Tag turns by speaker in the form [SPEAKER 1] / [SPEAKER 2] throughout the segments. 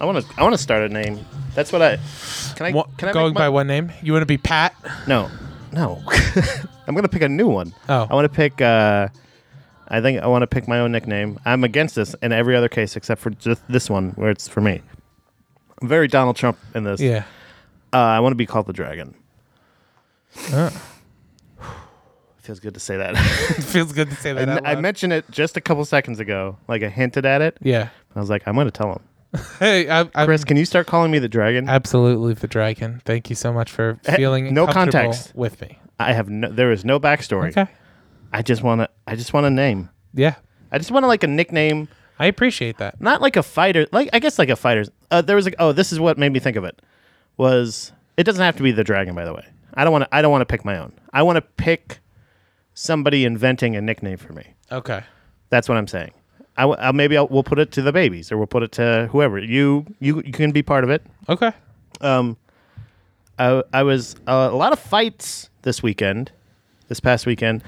[SPEAKER 1] I want to. I want to start a name. That's what I. Can I?
[SPEAKER 2] What-
[SPEAKER 1] can I
[SPEAKER 2] going
[SPEAKER 1] make my-
[SPEAKER 2] by one name? You want to be Pat?
[SPEAKER 1] No, no. I'm gonna pick a new one.
[SPEAKER 2] Oh.
[SPEAKER 1] I want to pick. Uh, I think I want to pick my own nickname. I'm against this in every other case except for just this one where it's for me. I'm very Donald Trump in this.
[SPEAKER 2] Yeah.
[SPEAKER 1] Uh, I want to be called the Dragon. Feels good to say that.
[SPEAKER 2] It feels good to Uh. say that.
[SPEAKER 1] I,
[SPEAKER 2] out
[SPEAKER 1] I
[SPEAKER 2] loud.
[SPEAKER 1] mentioned it just a couple seconds ago. Like I hinted at it.
[SPEAKER 2] Yeah.
[SPEAKER 1] I was like, I'm gonna tell him.
[SPEAKER 2] Hey, I, I'm
[SPEAKER 1] Chris, can you start calling me the Dragon?
[SPEAKER 2] absolutely the dragon. Thank you so much for
[SPEAKER 1] Eh,
[SPEAKER 2] feeling
[SPEAKER 1] no
[SPEAKER 2] comfortable
[SPEAKER 1] context.
[SPEAKER 2] with me.
[SPEAKER 1] I have no. There is no backstory.
[SPEAKER 2] Okay.
[SPEAKER 1] I just want to. I just want a name.
[SPEAKER 2] Yeah.
[SPEAKER 1] I just want to like a nickname,
[SPEAKER 2] I appreciate that.
[SPEAKER 1] not like a fighter. Like I guess like a fighter's. Uh, there was like oh, this is what made me think of it. Was it doesn't have to be the dragon, by the way. I don't want to. I don't want to pick my own. I want to pick somebody inventing a nickname for me.
[SPEAKER 2] Okay.
[SPEAKER 1] That's what I'm saying. I, w- I maybe I'll, we'll put it to the babies or we'll put it to whoever. You you you can be part of it.
[SPEAKER 2] Okay.
[SPEAKER 1] Um, I, I was uh, a lot of fights this weekend, this past weekend,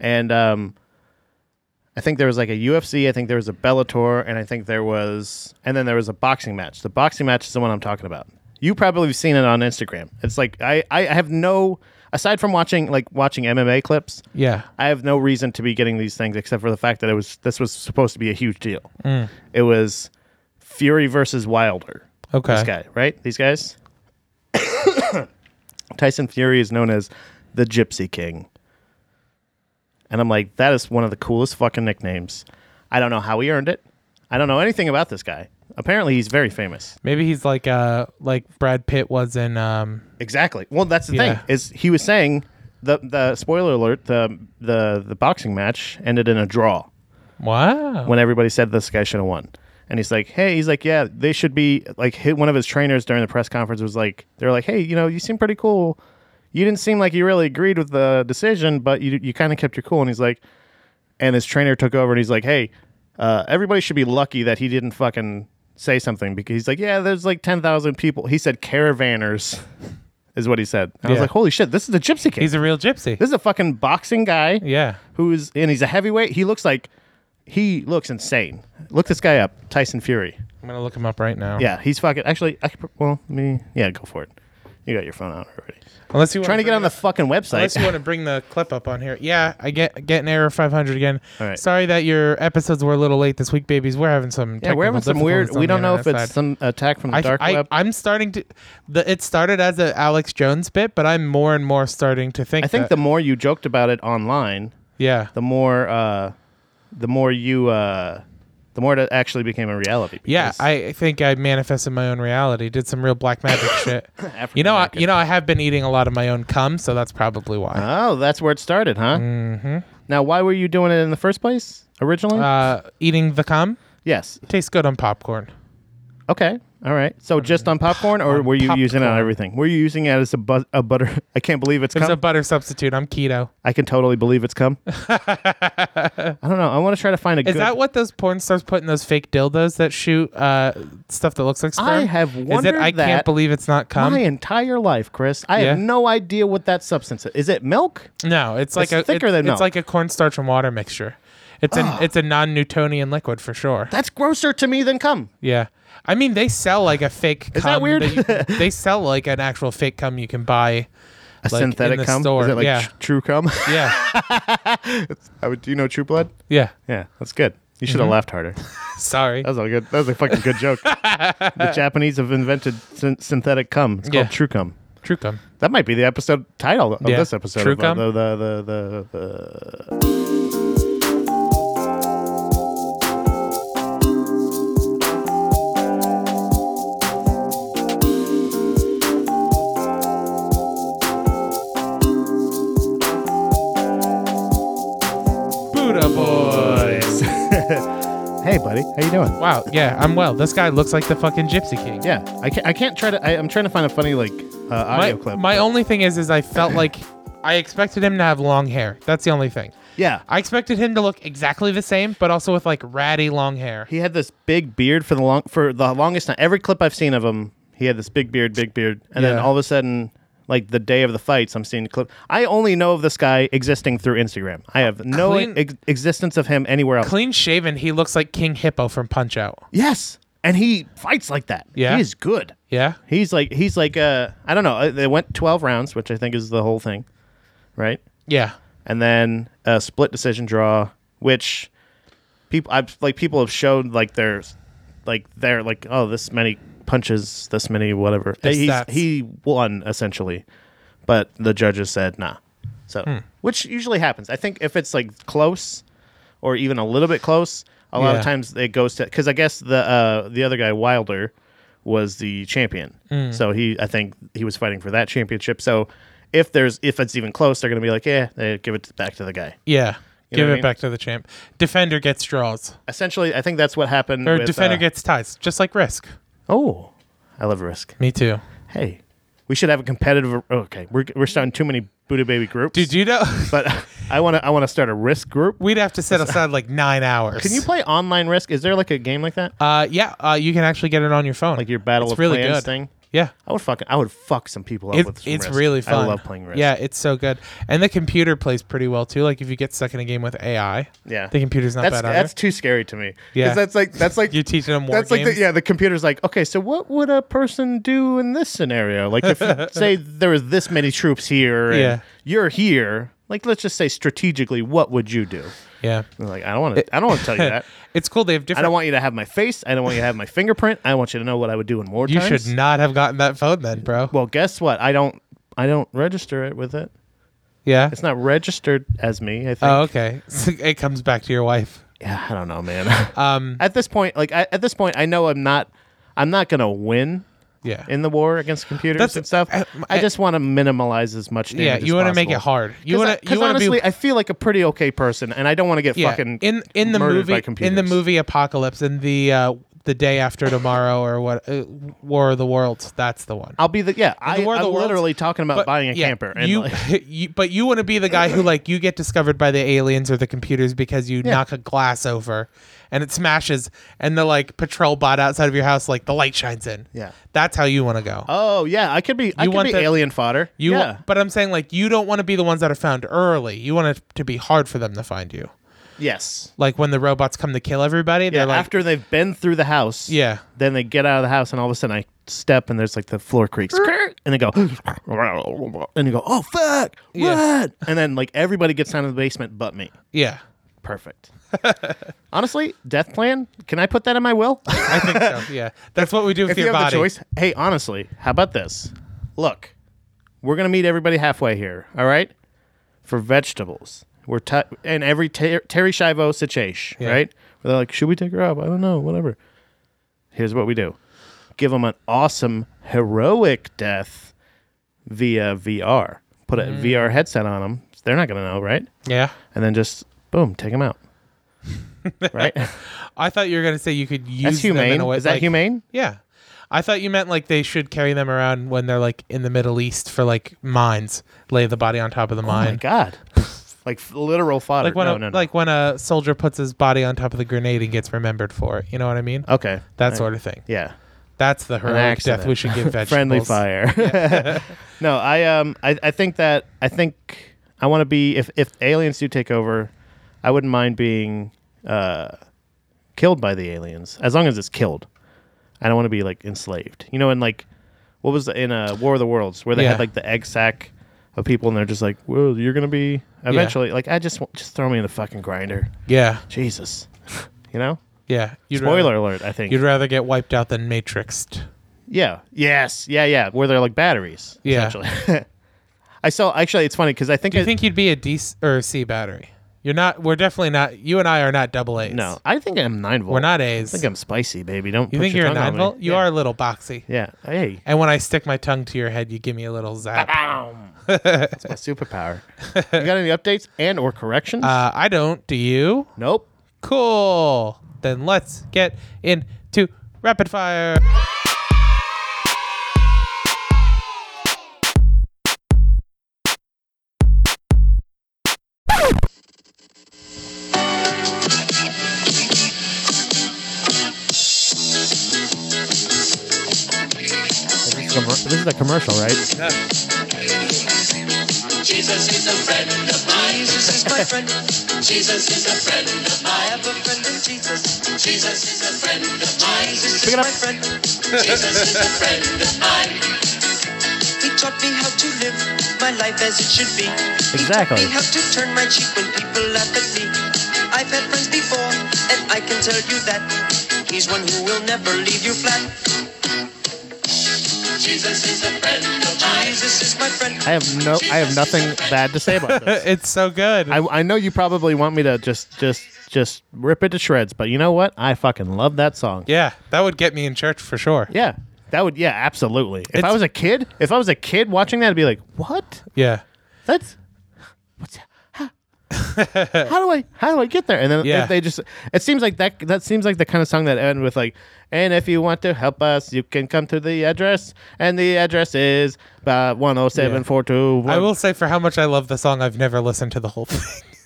[SPEAKER 1] and um, I think there was like a UFC, I think there was a Bellator, and I think there was, and then there was a boxing match. The boxing match is the one I'm talking about. You probably have seen it on Instagram. It's like I, I have no aside from watching like watching MMA clips.
[SPEAKER 2] Yeah.
[SPEAKER 1] I have no reason to be getting these things except for the fact that it was this was supposed to be a huge deal. It was Fury versus Wilder
[SPEAKER 2] Okay.
[SPEAKER 1] this guy, right? These guys. Tyson Fury is known as the Gypsy King. And I'm like, that is one of the coolest fucking nicknames. I don't know how he earned it. I don't know anything about this guy. Apparently, he's very famous.
[SPEAKER 2] Maybe he's like uh like Brad Pitt was in um
[SPEAKER 1] Exactly. Well, that's the
[SPEAKER 2] Yeah.
[SPEAKER 1] thing is he was saying the the spoiler alert the the the boxing match ended in a draw.
[SPEAKER 2] Wow.
[SPEAKER 1] when everybody said this guy should have won. And he's like, hey, he's like, yeah, they should be like. Hit one of his trainers during the press conference was like, they're like, hey, you know, you seem pretty cool. You didn't seem like you really agreed with the decision, but you you kind of kept your cool. And he's like, and his trainer took over and he's like, hey, uh, everybody should be lucky that he didn't fucking say something because he's like, yeah, there's like ten thousand people. He said caravanners, is what he said. And I was
[SPEAKER 2] Yeah.
[SPEAKER 1] like, holy shit, this is the gypsy king.
[SPEAKER 2] he's a real gypsy.
[SPEAKER 1] this is a fucking boxing guy
[SPEAKER 2] yeah.
[SPEAKER 1] who's and he's a heavyweight. He looks like he looks insane. Look this guy up, Tyson Fury.
[SPEAKER 2] I'm gonna look him up right now.
[SPEAKER 1] Yeah, he's fucking. Actually, I could, pr- well, let me yeah, go for it. You got your phone out already.
[SPEAKER 2] Unless you wanna
[SPEAKER 1] Trying to get
[SPEAKER 2] bring
[SPEAKER 1] on the
[SPEAKER 2] up-
[SPEAKER 1] fucking
[SPEAKER 2] Unless you
[SPEAKER 1] website.
[SPEAKER 2] want to bring the clip up on here. Yeah, I get get an error 500 again.
[SPEAKER 1] All right.
[SPEAKER 2] Sorry that your episodes were a little late this week, babies. We're having some
[SPEAKER 1] Yeah, we're having some
[SPEAKER 2] technical
[SPEAKER 1] weird.
[SPEAKER 2] difficulties
[SPEAKER 1] We don't
[SPEAKER 2] on
[SPEAKER 1] know
[SPEAKER 2] the
[SPEAKER 1] if it's
[SPEAKER 2] internet side.
[SPEAKER 1] some attack from the
[SPEAKER 2] I,
[SPEAKER 1] dark
[SPEAKER 2] I,
[SPEAKER 1] web. I,
[SPEAKER 2] I'm starting to. The, it started as a Alex Jones bit, but I'm more and more starting to think.
[SPEAKER 1] think the
[SPEAKER 2] that,
[SPEAKER 1] more you joked about it online,
[SPEAKER 2] yeah,
[SPEAKER 1] the more uh, the more you uh, the more it actually became a reality.
[SPEAKER 2] yeah.
[SPEAKER 1] because-
[SPEAKER 2] I think I manifested my own reality. Did some real black magic shit. You know, I,
[SPEAKER 1] African-American.
[SPEAKER 2] you know, I have been eating a lot of my own cum, so that's probably why.
[SPEAKER 1] Oh, that's where it started, huh? Mm-hmm. Now, why were you doing it in the first place originally?
[SPEAKER 2] Uh, eating the cum
[SPEAKER 1] yes.
[SPEAKER 2] tastes good on popcorn.
[SPEAKER 1] Okay. All right. So just on popcorn, or
[SPEAKER 2] On
[SPEAKER 1] were you using it on
[SPEAKER 2] popcorn.
[SPEAKER 1] everything? Were you using it as a, bu- a butter? I can't believe it's
[SPEAKER 2] There's
[SPEAKER 1] cum.
[SPEAKER 2] a butter substitute. I'm keto.
[SPEAKER 1] I can totally believe it's cum. I don't know. I want to try to find a
[SPEAKER 2] Is
[SPEAKER 1] good.
[SPEAKER 2] that what those porn stars put in those fake dildos that shoot uh, stuff that looks like sperm?
[SPEAKER 1] I have
[SPEAKER 2] Is
[SPEAKER 1] wondered
[SPEAKER 2] it? I
[SPEAKER 1] that
[SPEAKER 2] can't believe it's not cum.
[SPEAKER 1] my entire life, Chris? I have
[SPEAKER 2] um, Yeah.
[SPEAKER 1] no idea what that substance is. Is it milk?
[SPEAKER 2] No, it's
[SPEAKER 1] It's
[SPEAKER 2] like a
[SPEAKER 1] thicker
[SPEAKER 2] it's,
[SPEAKER 1] than
[SPEAKER 2] it's
[SPEAKER 1] milk.
[SPEAKER 2] like a cornstarch and water mixture. It's an it's a non-Newtonian liquid for sure.
[SPEAKER 1] That's grosser to me than cum.
[SPEAKER 2] Yeah, I mean they sell like a fake.
[SPEAKER 1] Is that
[SPEAKER 2] cum
[SPEAKER 1] weird?
[SPEAKER 2] you can- they sell like an actual fake cum you can buy.
[SPEAKER 1] A
[SPEAKER 2] Like, in
[SPEAKER 1] synthetic
[SPEAKER 2] the
[SPEAKER 1] cum?
[SPEAKER 2] store,
[SPEAKER 1] Is it like
[SPEAKER 2] yeah.
[SPEAKER 1] tr- true cum?
[SPEAKER 2] Yeah,
[SPEAKER 1] I would. Do you know True Blood?
[SPEAKER 2] yeah.
[SPEAKER 1] Yeah, that's good. You should have
[SPEAKER 2] Mm-hmm.
[SPEAKER 1] laughed harder. That
[SPEAKER 2] Sorry.
[SPEAKER 1] was a good. That was a fucking good joke. the Japanese have invented syn- synthetic cum. It's
[SPEAKER 2] Yeah.
[SPEAKER 1] called true cum.
[SPEAKER 2] True cum.
[SPEAKER 1] That might be the episode title of
[SPEAKER 2] Yeah.
[SPEAKER 1] this episode.
[SPEAKER 2] True
[SPEAKER 1] of, uh,
[SPEAKER 2] cum?
[SPEAKER 1] the, the, the, the, the-
[SPEAKER 2] Buddha boys.
[SPEAKER 1] Hey, buddy, how you doing?
[SPEAKER 2] Wow. Yeah, I'm well. This guy looks like the fucking Gypsy King.
[SPEAKER 1] Yeah, I can't. I can't try to. I, am trying to find a funny like uh,
[SPEAKER 2] My,
[SPEAKER 1] audio clip.
[SPEAKER 2] my only thing is, is I felt like I expected him to have long hair. That's the only thing.
[SPEAKER 1] yeah,
[SPEAKER 2] I expected him to look exactly the same, but also with like ratty long hair.
[SPEAKER 1] he had this big beard for the long for the longest time. Every clip I've seen of him, he had this big beard, big beard, and then
[SPEAKER 2] Yeah.
[SPEAKER 1] all of a sudden, like the day of the fights, I'm seeing a clip. I only know of this guy existing through Instagram. I have no
[SPEAKER 2] Clean-
[SPEAKER 1] ex- existence of him anywhere else.
[SPEAKER 2] Clean shaven, he looks like King Hippo from Punch Out.
[SPEAKER 1] Yes, and he fights like that.
[SPEAKER 2] Yeah.
[SPEAKER 1] he's good.
[SPEAKER 2] Yeah.
[SPEAKER 1] He's like he's like uh I don't know. uh, They went twelve rounds, which I think is the whole thing, right?
[SPEAKER 2] Yeah.
[SPEAKER 1] And then a split decision draw, which people I've like people have shown like their like they're like oh this many punches, this many whatever.
[SPEAKER 2] It's
[SPEAKER 1] He's-
[SPEAKER 2] that.
[SPEAKER 1] he won essentially, but the judges said nah. So which usually happens. I think if it's like close or even a little bit close, a lot
[SPEAKER 2] Yeah.
[SPEAKER 1] of times it goes to because I guess the uh, the other guy Wilder was the champion,
[SPEAKER 2] Hmm.
[SPEAKER 1] so he I think he was fighting for that championship. So if there's if it's even close, they're gonna be like, yeah, they give it back to the guy.
[SPEAKER 2] Yeah.
[SPEAKER 1] You know
[SPEAKER 2] Give
[SPEAKER 1] what
[SPEAKER 2] it
[SPEAKER 1] I mean?
[SPEAKER 2] back to the champ. Defender gets draws.
[SPEAKER 1] Essentially, I think that's what happened.
[SPEAKER 2] Or
[SPEAKER 1] with,
[SPEAKER 2] defender
[SPEAKER 1] uh,
[SPEAKER 2] gets ties, just like Risk.
[SPEAKER 1] oh, I love Risk.
[SPEAKER 2] Me too.
[SPEAKER 1] Hey, we should have a competitive. Okay, we're we're starting too many Buddha baby groups.
[SPEAKER 2] Did you know
[SPEAKER 1] But I want to I want to start a Risk group.
[SPEAKER 2] we'd have to set aside like nine hours?
[SPEAKER 1] Can you play online Risk? Is there like a game like that?
[SPEAKER 2] Uh, yeah. Uh, you can actually get it on your phone.
[SPEAKER 1] Like your Battle
[SPEAKER 2] it's
[SPEAKER 1] of
[SPEAKER 2] really
[SPEAKER 1] Clans
[SPEAKER 2] good.
[SPEAKER 1] thing?
[SPEAKER 2] yeah.
[SPEAKER 1] I would fucking I would fuck some people up
[SPEAKER 2] It,
[SPEAKER 1] with some
[SPEAKER 2] it's
[SPEAKER 1] Risk.
[SPEAKER 2] really fun.
[SPEAKER 1] I love playing Risk.
[SPEAKER 2] Yeah, it's so good, and the computer plays pretty well too. Like if you get stuck in a game with AI,
[SPEAKER 1] Yeah.
[SPEAKER 2] the computer's not
[SPEAKER 1] that's
[SPEAKER 2] bad
[SPEAKER 1] that's
[SPEAKER 2] either.
[SPEAKER 1] too scary to me.
[SPEAKER 2] Yeah.
[SPEAKER 1] Yeah, that's like that's like
[SPEAKER 2] You're teaching them more
[SPEAKER 1] that's like
[SPEAKER 2] games.
[SPEAKER 1] the, yeah. The computer's like, okay, so what would a person do in this scenario? Like if you say there was this many troops here, and
[SPEAKER 2] Yeah.
[SPEAKER 1] you're here. Like let's just say strategically, what would you do?
[SPEAKER 2] yeah.
[SPEAKER 1] And like I don't want to. I don't want to tell you that.
[SPEAKER 2] It's cool. They have
[SPEAKER 1] I
[SPEAKER 2] different.
[SPEAKER 1] don't want you to have my face. I don't want you to have my fingerprint. I want you to know what I would do in war
[SPEAKER 2] you
[SPEAKER 1] times.
[SPEAKER 2] should not have gotten that phone then, bro.
[SPEAKER 1] Well, guess what? I don't. I don't register it with it.
[SPEAKER 2] yeah.
[SPEAKER 1] It's not registered as me. I think.
[SPEAKER 2] Oh, okay. So it comes back to your wife.
[SPEAKER 1] Yeah, I don't know, man.
[SPEAKER 2] Um,
[SPEAKER 1] at this point, like I, at this point, I know I'm not. I'm not gonna win
[SPEAKER 2] yeah.
[SPEAKER 1] in the war against computers
[SPEAKER 2] That's-
[SPEAKER 1] and stuff.
[SPEAKER 2] I-
[SPEAKER 1] I,
[SPEAKER 2] I-
[SPEAKER 1] just want to minimize as much damage.
[SPEAKER 2] yeah.
[SPEAKER 1] as
[SPEAKER 2] You want to make it
[SPEAKER 1] possible.
[SPEAKER 2] hard. You
[SPEAKER 1] 'Cause I-
[SPEAKER 2] want to. You
[SPEAKER 1] 'cause
[SPEAKER 2] want to
[SPEAKER 1] honestly,
[SPEAKER 2] be.
[SPEAKER 1] I feel like a pretty okay person, and I don't want to get
[SPEAKER 2] yeah.
[SPEAKER 1] fucking
[SPEAKER 2] in in the
[SPEAKER 1] murdered
[SPEAKER 2] movie
[SPEAKER 1] by
[SPEAKER 2] in the
[SPEAKER 1] computers.
[SPEAKER 2] movie Apocalypse in the uh, the day after tomorrow or what uh, War of the Worlds. That's the one.
[SPEAKER 1] I'll be the yeah. I,
[SPEAKER 2] the War of the
[SPEAKER 1] I'm
[SPEAKER 2] Worlds,
[SPEAKER 1] literally talking about
[SPEAKER 2] But,
[SPEAKER 1] buying a
[SPEAKER 2] yeah,
[SPEAKER 1] camper, and
[SPEAKER 2] you,
[SPEAKER 1] like,
[SPEAKER 2] you, but you want to be the guy who like you get discovered by the aliens or the computers because you knock a glass over, and it smashes, and the like patrol bot outside of your house like the light shines in.
[SPEAKER 1] Yeah.
[SPEAKER 2] that's how you want to go.
[SPEAKER 1] oh yeah, I could be. I
[SPEAKER 2] You
[SPEAKER 1] could
[SPEAKER 2] want
[SPEAKER 1] be
[SPEAKER 2] the-
[SPEAKER 1] alien fodder.
[SPEAKER 2] you,
[SPEAKER 1] yeah,
[SPEAKER 2] but I'm saying like you don't want to be the ones that are found early. You want it to be hard for them to find you.
[SPEAKER 1] yes.
[SPEAKER 2] Like when the robots come to kill everybody,
[SPEAKER 1] Yeah,
[SPEAKER 2] they're like,
[SPEAKER 1] after they've been through the house.
[SPEAKER 2] yeah,
[SPEAKER 1] Then they get out of the house, and all of a sudden I step, and there's like the floor creaks, and they go, and you go, oh fuck,
[SPEAKER 2] Yeah.
[SPEAKER 1] what? And then like everybody gets down to the basement, but me.
[SPEAKER 2] yeah.
[SPEAKER 1] Perfect. Honestly, death plan. Can I put that in my will?
[SPEAKER 2] I think so. Yeah, that's what we do with
[SPEAKER 1] if
[SPEAKER 2] your
[SPEAKER 1] you have
[SPEAKER 2] body.
[SPEAKER 1] the choice, hey, honestly, how about this? Look, we're gonna meet everybody halfway here. All right, for vegetables, we're t- and every ter- Terry Schiavo situation,
[SPEAKER 2] Yeah.
[SPEAKER 1] right? They're like, should we take her up? I don't know, whatever. Here's what we do: give them an awesome heroic death via VR. Put
[SPEAKER 2] Mm.
[SPEAKER 1] a VR headset on them. They're not gonna know, right?
[SPEAKER 2] Yeah,
[SPEAKER 1] And then just boom, take them out. right?
[SPEAKER 2] I thought you were gonna say you could use
[SPEAKER 1] That's
[SPEAKER 2] Them in
[SPEAKER 1] humane.
[SPEAKER 2] a way,
[SPEAKER 1] Is that
[SPEAKER 2] like-
[SPEAKER 1] humane?
[SPEAKER 2] Yeah. I thought you meant like they should carry them around when they're like in the Middle East for like mines, lay the body on top of the
[SPEAKER 1] Oh my
[SPEAKER 2] mine.
[SPEAKER 1] god. like f- literal fodder.
[SPEAKER 2] like when
[SPEAKER 1] no,
[SPEAKER 2] a,
[SPEAKER 1] no, no.
[SPEAKER 2] like when a soldier puts his body on top of the grenade and gets remembered for it. You know what I mean?
[SPEAKER 1] Okay.
[SPEAKER 2] that
[SPEAKER 1] I-
[SPEAKER 2] sort of thing.
[SPEAKER 1] Yeah.
[SPEAKER 2] That's the heroic death
[SPEAKER 1] Oh, accident.
[SPEAKER 2] we should give vegetables.
[SPEAKER 1] Friendly fire. no, I um I, I think that I think I wanna be if, if aliens do take over, I wouldn't mind being uh killed by the aliens. As long as it's killed. I don't want to be like enslaved. You know, and like what was the, in uh, War of the Worlds where they
[SPEAKER 2] Yeah.
[SPEAKER 1] had like the egg sack of people and they're just like, Well, you're gonna be eventually like I just want just throw me in the fucking grinder.
[SPEAKER 2] Yeah.
[SPEAKER 1] Jesus. you know?
[SPEAKER 2] Yeah. You'd
[SPEAKER 1] Spoiler
[SPEAKER 2] Rather,
[SPEAKER 1] alert, I think.
[SPEAKER 2] you'd rather get wiped out than matrixed.
[SPEAKER 1] yeah. Yes. Yeah, yeah. Where they're like batteries.
[SPEAKER 2] Yeah.
[SPEAKER 1] Essentially. I saw actually it's funny because I think,
[SPEAKER 2] Do you
[SPEAKER 1] I-
[SPEAKER 2] think you'd be a D s- or a C battery? You're not. We're definitely not. You and I are not double A's.
[SPEAKER 1] no. I think I'm nine volt.
[SPEAKER 2] We're not
[SPEAKER 1] I
[SPEAKER 2] A's.
[SPEAKER 1] think I'm spicy, baby. Don't
[SPEAKER 2] you
[SPEAKER 1] put
[SPEAKER 2] think
[SPEAKER 1] your
[SPEAKER 2] you're a
[SPEAKER 1] tongue on
[SPEAKER 2] nine
[SPEAKER 1] me.
[SPEAKER 2] volt? You
[SPEAKER 1] Yeah.
[SPEAKER 2] are a little boxy.
[SPEAKER 1] Yeah. Hey.
[SPEAKER 2] And when I stick my tongue to your head, you give me a little zap.
[SPEAKER 1] That's my superpower. you got any updates and or corrections?
[SPEAKER 2] Uh, I don't. Do you?
[SPEAKER 1] nope.
[SPEAKER 2] Cool. Then let's get into rapid fire.
[SPEAKER 1] This is, a commer- this is a commercial, right?
[SPEAKER 3] Jesus is a friend of mine. Jesus is my friend. Jesus is a friend of mine. I have a friend in Jesus. Jesus is a friend of mine. Jesus is
[SPEAKER 1] Pick it up.
[SPEAKER 3] my friend. Jesus is a friend of mine. He taught me how to live my life as it should be.
[SPEAKER 1] Exactly.
[SPEAKER 3] He taught me how to turn my cheek when people laugh at me. I've had friends before, and I can tell you that he's one who will never leave you flat. Jesus is a friend of mine. Jesus is my friend.
[SPEAKER 1] I have no, I have nothing bad to say about this.
[SPEAKER 2] it's so good.
[SPEAKER 1] I, I know you probably want me to just, just, just rip it to shreds, but you know what? I fucking love that song.
[SPEAKER 2] yeah, that would get me in church for sure.
[SPEAKER 1] Yeah, that would, yeah, absolutely. If I
[SPEAKER 2] It's-
[SPEAKER 1] was a kid, if I was a kid watching that, I'd be like, what?
[SPEAKER 2] Yeah.
[SPEAKER 1] That's what's how, how do I how do I get there? And then
[SPEAKER 2] Yeah.
[SPEAKER 1] if they just it seems like that that seems like the kind of song that end with like and if you want to help us, you can come to the address and the address is uh, one oh seven four two.
[SPEAKER 2] I will say for how much I love the song, I've never listened to the whole thing.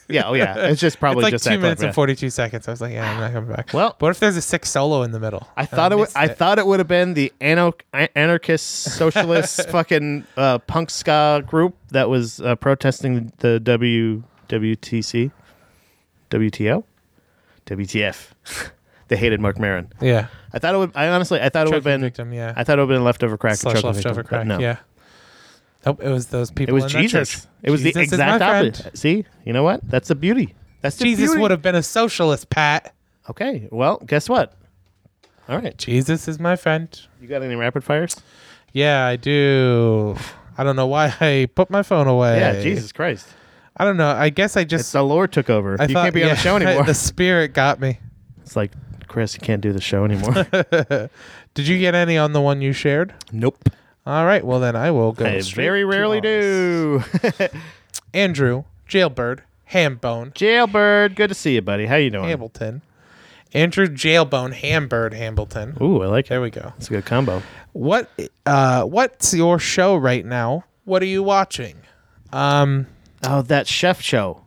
[SPEAKER 1] Yeah, oh yeah. It's just probably
[SPEAKER 2] it's like
[SPEAKER 1] just
[SPEAKER 2] two
[SPEAKER 1] that
[SPEAKER 2] minutes
[SPEAKER 1] clip,
[SPEAKER 2] and
[SPEAKER 1] yeah.
[SPEAKER 2] forty-two seconds. I was like, yeah, I'm not coming back.
[SPEAKER 1] Well-
[SPEAKER 2] but what if there's a sick solo in the middle?
[SPEAKER 1] I thought it would.
[SPEAKER 2] missed
[SPEAKER 1] I thought it would have been the ano- a- anarchist socialist fucking uh, punk ska group that was uh, protesting the W WTC, WTO, WTF. they hated Mark Maron.
[SPEAKER 2] yeah,
[SPEAKER 1] I thought it would. I honestly, I thought it would have
[SPEAKER 2] Choking
[SPEAKER 1] been.
[SPEAKER 2] victim, yeah.
[SPEAKER 1] I thought it would have been leftover crack. and
[SPEAKER 2] slash
[SPEAKER 1] choking
[SPEAKER 2] leftover
[SPEAKER 1] victim, but
[SPEAKER 2] crack.
[SPEAKER 1] No.
[SPEAKER 2] Yeah. Nope, it was those
[SPEAKER 1] It
[SPEAKER 2] people.
[SPEAKER 1] was
[SPEAKER 2] in that
[SPEAKER 1] Jesus.
[SPEAKER 2] church.
[SPEAKER 1] It was
[SPEAKER 2] Jesus
[SPEAKER 1] the
[SPEAKER 2] is my
[SPEAKER 1] exact
[SPEAKER 2] friend.
[SPEAKER 1] opposite. See, you know what? That's the beauty. That's the
[SPEAKER 2] Jesus
[SPEAKER 1] beauty.
[SPEAKER 2] would have been a socialist, Pat.
[SPEAKER 1] Okay. Well, guess what? All right.
[SPEAKER 2] Jesus is my friend.
[SPEAKER 1] You got any rapid fires?
[SPEAKER 2] Yeah, I do. I don't know why I put my phone away.
[SPEAKER 1] Yeah. Jesus Christ.
[SPEAKER 2] I don't know. I guess I just.
[SPEAKER 1] It's the Lord took over.
[SPEAKER 2] I
[SPEAKER 1] you
[SPEAKER 2] thought,
[SPEAKER 1] can't be on
[SPEAKER 2] yeah,
[SPEAKER 1] the show anymore.
[SPEAKER 2] the spirit got me.
[SPEAKER 1] it's like Chris, you can't do the show anymore.
[SPEAKER 2] Did you get any on the one you shared?
[SPEAKER 1] nope.
[SPEAKER 2] All right. Well, then I will go.
[SPEAKER 1] I
[SPEAKER 2] straight
[SPEAKER 1] very
[SPEAKER 2] to
[SPEAKER 1] rarely
[SPEAKER 2] ours.
[SPEAKER 1] do.
[SPEAKER 2] Andrew, Jailbird, Hambone,
[SPEAKER 1] Jailbird, good to see you, buddy. How you doing?
[SPEAKER 2] Hambleton. Andrew, Jailbone, Hambird, Hambleton.
[SPEAKER 1] Ooh, I like it.
[SPEAKER 2] There we go.
[SPEAKER 1] It's a good combo.
[SPEAKER 2] What? Uh, what's your show right now? What are you watching? Um,
[SPEAKER 1] Oh, that chef show.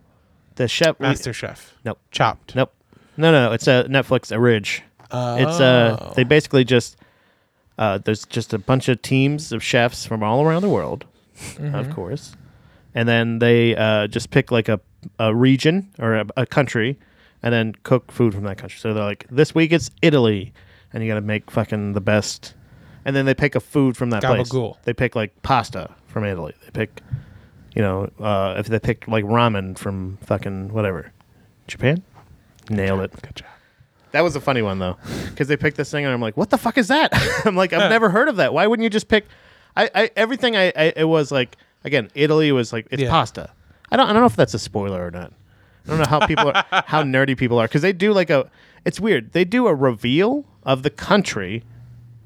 [SPEAKER 1] The chef.
[SPEAKER 2] Master Chef,
[SPEAKER 1] Nope.
[SPEAKER 2] Chopped.
[SPEAKER 1] Nope. No, no, no. It's a Netflix a ridge. It's uh they basically just uh there's just a bunch of teams of chefs from all around the world, of course. And then they uh just pick like a a region or a, a country and then cook food from that country. So they're like this week it's Italy and you got to make fucking the best. And then they pick a food from that
[SPEAKER 2] Gabagool.
[SPEAKER 1] place. They pick like pasta from Italy. They pick you know, uh, if they picked like ramen from fucking whatever, Japan, nailed it.
[SPEAKER 2] Good job.
[SPEAKER 1] That was a funny one though, because they picked this thing and I'm like, what the fuck is that? I'm like, I've never heard of that. Why wouldn't you just pick? I, I everything I, I it was like again, Italy was like it's
[SPEAKER 2] Yeah.
[SPEAKER 1] pasta. I don't I don't know if that's a spoiler or not. I don't know how people are, how nerdy people are because they do like a it's weird they do a reveal of the country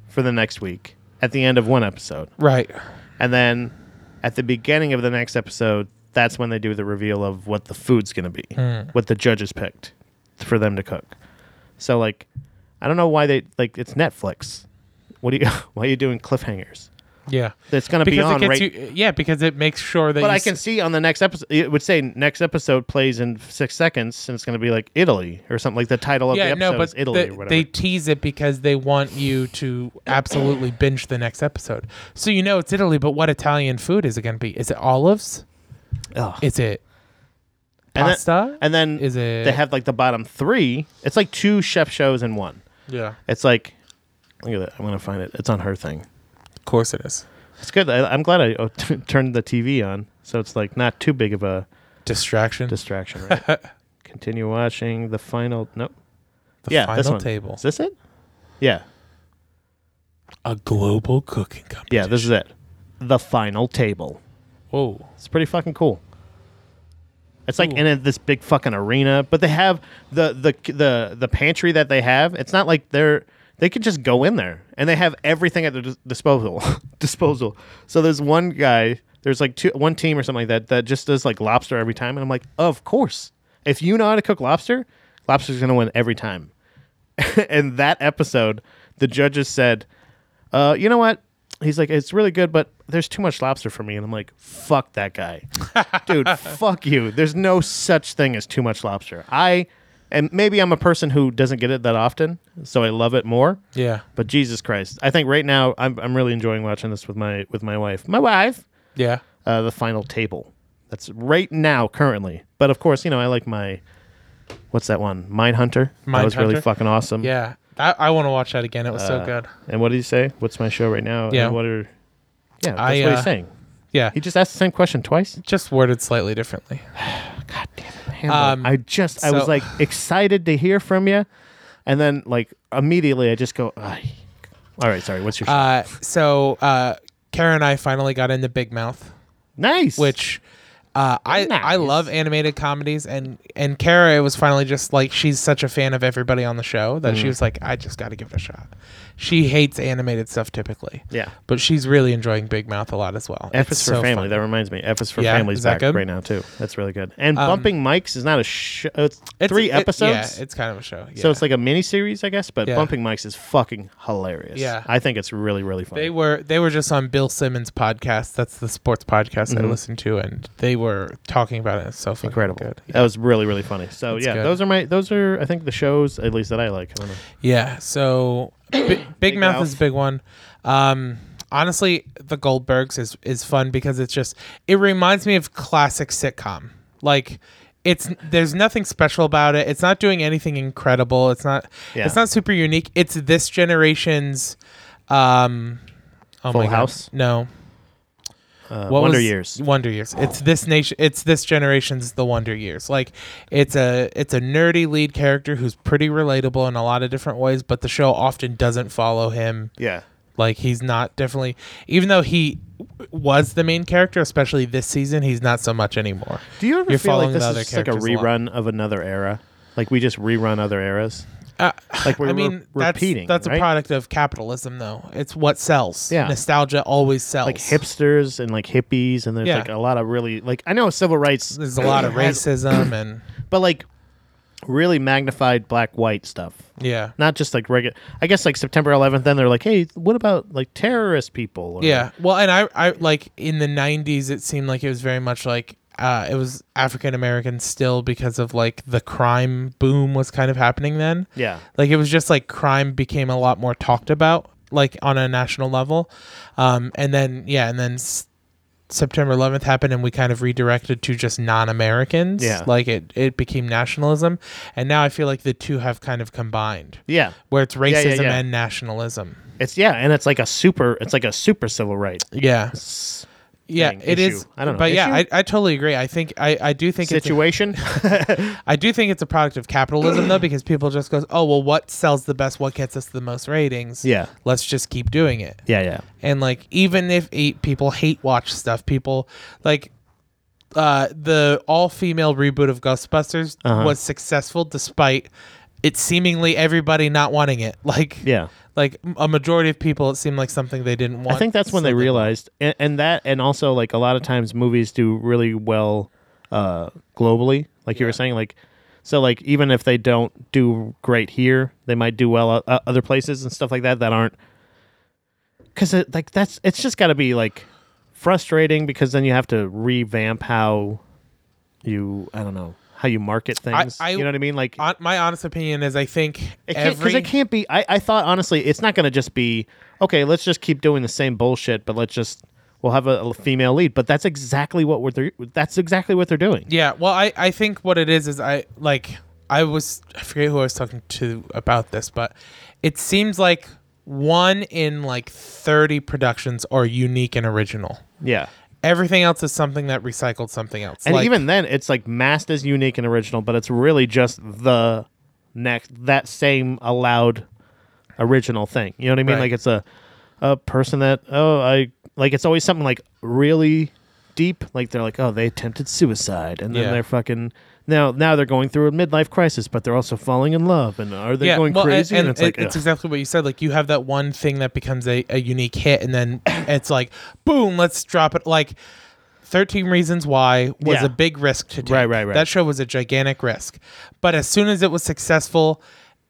[SPEAKER 1] for the next week at the end of one episode
[SPEAKER 2] Right.
[SPEAKER 1] and then at the beginning of the next episode, that's when they do the reveal of what the food's going to be,
[SPEAKER 2] Hmm.
[SPEAKER 1] what the judges picked for them to cook. So like, I don't know why they like it's Netflix. What do you why are you doing cliffhangers?
[SPEAKER 2] Yeah.
[SPEAKER 1] That's going to be on right.
[SPEAKER 2] you, yeah, because it makes sure that.
[SPEAKER 1] but
[SPEAKER 2] you
[SPEAKER 1] I
[SPEAKER 2] s-
[SPEAKER 1] can see on the next episode it would say next episode plays in six seconds and it's going to be like Italy or something like the title of the
[SPEAKER 2] Yeah,
[SPEAKER 1] episode
[SPEAKER 2] no, but
[SPEAKER 1] is Italy
[SPEAKER 2] the-
[SPEAKER 1] or whatever.
[SPEAKER 2] they tease it because they want you to absolutely binge the next episode. So you know it's Italy, but what Italian food is it going to be? Is it olives?
[SPEAKER 1] Ugh.
[SPEAKER 2] Is it
[SPEAKER 1] And then-
[SPEAKER 2] pasta?
[SPEAKER 1] and then
[SPEAKER 2] is it-
[SPEAKER 1] they have like the bottom three. It's like two chef shows in one.
[SPEAKER 2] yeah,
[SPEAKER 1] It's like, look at that. I'm gonna find it. It's on her thing.
[SPEAKER 2] of course it is.
[SPEAKER 1] It's good. I, I'm glad I uh, t- turned the TV on, so it's like not too big of a
[SPEAKER 2] Distraction.
[SPEAKER 1] distraction. Right? Continue watching the final. Nope.
[SPEAKER 2] the
[SPEAKER 1] yeah,
[SPEAKER 2] final
[SPEAKER 1] this one.
[SPEAKER 2] table.
[SPEAKER 1] Is this it? Yeah,
[SPEAKER 2] A global cooking company.
[SPEAKER 1] yeah. This is it. The final table.
[SPEAKER 2] Whoa.
[SPEAKER 1] It's pretty fucking cool. It's like
[SPEAKER 2] Cool.
[SPEAKER 1] in a, this big fucking arena, but they have the the the the pantry that they have. It's not like they're they could just go in there and they have everything at their dis- disposal disposal. So there's one guy, there's like two one team or something like that that just does like lobster every time, and I'm like, of course, if you know how to cook lobster, lobster's gonna win every time. and that episode, the judges said, uh, you know what? He's like, it's really good, but there's too much lobster for me. And I'm like, fuck that guy. Dude, fuck you. There's no such thing as too much lobster. I, and maybe I'm a person who doesn't get it that often, so I love it more.
[SPEAKER 2] Yeah.
[SPEAKER 1] But Jesus Christ, I think right now I'm, I'm really enjoying watching this with my with my wife. My wife,
[SPEAKER 2] Yeah.
[SPEAKER 1] uh, the final table. That's right now, currently. But of course, you know, I like my what's that one? Mine Hunter. That was really
[SPEAKER 2] Mindhunter?
[SPEAKER 1] fucking awesome.
[SPEAKER 2] Yeah, that, I want to watch that again. It was
[SPEAKER 1] Uh,
[SPEAKER 2] so good.
[SPEAKER 1] And what did he say? What's my show right now?
[SPEAKER 2] Yeah.
[SPEAKER 1] And what are Yeah, that's
[SPEAKER 2] I,
[SPEAKER 1] what
[SPEAKER 2] uh,
[SPEAKER 1] he's saying.
[SPEAKER 2] Yeah,
[SPEAKER 1] He just asked the same question twice.
[SPEAKER 2] just worded slightly differently.
[SPEAKER 1] God damn it. Hamlet.
[SPEAKER 2] Um,
[SPEAKER 1] I just I was
[SPEAKER 2] so-
[SPEAKER 1] like excited to hear from you. And then like immediately I just go, "Ay." all right, sorry, what's your show?
[SPEAKER 2] Uh, so uh, Kara and I finally got into Big Mouth,
[SPEAKER 1] nice.
[SPEAKER 2] which uh, I I
[SPEAKER 1] Nice.
[SPEAKER 2] love animated comedies, and and Kara it was finally just like she's such a fan of everybody on the show that
[SPEAKER 1] Mm-hmm.
[SPEAKER 2] she was like, I just got to give it a shot. She hates animated stuff typically,
[SPEAKER 1] Yeah.
[SPEAKER 2] but she's really enjoying Big Mouth a lot as well.
[SPEAKER 1] F
[SPEAKER 2] It's
[SPEAKER 1] is for
[SPEAKER 2] so
[SPEAKER 1] family.
[SPEAKER 2] fun.
[SPEAKER 1] That reminds me. F is for
[SPEAKER 2] Yeah,
[SPEAKER 1] family's
[SPEAKER 2] is that
[SPEAKER 1] back
[SPEAKER 2] good? Um,
[SPEAKER 1] right now too. That's really good. And bumping mics is not a show. It's,
[SPEAKER 2] It's-
[SPEAKER 1] three
[SPEAKER 2] it-
[SPEAKER 1] episodes.
[SPEAKER 2] yeah, it's kind of a show.
[SPEAKER 1] so
[SPEAKER 2] yeah.
[SPEAKER 1] it's like a mini series, I guess. But
[SPEAKER 2] Yeah.
[SPEAKER 1] bumping mics is fucking hilarious.
[SPEAKER 2] Yeah.
[SPEAKER 1] I think it's really really funny.
[SPEAKER 2] They were they were just on Bill Simmons' podcast. That's the sports podcast I listen to, and they were talking about it. It's so fucking
[SPEAKER 1] Mm-hmm. Incredible.
[SPEAKER 2] Good.
[SPEAKER 1] That was really really funny. So
[SPEAKER 2] That's
[SPEAKER 1] yeah,
[SPEAKER 2] good.
[SPEAKER 1] those are my those are I think the shows at least that I like. I don't know.
[SPEAKER 2] Yeah. So Bi- Big, Mouth
[SPEAKER 1] Mouth.
[SPEAKER 2] is a big one. Um, honestly, the Goldbergs is is fun because it's just it reminds me of classic sitcom. Like it's there's nothing special about it. It's not doing anything incredible. It's not
[SPEAKER 1] Yeah.
[SPEAKER 2] it's not super unique. It's this generation's um oh
[SPEAKER 1] Full
[SPEAKER 2] my God.
[SPEAKER 1] House?
[SPEAKER 2] No.
[SPEAKER 1] Uh,
[SPEAKER 2] What
[SPEAKER 1] Wonder
[SPEAKER 2] was-
[SPEAKER 1] Years.
[SPEAKER 2] Wonder Years. It's this nation. It's this generation's The Wonder Years. Like it's a it's a nerdy lead character who's pretty relatable in a lot of different ways, but the show often doesn't follow him.
[SPEAKER 1] Yeah.
[SPEAKER 2] Like he's not definitely, even though he w- was the main character, especially this season, he's not so much anymore.
[SPEAKER 1] Do you ever
[SPEAKER 2] You're
[SPEAKER 1] feel like
[SPEAKER 2] following the
[SPEAKER 1] this is
[SPEAKER 2] other
[SPEAKER 1] just like a
[SPEAKER 2] characters a lot.
[SPEAKER 1] rerun of another era? Like we just rerun other eras?
[SPEAKER 2] Uh,
[SPEAKER 1] Like we're
[SPEAKER 2] I
[SPEAKER 1] re-
[SPEAKER 2] mean, that's
[SPEAKER 1] repeating,
[SPEAKER 2] that's a
[SPEAKER 1] right?
[SPEAKER 2] product of capitalism, though. It's what sells.
[SPEAKER 1] Yeah.
[SPEAKER 2] nostalgia always sells.
[SPEAKER 1] Like hipsters and like hippies and there's
[SPEAKER 2] Yeah.
[SPEAKER 1] like a lot of really like I know civil rights
[SPEAKER 2] There's a lot of
[SPEAKER 1] has
[SPEAKER 2] racism and
[SPEAKER 1] but like really magnified black white stuff
[SPEAKER 2] yeah.
[SPEAKER 1] not just like regular i guess like september 11th then they're like hey what about like terrorist people or-
[SPEAKER 2] Yeah. Well, and I, I like in the 90s, it seemed like it was very much like uh, it was African American still because of like the crime boom was kind of happening then.
[SPEAKER 1] yeah
[SPEAKER 2] Like it was just like crime became a lot more talked about, like on a national level. Um, and then, yeah, and then s- September 11th happened and we kind of redirected to just non Americans.
[SPEAKER 1] Yeah.
[SPEAKER 2] Like it, it became nationalism. And now I feel like the two have kind of combined
[SPEAKER 1] yeah
[SPEAKER 2] where it's racism
[SPEAKER 1] yeah, yeah.
[SPEAKER 2] and nationalism.
[SPEAKER 1] it's yeah and it's like a super it's like a super civil right
[SPEAKER 2] Yeah.
[SPEAKER 1] s-
[SPEAKER 2] yeah
[SPEAKER 1] thing,
[SPEAKER 2] it is.
[SPEAKER 1] issue. I don't know.
[SPEAKER 2] but yeah I,
[SPEAKER 1] Issue?
[SPEAKER 2] I totally agree i think i i do think it's a,
[SPEAKER 1] situation
[SPEAKER 2] i do think it's a product of capitalism though because people just goes oh well what sells the best what gets us the most ratings
[SPEAKER 1] Yeah.
[SPEAKER 2] let's just keep doing it
[SPEAKER 1] yeah yeah
[SPEAKER 2] and like even if eight people hate watch stuff people like uh the all-female reboot of ghostbusters
[SPEAKER 1] Uh-huh.
[SPEAKER 2] was successful despite it seemingly everybody not wanting it like
[SPEAKER 1] Yeah.
[SPEAKER 2] like a majority of people it seemed like something they didn't want
[SPEAKER 1] i think that's when
[SPEAKER 2] so
[SPEAKER 1] they realized and, and that and also like a lot of times movies do really well uh globally like you were saying like so like even if they don't do great here they might do well uh, other places and stuff like that that aren't because it, like that's it's just got to be like frustrating because then you have to revamp how you i don't know how you market things
[SPEAKER 2] I-
[SPEAKER 1] you know what i mean like
[SPEAKER 2] on, my honest opinion is I think
[SPEAKER 1] it can't because
[SPEAKER 2] every
[SPEAKER 1] it can't be. I, I thought honestly, it's not going to just be okay. Let's just keep doing the same bullshit, but let's just we'll have a, a female lead. But that's exactly what we're they're- that's exactly what they're doing.
[SPEAKER 2] yeah. Well, I I think what it is is I like I was I forget who I was talking to about this, but it seems like one in like thirty productions are unique and original.
[SPEAKER 1] Yeah,
[SPEAKER 2] Everything else is something that recycled something else.
[SPEAKER 1] and
[SPEAKER 2] Like-
[SPEAKER 1] even then, it's like masked as unique and original, but it's really just the next that same allowed original thing. You know what I mean?
[SPEAKER 2] Right.
[SPEAKER 1] Like it's a a person that oh I like it's always something like really deep. Like they're like oh they attempted suicide and then
[SPEAKER 2] Yeah.
[SPEAKER 1] they're fucking now now they're going through a midlife crisis, but they're also falling in love and are they going
[SPEAKER 2] well, and-
[SPEAKER 1] crazy?
[SPEAKER 2] And,
[SPEAKER 1] it's like
[SPEAKER 2] it- it's
[SPEAKER 1] ugh.
[SPEAKER 2] exactly what you said. Like you have that one thing that becomes a, a unique hit, and then it's like, boom, let's drop it. Like Thirteen Reasons Why was
[SPEAKER 1] Yeah.
[SPEAKER 2] a big risk to take.
[SPEAKER 1] Right, right, right.
[SPEAKER 2] That show was a gigantic risk, but as soon as it was successful,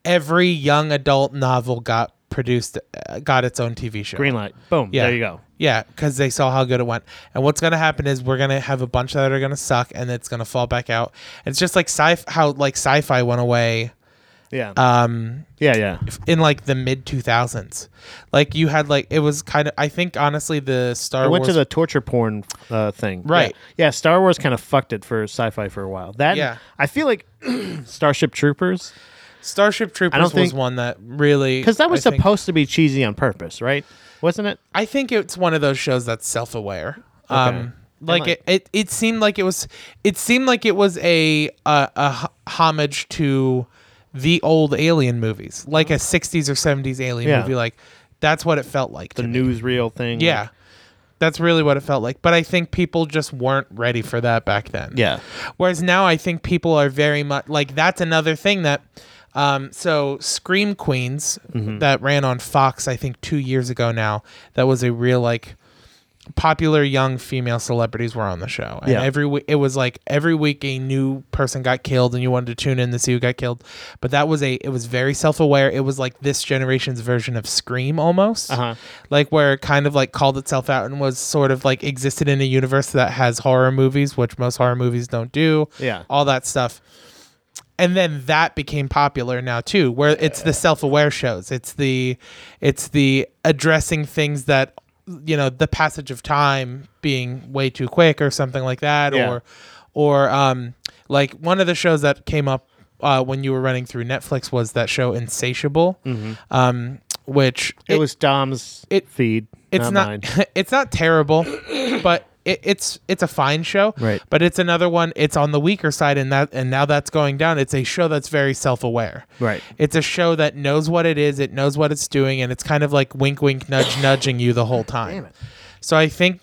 [SPEAKER 2] every young adult novel got produced, uh, got its own TV show.
[SPEAKER 1] green light. Boom.
[SPEAKER 2] Yeah.
[SPEAKER 1] There you go.
[SPEAKER 2] Yeah, because they saw how good it went. And what's gonna happen is we're gonna have a bunch that are gonna suck, and it's gonna fall back out. It's just like sci how like sci-fi went away
[SPEAKER 1] Yeah.
[SPEAKER 2] um,
[SPEAKER 1] yeah. Yeah.
[SPEAKER 2] in like the mid 2000s. Like you had like it was kind of I think honestly the Star
[SPEAKER 1] I went
[SPEAKER 2] Wars
[SPEAKER 1] to the torture porn uh, thing.
[SPEAKER 2] Right.
[SPEAKER 1] Yeah. Yeah, Star Wars kind of fucked it for sci-fi for a while. That.
[SPEAKER 2] Yeah.
[SPEAKER 1] I feel like Starship Troopers
[SPEAKER 2] Starship Troopers
[SPEAKER 1] don't
[SPEAKER 2] was
[SPEAKER 1] think-
[SPEAKER 2] one that really
[SPEAKER 1] because that was
[SPEAKER 2] I think-
[SPEAKER 1] supposed to be cheesy on purpose, right? Wasn't it?
[SPEAKER 2] I think it's one of those shows that's self-aware.
[SPEAKER 1] Okay.
[SPEAKER 2] Um like it, it, it seemed like it was it seemed like it was a a, a ho- homage to the old alien movies, like a 60s or 70s alien
[SPEAKER 1] Yeah.
[SPEAKER 2] movie like that's what it felt like.
[SPEAKER 1] The
[SPEAKER 2] to me.
[SPEAKER 1] newsreel thing.
[SPEAKER 2] yeah. That's really what it felt like, but I think people just weren't ready for that back then.
[SPEAKER 1] Yeah.
[SPEAKER 2] Whereas now I think people are very much like that's another thing that um, so Scream Queens that ran on Fox I think 2 years ago now that was a real like popular young female celebrities were on the show and
[SPEAKER 1] Yeah.
[SPEAKER 2] every week it was like every week a new person got killed and you wanted to tune in to see who got killed but that was a it was very self-aware it was like this generation's version of scream almost
[SPEAKER 1] Uh-huh.
[SPEAKER 2] like where it kind of like called itself out and was sort of like existed in a universe that has horror movies which most horror movies don't do
[SPEAKER 1] Yeah.
[SPEAKER 2] all that stuff and then that became popular now too where it's the self-aware shows it's the it's the addressing things that you know the passage of time being way too quick or something like that
[SPEAKER 1] Yeah.
[SPEAKER 2] or or um like one of the shows that came up uh, when you were running through Netflix was that show Insatiable um which
[SPEAKER 1] Mm-hmm. It, was Dom's
[SPEAKER 2] it-
[SPEAKER 1] feed.
[SPEAKER 2] it's
[SPEAKER 1] mine.
[SPEAKER 2] not, it's not terrible, but it, it's it's a fine show.
[SPEAKER 1] Right.
[SPEAKER 2] But it's another one. It's on the weaker side, and that and now that's going down. It's a show that's very self aware.
[SPEAKER 1] Right.
[SPEAKER 2] It's a show that knows what it is. It knows what it's doing, and it's kind of like wink, wink, nudge, nudging you the whole time.
[SPEAKER 1] Damn it.
[SPEAKER 2] So I think.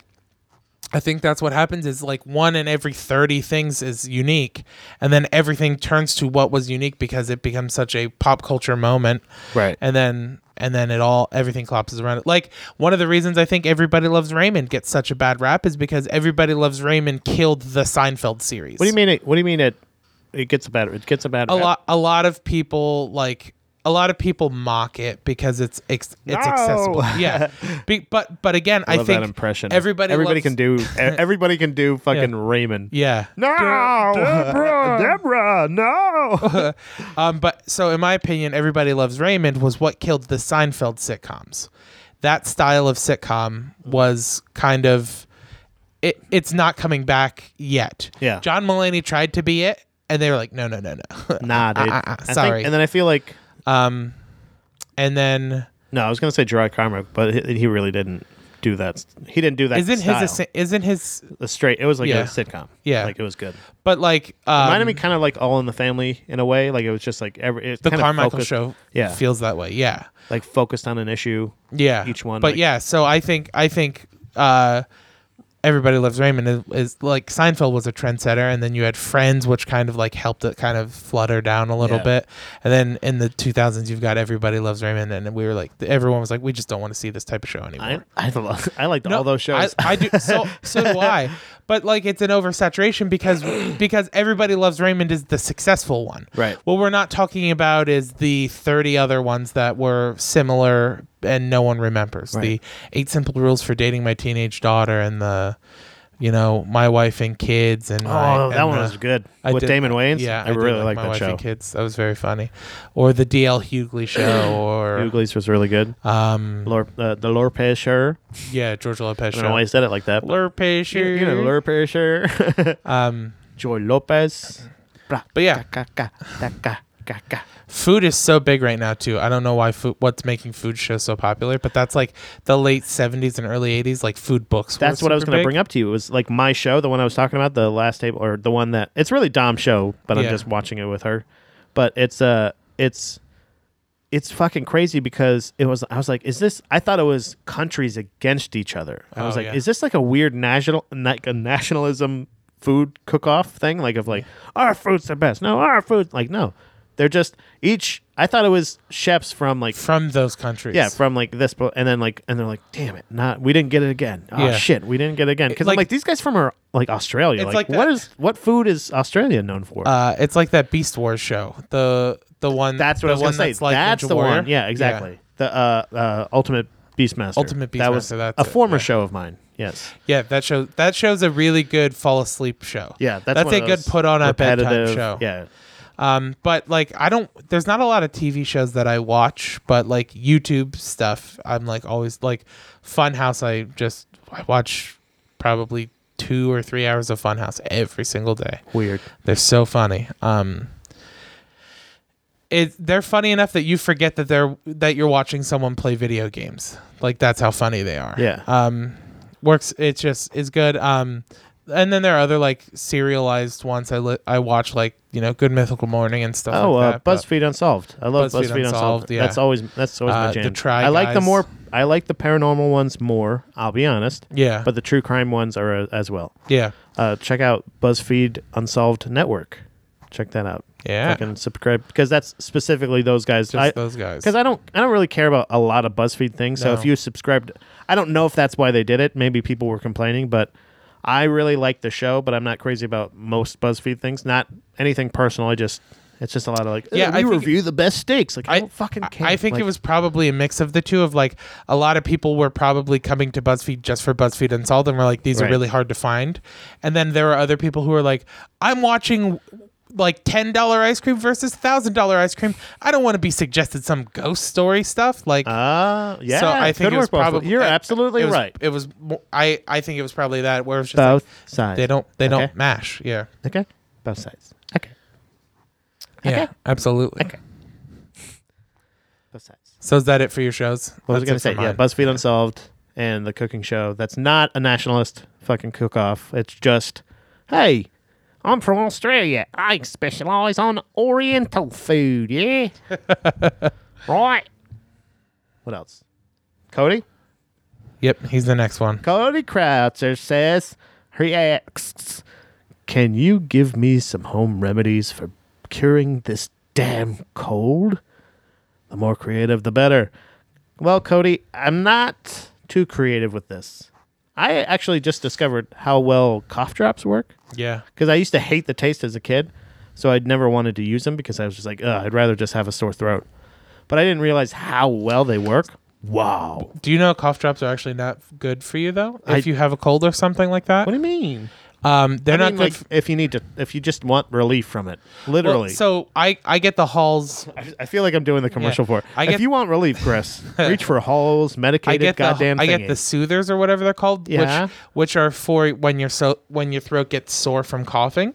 [SPEAKER 2] I think that's what happens is like one in every 30 things is unique and then everything turns to what was unique because it becomes such a pop culture moment
[SPEAKER 1] Right.
[SPEAKER 2] and then and then it all everything collapses around it. Like one of the reasons I think everybody loves Raymond gets such a bad rap is because everybody loves Raymond killed the Seinfeld series.
[SPEAKER 1] What do you mean? It, what do you mean? It it gets a bad. It gets a bad.
[SPEAKER 2] A
[SPEAKER 1] rap?
[SPEAKER 2] lot a lot of people like a lot of people mock it because it's ex-
[SPEAKER 1] No.
[SPEAKER 2] it's accessible. Yeah, Be, but but again, I,
[SPEAKER 1] I love
[SPEAKER 2] think
[SPEAKER 1] that impression.
[SPEAKER 2] Everybody
[SPEAKER 1] everybody
[SPEAKER 2] loves-
[SPEAKER 1] can do. e- Everybody can do fucking Raymond.
[SPEAKER 2] Yeah.
[SPEAKER 1] No, Deborah, Deborah, no.
[SPEAKER 2] Um, but so in my opinion, everybody loves Raymond was what killed the Seinfeld sitcoms. That style of sitcom was kind of it, it's not coming back yet.
[SPEAKER 1] Yeah.
[SPEAKER 2] John Mulaney tried to be it and they were like, no, no, no, no.
[SPEAKER 1] nah, dude.
[SPEAKER 2] uh, uh,
[SPEAKER 1] I think-
[SPEAKER 2] sorry.
[SPEAKER 1] and then I feel like
[SPEAKER 2] um, and then
[SPEAKER 1] no, I was gonna say Gerard Carmack, but he, he really didn't do that. He didn't do that.
[SPEAKER 2] isn't
[SPEAKER 1] style.
[SPEAKER 2] his assi- isn't his
[SPEAKER 1] The straight? It was like
[SPEAKER 2] Yeah.
[SPEAKER 1] a sitcom.
[SPEAKER 2] Yeah.
[SPEAKER 1] like it was good.
[SPEAKER 2] but like um,
[SPEAKER 1] Reminded me kind of like All in the Family in a way. Like it was just like every it
[SPEAKER 2] the
[SPEAKER 1] kinda
[SPEAKER 2] Carmichael
[SPEAKER 1] focused-
[SPEAKER 2] show
[SPEAKER 1] Yeah,
[SPEAKER 2] feels that way. Yeah.
[SPEAKER 1] like focused on an issue.
[SPEAKER 2] yeah
[SPEAKER 1] each one,
[SPEAKER 2] but
[SPEAKER 1] like-
[SPEAKER 2] yeah so i think i think uh everybody loves raymond is, is like seinfeld was a trendsetter and then you had friends which kind of like helped it kind of flutter down a little
[SPEAKER 1] Yeah.
[SPEAKER 2] bit and then in the 2000s you've got everybody loves raymond and we were like everyone was like we just don't want to see this type of show anymore
[SPEAKER 1] I I, love, I liked
[SPEAKER 2] no,
[SPEAKER 1] all those shows.
[SPEAKER 2] I, I do. So so do I. But like, it's an oversaturation because because everybody loves Raymond is the successful one.
[SPEAKER 1] Right.
[SPEAKER 2] What we're not talking about is the thirty other ones that were similar and no one remembers. The eight simple rules for dating my teenage daughter and the. You know, my wife and kids, and my-
[SPEAKER 1] oh, that
[SPEAKER 2] and
[SPEAKER 1] one
[SPEAKER 2] the-
[SPEAKER 1] was good
[SPEAKER 2] I
[SPEAKER 1] with
[SPEAKER 2] did-
[SPEAKER 1] Damon Wayans.
[SPEAKER 2] Yeah,
[SPEAKER 1] I,
[SPEAKER 2] did
[SPEAKER 1] really like
[SPEAKER 2] my
[SPEAKER 1] that
[SPEAKER 2] wife
[SPEAKER 1] show.
[SPEAKER 2] and kids. That was very funny, or the DL Hughley show, or
[SPEAKER 1] Hughley's was really good.
[SPEAKER 2] um,
[SPEAKER 1] Lor, uh, the Lore Pesher. I
[SPEAKER 2] yeah, George Lopez
[SPEAKER 1] don't know why
[SPEAKER 2] show.
[SPEAKER 1] he said it like that. but-
[SPEAKER 2] Lurpage,
[SPEAKER 1] You know, Lore Pesher.
[SPEAKER 2] um,
[SPEAKER 1] Joy Lopez.
[SPEAKER 2] But yeah. Food is so big right now too. I don't know why food what's making food shows so popular, but that's like the late 70s and early 80s like food books.
[SPEAKER 1] That's what I was going to bring up to you. It was like my show, the one I was talking about, the last table, or the one that it's really Dom's show, but I'm
[SPEAKER 2] Yeah.
[SPEAKER 1] just watching it with her. But it's uh, it's it's fucking crazy because it was. I was like, is this? I thought it was countries against each other. I was
[SPEAKER 2] Oh,
[SPEAKER 1] like,
[SPEAKER 2] yeah.
[SPEAKER 1] is this like a weird national, like a nationalism food cook-off thing? Like of like our food's the best. No, our food. Like no, they're just each. I thought it was chefs from like
[SPEAKER 2] from those countries.
[SPEAKER 1] Yeah, from like this, bo- and then like, and they're like, "Damn it, not we didn't get it again. Oh
[SPEAKER 2] Yeah.
[SPEAKER 1] shit, we didn't get it again." Because
[SPEAKER 2] Like-
[SPEAKER 1] I'm like, these guys from are like Australia.
[SPEAKER 2] It's
[SPEAKER 1] Like,
[SPEAKER 2] like
[SPEAKER 1] what
[SPEAKER 2] that-
[SPEAKER 1] is what food is Australia known for?
[SPEAKER 2] uh it's like that Beast Wars show. The the one
[SPEAKER 1] that's what
[SPEAKER 2] the
[SPEAKER 1] I was gonna
[SPEAKER 2] one
[SPEAKER 1] say. That's,
[SPEAKER 2] That's, like Ninja
[SPEAKER 1] the
[SPEAKER 2] Warrior.
[SPEAKER 1] one. Yeah, exactly. The uh, uh, Ultimate Beastmaster.
[SPEAKER 2] Ultimate
[SPEAKER 1] That was
[SPEAKER 2] Beastmaster, that's
[SPEAKER 1] a
[SPEAKER 2] it,
[SPEAKER 1] former
[SPEAKER 2] yeah.
[SPEAKER 1] show of mine. Yes.
[SPEAKER 2] Yeah. yeah, that show that show's a really good fall asleep show.
[SPEAKER 1] Yeah, that's,
[SPEAKER 2] that's,
[SPEAKER 1] one
[SPEAKER 2] a
[SPEAKER 1] of
[SPEAKER 2] good
[SPEAKER 1] those
[SPEAKER 2] put on a bedtime
[SPEAKER 1] repetitive-
[SPEAKER 2] show.
[SPEAKER 1] Yeah,
[SPEAKER 2] Um, but like I don't there's not a lot of TV shows that I watch, but like YouTube stuff, I'm like always like Funhouse I just I watch probably 2 or 3 hours of Funhouse every single day.
[SPEAKER 1] Weird.
[SPEAKER 2] They're so funny. Um it they're funny enough that you forget that they're that you're watching someone play video games. Like that's how funny they are.
[SPEAKER 1] Yeah.
[SPEAKER 2] Um works it's just is good. Um and then there are other like serialized ones I li- I watch like, you know, Good Mythical Morning and stuff
[SPEAKER 1] Oh,
[SPEAKER 2] like
[SPEAKER 1] uh,
[SPEAKER 2] that. but-
[SPEAKER 1] BuzzFeed Unsolved. I love
[SPEAKER 2] BuzzFeed
[SPEAKER 1] BuzzFeed, Unsolved.
[SPEAKER 2] Unsolved, yeah.
[SPEAKER 1] That's always that's always
[SPEAKER 2] Uh,
[SPEAKER 1] my
[SPEAKER 2] the
[SPEAKER 1] jam.
[SPEAKER 2] Try
[SPEAKER 1] I like the
[SPEAKER 2] Guys.
[SPEAKER 1] more I like the paranormal ones more. I'll be honest.
[SPEAKER 2] Yeah.
[SPEAKER 1] But the true crime ones are uh, as well.
[SPEAKER 2] yeah.
[SPEAKER 1] Uh, check out BuzzFeed Unsolved Network. Check that out.
[SPEAKER 2] Yeah.
[SPEAKER 1] Fucking subscribe because that's specifically those guys.
[SPEAKER 2] Just those guys.
[SPEAKER 1] Because I don't I don't really care about a lot of BuzzFeed things. So
[SPEAKER 2] No.
[SPEAKER 1] if you subscribed, I don't know if that's why they did it. Maybe people were complaining, but I really like the show. But I'm not crazy about most BuzzFeed things. Not anything personal. I just it's just a lot of like
[SPEAKER 2] Yeah,
[SPEAKER 1] yeah.
[SPEAKER 2] I
[SPEAKER 1] We
[SPEAKER 2] think-
[SPEAKER 1] review the best steaks. Like I, don't fucking
[SPEAKER 2] I-
[SPEAKER 1] care.
[SPEAKER 2] I think
[SPEAKER 1] Like,
[SPEAKER 2] it was probably a mix of the two of like a lot of people were probably coming to BuzzFeed just for BuzzFeed Unsolved and were like, these are
[SPEAKER 1] Right.
[SPEAKER 2] really hard to find. And then there were other people who were like, I'm watching like $10 ice cream versus $1,000 ice cream. I don't want to be suggested some ghost story stuff. Like,
[SPEAKER 1] Ah, yeah.
[SPEAKER 2] so I think
[SPEAKER 1] good
[SPEAKER 2] it was
[SPEAKER 1] work, BuzzFeed.
[SPEAKER 2] probably
[SPEAKER 1] you're
[SPEAKER 2] I-
[SPEAKER 1] absolutely
[SPEAKER 2] it was-
[SPEAKER 1] right.
[SPEAKER 2] It was mo- I I think it was probably that where it was just
[SPEAKER 1] Both
[SPEAKER 2] like,
[SPEAKER 1] sides.
[SPEAKER 2] they don't they don't
[SPEAKER 1] Okay.
[SPEAKER 2] mash. Yeah.
[SPEAKER 1] Okay. Both sides. Okay.
[SPEAKER 2] Yeah. Absolutely.
[SPEAKER 1] Okay. Both sides.
[SPEAKER 2] So is that it for your shows?
[SPEAKER 1] What was I
[SPEAKER 2] That's
[SPEAKER 1] gonna
[SPEAKER 2] it
[SPEAKER 1] say?
[SPEAKER 2] for
[SPEAKER 1] Yeah,
[SPEAKER 2] mine.
[SPEAKER 1] BuzzFeed Unsolved and the cooking show. That's not a nationalist fucking cook off. It's just, hey, I'm from Australia. I specialize on Oriental food. Yeah, right. What else? Cody.
[SPEAKER 2] Yep, he's the next one.
[SPEAKER 1] Cody Croucher says, he asks, Can you give me some home remedies for curing this damn cold? The more creative, the better. Well, Cody, I'm not too creative with this. I actually just discovered how well cough drops work
[SPEAKER 2] Yeah.
[SPEAKER 1] because I used to hate the taste as a kid, so I'd never wanted to use them because I was just like, Ugh, I'd rather just have a sore throat. But I didn't realize how well they work. Wow.
[SPEAKER 2] Do you know cough drops are actually not good for you though?
[SPEAKER 1] I-
[SPEAKER 2] If you have a cold or something like that,
[SPEAKER 1] What do you mean?
[SPEAKER 2] um, they're
[SPEAKER 1] I
[SPEAKER 2] not
[SPEAKER 1] mean,
[SPEAKER 2] good.
[SPEAKER 1] like,
[SPEAKER 2] f-
[SPEAKER 1] if you need to, if you just want relief from it,
[SPEAKER 2] well,
[SPEAKER 1] literally.
[SPEAKER 2] so I I get the Halls.
[SPEAKER 1] I- I feel like I'm doing the commercial for it.
[SPEAKER 2] I
[SPEAKER 1] if
[SPEAKER 2] get-
[SPEAKER 1] you want relief, Chris, reach for Hall's
[SPEAKER 2] I
[SPEAKER 1] medicated
[SPEAKER 2] get the
[SPEAKER 1] goddamn
[SPEAKER 2] I get
[SPEAKER 1] thingy.
[SPEAKER 2] the soothers or whatever they're called,
[SPEAKER 1] Yeah.
[SPEAKER 2] which which are for when your so when your throat gets sore from coughing.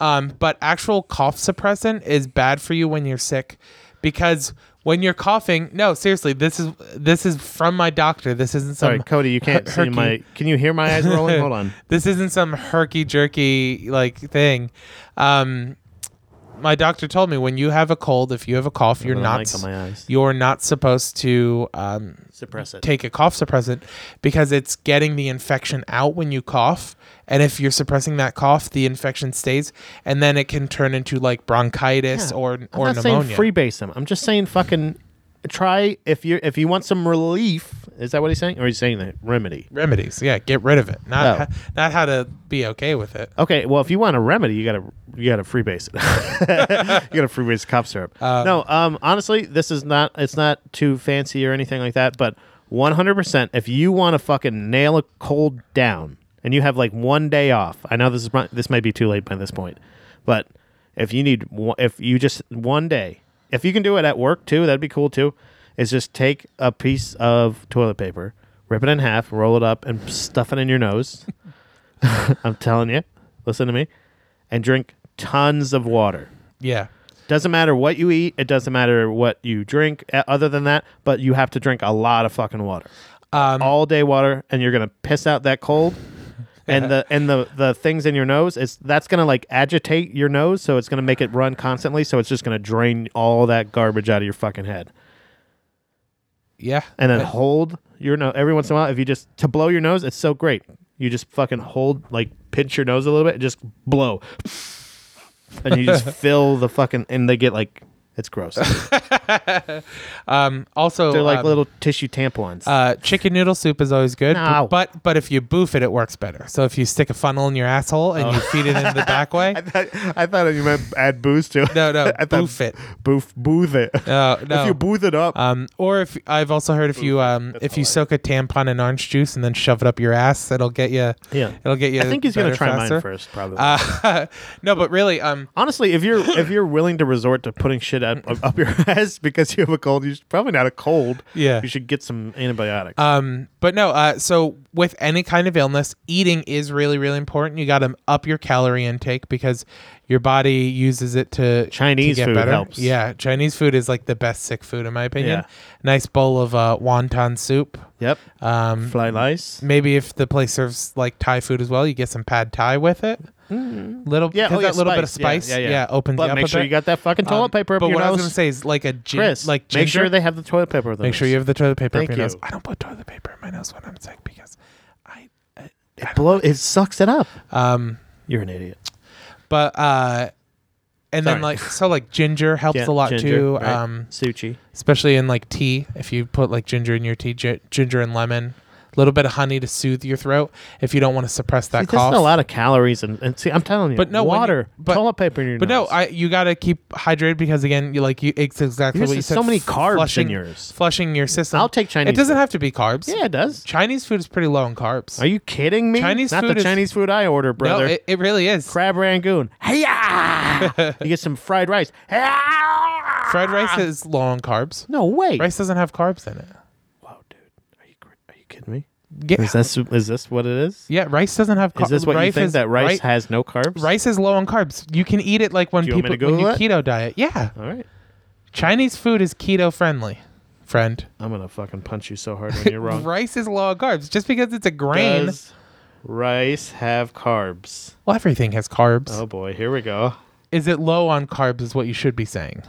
[SPEAKER 2] Um, but actual cough suppressant is bad for you when you're sick, because when you're coughing, no, seriously, this is this is from my doctor. This isn't some
[SPEAKER 1] Sorry, Cody, you can't see
[SPEAKER 2] herky-
[SPEAKER 1] my. Can you hear my eyes rolling? Hold on.
[SPEAKER 2] this isn't some herky jerky like thing. Um, my doctor told me when you have a cold, if you have a cough, you're
[SPEAKER 1] the
[SPEAKER 2] not
[SPEAKER 1] mic on my eyes.
[SPEAKER 2] you're not supposed to um,
[SPEAKER 1] Suppress it.
[SPEAKER 2] take a cough suppressant because it's getting the infection out when you cough, and if you're suppressing that cough, the infection stays, and then it can turn into like bronchitis or
[SPEAKER 1] I'm
[SPEAKER 2] or
[SPEAKER 1] not
[SPEAKER 2] pneumonia.
[SPEAKER 1] saying freebase them. I'm just saying fucking try if you if you want some relief. Is that what he's saying, or he's saying the remedy?
[SPEAKER 2] Remedies, yeah, get rid of it. Not
[SPEAKER 1] Oh.
[SPEAKER 2] ho- not how to be okay with it.
[SPEAKER 1] Okay, well, if you want a remedy, you gotta you gotta freebase it. you gotta freebase cough syrup. no, um, honestly, this is not it's not too fancy or anything like that. But one hundred percent, if you want to fucking nail a cold down, and you have like one day off, I know this is pro- this might be too late by this point, but if you need one- if you just one day, if you can do it at work too, that'd be cool too. Is just take a piece of toilet paper, rip it in half, roll it up, and stuff it in your nose. I'm telling you, listen to me, and drink tons of water.
[SPEAKER 2] Yeah,
[SPEAKER 1] Doesn't matter what you eat. It doesn't matter what you drink. uh, Other than that, but you have to drink a lot of fucking water,
[SPEAKER 2] Um,
[SPEAKER 1] all day water, and you're gonna piss out that cold, and the and the the things in your nose. It's that's gonna like agitate your nose, so it's gonna make it run constantly. So it's just gonna drain all that garbage out of your fucking head,
[SPEAKER 2] yeah,
[SPEAKER 1] and then
[SPEAKER 2] Uh,
[SPEAKER 1] hold your nose every once in a while. If you just to blow your nose, it's so great. You just fucking hold like pinch your nose a little bit, and just blow, and you just fill the fucking and they get like it's gross.
[SPEAKER 2] um, also,
[SPEAKER 1] They're like
[SPEAKER 2] um,
[SPEAKER 1] little tissue tampons.
[SPEAKER 2] uh, chicken noodle soup is always good, b-
[SPEAKER 1] No.
[SPEAKER 2] but but if you boof it, it works better. So if you stick a funnel in your asshole and you feed it in the back way,
[SPEAKER 1] Oh. I, thought, I thought you meant add booze to it.
[SPEAKER 2] No, no,
[SPEAKER 1] I thought
[SPEAKER 2] boof it.
[SPEAKER 1] Boof, booth it.
[SPEAKER 2] no, no.
[SPEAKER 1] If you booth it up,
[SPEAKER 2] Um, or if I've also heard if you um, if you soak a tampon in orange juice and then shove it up your ass, it'll get you.
[SPEAKER 1] Yeah.
[SPEAKER 2] it'll get you.
[SPEAKER 1] I think he's gonna
[SPEAKER 2] better
[SPEAKER 1] try
[SPEAKER 2] faster.
[SPEAKER 1] mine first, probably.
[SPEAKER 2] Uh, no, but really, um,
[SPEAKER 1] Honestly, if you're if you're willing to resort to putting shit up, up up your ass because you have a cold, you should, probably not a cold.
[SPEAKER 2] Yeah.
[SPEAKER 1] you should get some antibiotics.
[SPEAKER 2] um, but no. Uh, so with any kind of illness, eating is really really important. You got to up your calorie intake because your body uses it to
[SPEAKER 1] Chinese
[SPEAKER 2] to get
[SPEAKER 1] food
[SPEAKER 2] better.
[SPEAKER 1] helps.
[SPEAKER 2] Yeah, Chinese food is like the best sick food in my opinion.
[SPEAKER 1] Yeah.
[SPEAKER 2] Nice bowl of uh, wonton soup.
[SPEAKER 1] yep,
[SPEAKER 2] Um,
[SPEAKER 1] fly lice.
[SPEAKER 2] maybe if the place serves like Thai food as well, you get some pad Thai with it. Little
[SPEAKER 1] Yeah,
[SPEAKER 2] 'cause
[SPEAKER 1] oh,
[SPEAKER 2] that
[SPEAKER 1] yeah,
[SPEAKER 2] little bit of
[SPEAKER 1] spice.
[SPEAKER 2] spice,
[SPEAKER 1] Yeah,
[SPEAKER 2] yeah,
[SPEAKER 1] yeah, yeah.
[SPEAKER 2] opens
[SPEAKER 1] But
[SPEAKER 2] you up
[SPEAKER 1] make
[SPEAKER 2] a
[SPEAKER 1] sure
[SPEAKER 2] bit.
[SPEAKER 1] you got that fucking toilet
[SPEAKER 2] Um,
[SPEAKER 1] paper up
[SPEAKER 2] but
[SPEAKER 1] your
[SPEAKER 2] what I was
[SPEAKER 1] nose.
[SPEAKER 2] gonna say is like a gin,
[SPEAKER 1] Chris,
[SPEAKER 2] like
[SPEAKER 1] make
[SPEAKER 2] ginger-
[SPEAKER 1] sure they have the toilet paper.
[SPEAKER 2] make sure you have the toilet paper
[SPEAKER 1] Thank
[SPEAKER 2] up your nose.
[SPEAKER 1] you.
[SPEAKER 2] I don't put toilet paper in my nose when I'm sick because I.
[SPEAKER 1] It blow. It sucks it up.
[SPEAKER 2] Um,
[SPEAKER 1] You're an idiot.
[SPEAKER 2] but uh, and
[SPEAKER 1] Sorry.
[SPEAKER 2] then like so like ginger helps
[SPEAKER 1] Yeah,
[SPEAKER 2] a lot
[SPEAKER 1] ginger,
[SPEAKER 2] too.
[SPEAKER 1] right.
[SPEAKER 2] Um,
[SPEAKER 1] Suchi.
[SPEAKER 2] especially in like tea if you put like ginger in your tea gi- ginger and lemon a little bit of honey to soothe your throat if you don't want to suppress that
[SPEAKER 1] There's
[SPEAKER 2] cough
[SPEAKER 1] a lot of calories and, and see, I'm telling you,
[SPEAKER 2] But no, when
[SPEAKER 1] water,
[SPEAKER 2] you- but-
[SPEAKER 1] toilet paper in your
[SPEAKER 2] But
[SPEAKER 1] nose.
[SPEAKER 2] no, I you gotta keep hydrated because again, you like you it's exactly
[SPEAKER 1] Yours
[SPEAKER 2] what you
[SPEAKER 1] is
[SPEAKER 2] said.
[SPEAKER 1] so many
[SPEAKER 2] f-
[SPEAKER 1] carbs in
[SPEAKER 2] flushing,
[SPEAKER 1] yours.
[SPEAKER 2] flushing your system.
[SPEAKER 1] I'll take Chinese
[SPEAKER 2] It doesn't
[SPEAKER 1] food.
[SPEAKER 2] have to be carbs.
[SPEAKER 1] yeah, it does.
[SPEAKER 2] Chinese food is pretty low in carbs.
[SPEAKER 1] Are you kidding me?
[SPEAKER 2] Chinese
[SPEAKER 1] Not
[SPEAKER 2] food
[SPEAKER 1] the
[SPEAKER 2] is-
[SPEAKER 1] Chinese food I order,
[SPEAKER 2] no,
[SPEAKER 1] brother.
[SPEAKER 2] it, it really is.
[SPEAKER 1] Crab Rangoon. Hey-ya! you get some fried rice. Hey-ya!
[SPEAKER 2] Fried rice is low in carbs.
[SPEAKER 1] No way.
[SPEAKER 2] Rice doesn't have carbs in it.
[SPEAKER 1] Wow, dude. Are you, cr- are you kidding me?
[SPEAKER 2] Yeah,
[SPEAKER 1] Is this, is this what it is?
[SPEAKER 2] yeah rice doesn't have carbs.
[SPEAKER 1] Is this what you think that rice
[SPEAKER 2] rice,
[SPEAKER 1] has no carbs?
[SPEAKER 2] rice is low in carbs. You can eat it like when
[SPEAKER 1] Do you want me
[SPEAKER 2] people
[SPEAKER 1] to
[SPEAKER 2] when you
[SPEAKER 1] Google
[SPEAKER 2] keto diet. Yeah,
[SPEAKER 1] All right.
[SPEAKER 2] Chinese food is keto friendly, friend.
[SPEAKER 1] I'm going to fucking punch you so hard when you're wrong.
[SPEAKER 2] Rice is low in carbs. Just because it's a grain,
[SPEAKER 1] Does rice have carbs?
[SPEAKER 2] well, everything has carbs.
[SPEAKER 1] Oh boy, here we go.
[SPEAKER 2] Is it low on carbs? Is what you should be saying.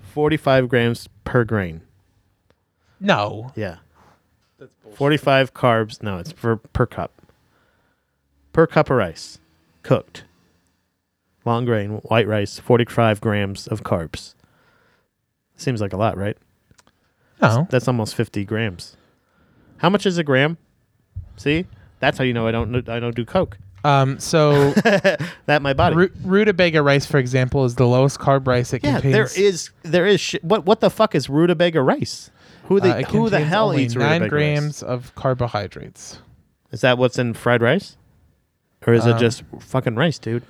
[SPEAKER 1] 45 grams per grain.
[SPEAKER 2] No.
[SPEAKER 1] Yeah. That's 45 carbs. No, it's for per cup. Per cup of rice, cooked. Long grain, white rice, 45 grams of carbs. Seems like a lot, right?
[SPEAKER 2] No.
[SPEAKER 1] That's almost 50 grams. How much is a gram? See? That's how you know I don't I don't do coke.
[SPEAKER 2] Um, so
[SPEAKER 1] That my body.
[SPEAKER 2] ru- rutabaga rice, for example, is the lowest carb rice it
[SPEAKER 1] yeah,
[SPEAKER 2] contains.
[SPEAKER 1] there is there is shi- what what the fuck is rutabaga rice? Who
[SPEAKER 2] uh,
[SPEAKER 1] the
[SPEAKER 2] it
[SPEAKER 1] who the
[SPEAKER 2] contains
[SPEAKER 1] hell
[SPEAKER 2] only
[SPEAKER 1] eats rutabaga
[SPEAKER 2] nine
[SPEAKER 1] rice?
[SPEAKER 2] grams of carbohydrates.
[SPEAKER 1] Is that what's in fried rice? Or
[SPEAKER 2] Um,
[SPEAKER 1] is it just fucking rice, dude?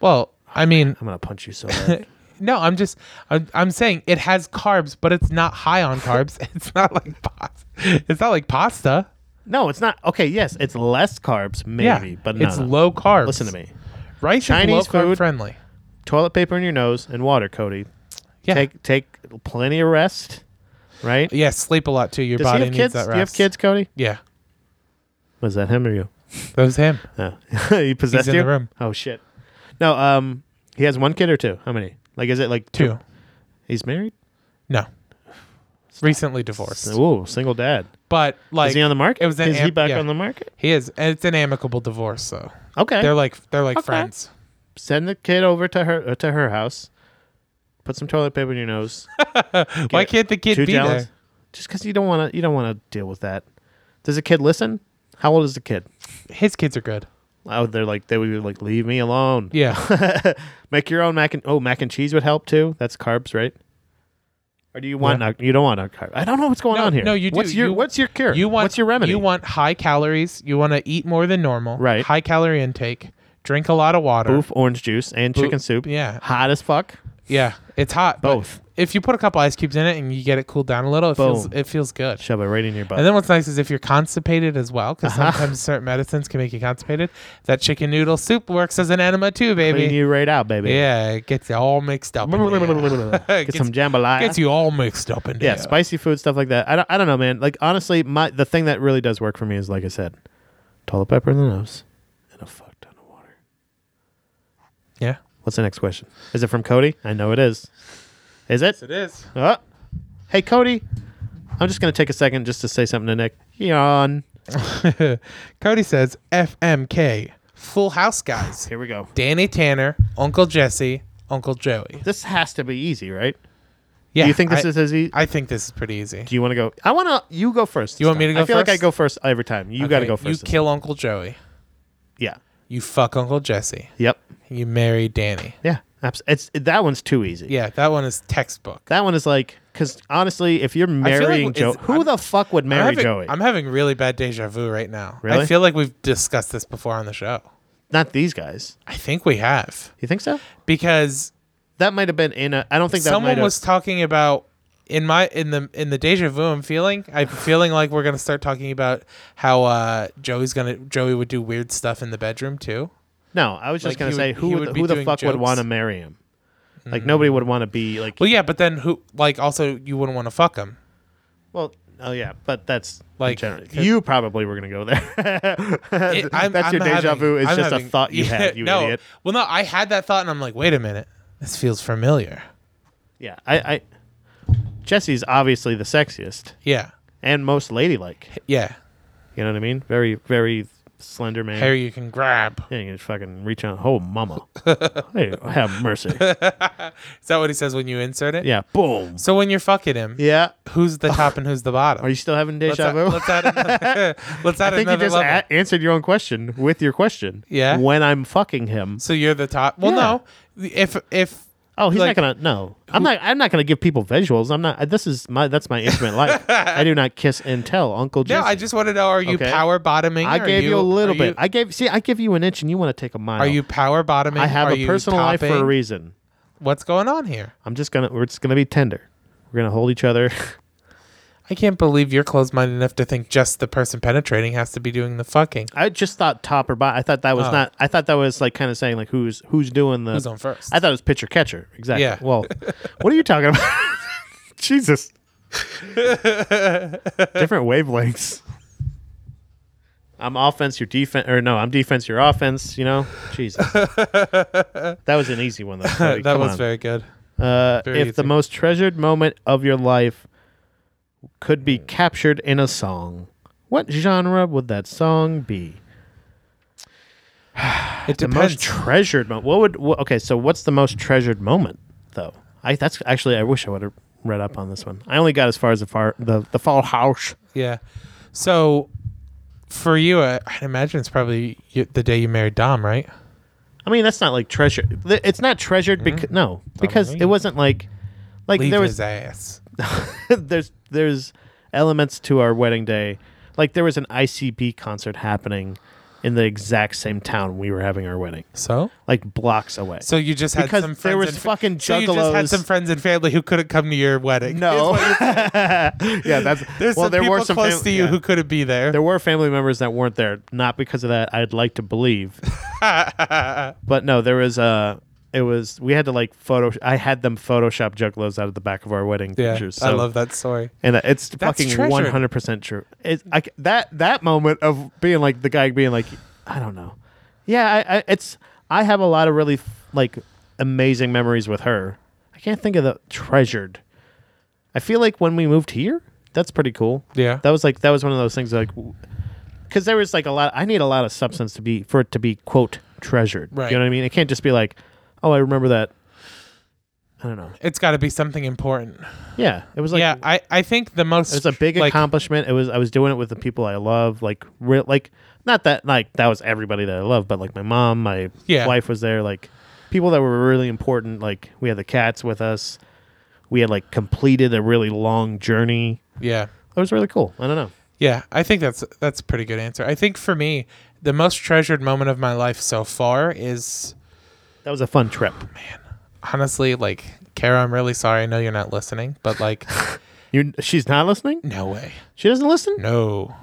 [SPEAKER 2] Well, I mean,
[SPEAKER 1] I'm gonna punch you so hard.
[SPEAKER 2] no, I'm just, I'm, I'm saying it has carbs, but it's not high on carbs. it's not like pasta. It's not like pasta.
[SPEAKER 1] no, it's not. Okay, yes, it's less carbs, maybe,
[SPEAKER 2] yeah,
[SPEAKER 1] but no,
[SPEAKER 2] it's
[SPEAKER 1] no.
[SPEAKER 2] low carbs.
[SPEAKER 1] Listen to me.
[SPEAKER 2] Rice
[SPEAKER 1] Chinese
[SPEAKER 2] is low
[SPEAKER 1] food-
[SPEAKER 2] carb friendly.
[SPEAKER 1] Toilet paper in your nose and water, Cody.
[SPEAKER 2] Yeah.
[SPEAKER 1] Take take plenty of rest, right?
[SPEAKER 2] yeah, sleep a lot too. Your
[SPEAKER 1] Does he
[SPEAKER 2] body
[SPEAKER 1] have
[SPEAKER 2] needs
[SPEAKER 1] kids?
[SPEAKER 2] that
[SPEAKER 1] Do
[SPEAKER 2] rest.
[SPEAKER 1] you have kids, Cody?
[SPEAKER 2] Yeah,
[SPEAKER 1] Was that him or you?
[SPEAKER 2] that was him.
[SPEAKER 1] No. he possessed
[SPEAKER 2] in
[SPEAKER 1] you?
[SPEAKER 2] the room.
[SPEAKER 1] Oh shit. No, um he has one kid or two. How many? Like is it like
[SPEAKER 2] Two.
[SPEAKER 1] He's married?
[SPEAKER 2] No. Recently divorced.
[SPEAKER 1] Ooh, single dad.
[SPEAKER 2] But like
[SPEAKER 1] is he on the market?
[SPEAKER 2] It was an
[SPEAKER 1] is he
[SPEAKER 2] am-
[SPEAKER 1] back
[SPEAKER 2] yeah.
[SPEAKER 1] on the market?
[SPEAKER 2] He is. And it's an amicable divorce, so
[SPEAKER 1] Okay.
[SPEAKER 2] they're like they're like
[SPEAKER 1] Okay.
[SPEAKER 2] friends.
[SPEAKER 1] Send the kid over to her uh, to her house. Put some toilet paper in your nose.
[SPEAKER 2] Why can't the kid
[SPEAKER 1] two
[SPEAKER 2] be
[SPEAKER 1] gallons.
[SPEAKER 2] there?
[SPEAKER 1] Just because you don't want to, you don't want to deal with that. Does the kid listen? How old is the kid?
[SPEAKER 2] His kids are good.
[SPEAKER 1] Oh, they're like they would be like, leave me alone.
[SPEAKER 2] Yeah.
[SPEAKER 1] Make your own mac and oh, mac and cheese would help too. That's carbs, right? Or do you want no, you don't want no carb? I don't know what's going
[SPEAKER 2] No,
[SPEAKER 1] on here.
[SPEAKER 2] no, you do.
[SPEAKER 1] What's your
[SPEAKER 2] You-
[SPEAKER 1] what's your cure?
[SPEAKER 2] You want
[SPEAKER 1] what's your remedy?
[SPEAKER 2] You want high calories. You want to eat more than normal.
[SPEAKER 1] Right.
[SPEAKER 2] High calorie intake. Drink a lot of water.
[SPEAKER 1] Boof orange juice and chicken soup.
[SPEAKER 2] yeah.
[SPEAKER 1] hot as fuck.
[SPEAKER 2] Yeah. It's hot. but
[SPEAKER 1] Both.
[SPEAKER 2] If you put a couple ice cubes in it and you get it cooled down a little, it feels
[SPEAKER 1] Boom.
[SPEAKER 2] it feels good.
[SPEAKER 1] Shove it right in your butt.
[SPEAKER 2] And then what's nice is if you're constipated as well, because
[SPEAKER 1] Uh-huh.
[SPEAKER 2] sometimes certain medicines can make you constipated. That chicken noodle soup works as an enema too, baby.
[SPEAKER 1] Clean you right out, baby.
[SPEAKER 2] Yeah, it gets you all mixed up. in there.
[SPEAKER 1] Get
[SPEAKER 2] Gets-
[SPEAKER 1] some jambalaya.
[SPEAKER 2] Gets you all mixed up in
[SPEAKER 1] yeah,
[SPEAKER 2] there.
[SPEAKER 1] spicy food stuff like that. I don't, I don't know, man. Like honestly, my the thing that really does work for me is like I said, toilet paper in the nose and a fuck ton of water.
[SPEAKER 2] Yeah.
[SPEAKER 1] What's the next question? Is it from Cody? I know it is. Is it?
[SPEAKER 2] It is.
[SPEAKER 1] Uh, hey Cody, I'm just gonna take a second just to say something to Nick. Yawn.
[SPEAKER 2] Cody says FMK, Full House guys.
[SPEAKER 1] Here we go.
[SPEAKER 2] Danny Tanner, Uncle Jesse, Uncle Joey.
[SPEAKER 1] This has to be easy, right?
[SPEAKER 2] Yeah.
[SPEAKER 1] Do you think this
[SPEAKER 2] I-
[SPEAKER 1] is as easy?
[SPEAKER 2] I think this is pretty easy.
[SPEAKER 1] Do you want to go? I want to. You go first.
[SPEAKER 2] You
[SPEAKER 1] this
[SPEAKER 2] want me
[SPEAKER 1] time.
[SPEAKER 2] to go
[SPEAKER 1] I feel like I
[SPEAKER 2] first?
[SPEAKER 1] go first every time. You got to
[SPEAKER 2] Okay,
[SPEAKER 1] go first.
[SPEAKER 2] You
[SPEAKER 1] this
[SPEAKER 2] kill Uncle Joey.
[SPEAKER 1] time. Yeah.
[SPEAKER 2] You fuck Uncle Jesse.
[SPEAKER 1] Yep.
[SPEAKER 2] You marry Danny.
[SPEAKER 1] Yeah. Abs- it's that one's too easy.
[SPEAKER 2] Yeah, that one is textbook.
[SPEAKER 1] That one is like because honestly, if you're
[SPEAKER 2] feel like
[SPEAKER 1] marrying
[SPEAKER 2] it's-
[SPEAKER 1] Joe, who
[SPEAKER 2] I'm-
[SPEAKER 1] the fuck would marry
[SPEAKER 2] I'm having,
[SPEAKER 1] Joey?
[SPEAKER 2] I'm having really bad deja vu right now. I
[SPEAKER 1] Really?
[SPEAKER 2] feel like we've discussed this before on the show.
[SPEAKER 1] Not these guys.
[SPEAKER 2] I think we have
[SPEAKER 1] You think so?
[SPEAKER 2] because
[SPEAKER 1] That might have been in a. I don't think that might
[SPEAKER 2] someone
[SPEAKER 1] have-
[SPEAKER 2] was talking about in my in the in the deja vu I'm feeling. I'm feeling like we're gonna start talking about how uh, Joey's gonna Joey would do weird stuff in the bedroom too.
[SPEAKER 1] No, I was just
[SPEAKER 2] Like,
[SPEAKER 1] gonna
[SPEAKER 2] he would-
[SPEAKER 1] say who
[SPEAKER 2] he
[SPEAKER 1] would,
[SPEAKER 2] would be
[SPEAKER 1] who the
[SPEAKER 2] doing
[SPEAKER 1] fuck would
[SPEAKER 2] jokes. Hmm.
[SPEAKER 1] want to marry him? Like nobody would want to be like.
[SPEAKER 2] Well, yeah, but then who like also you wouldn't want to fuck him.
[SPEAKER 1] Well, oh yeah, but that's like
[SPEAKER 2] Like,
[SPEAKER 1] generally.
[SPEAKER 2] could-
[SPEAKER 1] you probably were gonna go there.
[SPEAKER 2] It- I'm-
[SPEAKER 1] that's your
[SPEAKER 2] I'm
[SPEAKER 1] deja
[SPEAKER 2] having-
[SPEAKER 1] vu. It's
[SPEAKER 2] I'm
[SPEAKER 1] just a
[SPEAKER 2] having-
[SPEAKER 1] thought you had. You
[SPEAKER 2] no,
[SPEAKER 1] idiot.
[SPEAKER 2] Well, no, I had that thought, and I'm like, wait a minute, this feels familiar.
[SPEAKER 1] Yeah, I. I Jesse's obviously the sexiest
[SPEAKER 2] Yeah,
[SPEAKER 1] and most ladylike.
[SPEAKER 2] yeah.
[SPEAKER 1] You know what I mean? Very, very slender man.
[SPEAKER 2] Hair you can grab.
[SPEAKER 1] Yeah, you can just fucking reach on. Oh, mama. hey, have mercy.
[SPEAKER 2] Is that what he says when you insert it?
[SPEAKER 1] Yeah, boom.
[SPEAKER 2] So when you're fucking him,
[SPEAKER 1] Yeah.
[SPEAKER 2] who's the top and who's the bottom?
[SPEAKER 1] Are you still having
[SPEAKER 2] let's,
[SPEAKER 1] deja
[SPEAKER 2] add,
[SPEAKER 1] vu?
[SPEAKER 2] let's add another, let's add
[SPEAKER 1] I think you
[SPEAKER 2] another
[SPEAKER 1] just
[SPEAKER 2] level.
[SPEAKER 1] a- answered your own question with your question.
[SPEAKER 2] Yeah?
[SPEAKER 1] When I'm fucking him.
[SPEAKER 2] so you're the top. Well,
[SPEAKER 1] Yeah.
[SPEAKER 2] no. If if
[SPEAKER 1] Oh, he's
[SPEAKER 2] Like-
[SPEAKER 1] not gonna. No, I'm not. I'm not gonna give people visuals. I'm not. This is my. That's my intimate life. I do not kiss and tell, Uncle
[SPEAKER 2] no,
[SPEAKER 1] Jesse.
[SPEAKER 2] I just want to know: Are you
[SPEAKER 1] Okay.
[SPEAKER 2] power bottoming?
[SPEAKER 1] I
[SPEAKER 2] Are
[SPEAKER 1] gave you, a
[SPEAKER 2] are
[SPEAKER 1] little
[SPEAKER 2] you-
[SPEAKER 1] bit. I gave. See, I give you an inch, and you want to take a mile.
[SPEAKER 2] are you power bottoming?
[SPEAKER 1] I have
[SPEAKER 2] Are
[SPEAKER 1] a
[SPEAKER 2] you
[SPEAKER 1] personal life for a
[SPEAKER 2] topping?
[SPEAKER 1] reason.
[SPEAKER 2] What's going on here?
[SPEAKER 1] I'm just gonna. We're just gonna be tender. We're gonna hold each other.
[SPEAKER 2] I can't believe you're closed minded enough to think just the person penetrating has to be doing the fucking.
[SPEAKER 1] I just thought top or bottom. I thought that was
[SPEAKER 2] Oh.
[SPEAKER 1] not. I thought that was like kind of saying like who's who's doing the.
[SPEAKER 2] Who's on first?
[SPEAKER 1] I thought it was pitcher catcher. Exactly.
[SPEAKER 2] Yeah.
[SPEAKER 1] Well, what are you talking about? Jesus. Different wavelengths. I'm offense, you're defense, or no, I'm defense, you're offense. You know, Jesus. that was an easy one though. buddy.
[SPEAKER 2] that
[SPEAKER 1] Come
[SPEAKER 2] was
[SPEAKER 1] on.
[SPEAKER 2] very good.
[SPEAKER 1] Uh,
[SPEAKER 2] very
[SPEAKER 1] if the
[SPEAKER 2] easy.
[SPEAKER 1] most treasured moment of your life could be captured in a song, what genre would that song be?
[SPEAKER 2] It
[SPEAKER 1] The most
[SPEAKER 2] depends.
[SPEAKER 1] treasured moment. What would? wh- okay, so what's the most treasured moment though? I that's actually I wish I would have read up on this one. I only got as far as the far the the fall house.
[SPEAKER 2] yeah. So for you, I, I'd imagine it's probably you, the day you married Dom, right?
[SPEAKER 1] I mean, that's not like treasure. th- It's not treasured because no, because it
[SPEAKER 2] mean.
[SPEAKER 1] wasn't like like
[SPEAKER 2] Mm-hmm. Leave
[SPEAKER 1] there
[SPEAKER 2] his
[SPEAKER 1] was
[SPEAKER 2] ass.
[SPEAKER 1] there's there's elements to our wedding day. Like there was an ICB concert happening in the exact same town we were having our wedding,
[SPEAKER 2] So,
[SPEAKER 1] like blocks away.
[SPEAKER 2] so you just had
[SPEAKER 1] Because
[SPEAKER 2] some friends
[SPEAKER 1] there was
[SPEAKER 2] and,
[SPEAKER 1] fucking
[SPEAKER 2] So you just had
[SPEAKER 1] juggalos.
[SPEAKER 2] some friends and family who couldn't come to your wedding.
[SPEAKER 1] no, yeah, that's
[SPEAKER 2] There's
[SPEAKER 1] well.
[SPEAKER 2] some
[SPEAKER 1] there
[SPEAKER 2] people
[SPEAKER 1] were some
[SPEAKER 2] close
[SPEAKER 1] fam-
[SPEAKER 2] to you
[SPEAKER 1] yeah.
[SPEAKER 2] who couldn't be there.
[SPEAKER 1] there were family members that weren't there, not because of that. I'd like to believe, but no, there was Uh, it was we had to like photo. I had them Photoshop juggalos out of the back of our wedding
[SPEAKER 2] yeah,
[SPEAKER 1] pictures.
[SPEAKER 2] I
[SPEAKER 1] so-
[SPEAKER 2] love that story.
[SPEAKER 1] and uh, it's
[SPEAKER 2] That's
[SPEAKER 1] fucking
[SPEAKER 2] treasured.
[SPEAKER 1] one hundred percent true. It, I c that that moment of being like the guy being like, I don't know, yeah, I, I it's I have a lot of really f- like amazing memories with her. I can't think of the treasured. I feel like when we moved here, that's pretty cool.
[SPEAKER 2] Yeah.
[SPEAKER 1] that was like that was one of those things like, because there was like a lot. I need a lot of substance to be for it to be quote treasured.
[SPEAKER 2] Right.
[SPEAKER 1] You know what I mean? It can't just be like, oh, I remember that. I don't know.
[SPEAKER 2] It's got to be something important.
[SPEAKER 1] Yeah, it was like
[SPEAKER 2] yeah, I, I think the most
[SPEAKER 1] it was a big
[SPEAKER 2] like,
[SPEAKER 1] accomplishment. It was I was doing it with the people I love, like real, like not that like that was everybody that I love, but like my mom, my
[SPEAKER 2] Yeah.
[SPEAKER 1] wife was there, like people that were really important. Like we had the cats with us. We had like completed a really long journey.
[SPEAKER 2] yeah.
[SPEAKER 1] It was really cool. I don't know.
[SPEAKER 2] Yeah, I think that's that's a pretty good answer. I think for me, the most treasured moment of my life so far is
[SPEAKER 1] That was a fun trip.
[SPEAKER 2] honestly like Kara, I'm really sorry. I know you're not listening, but like
[SPEAKER 1] You, she's not listening.
[SPEAKER 2] no way.
[SPEAKER 1] She doesn't listen.
[SPEAKER 2] No.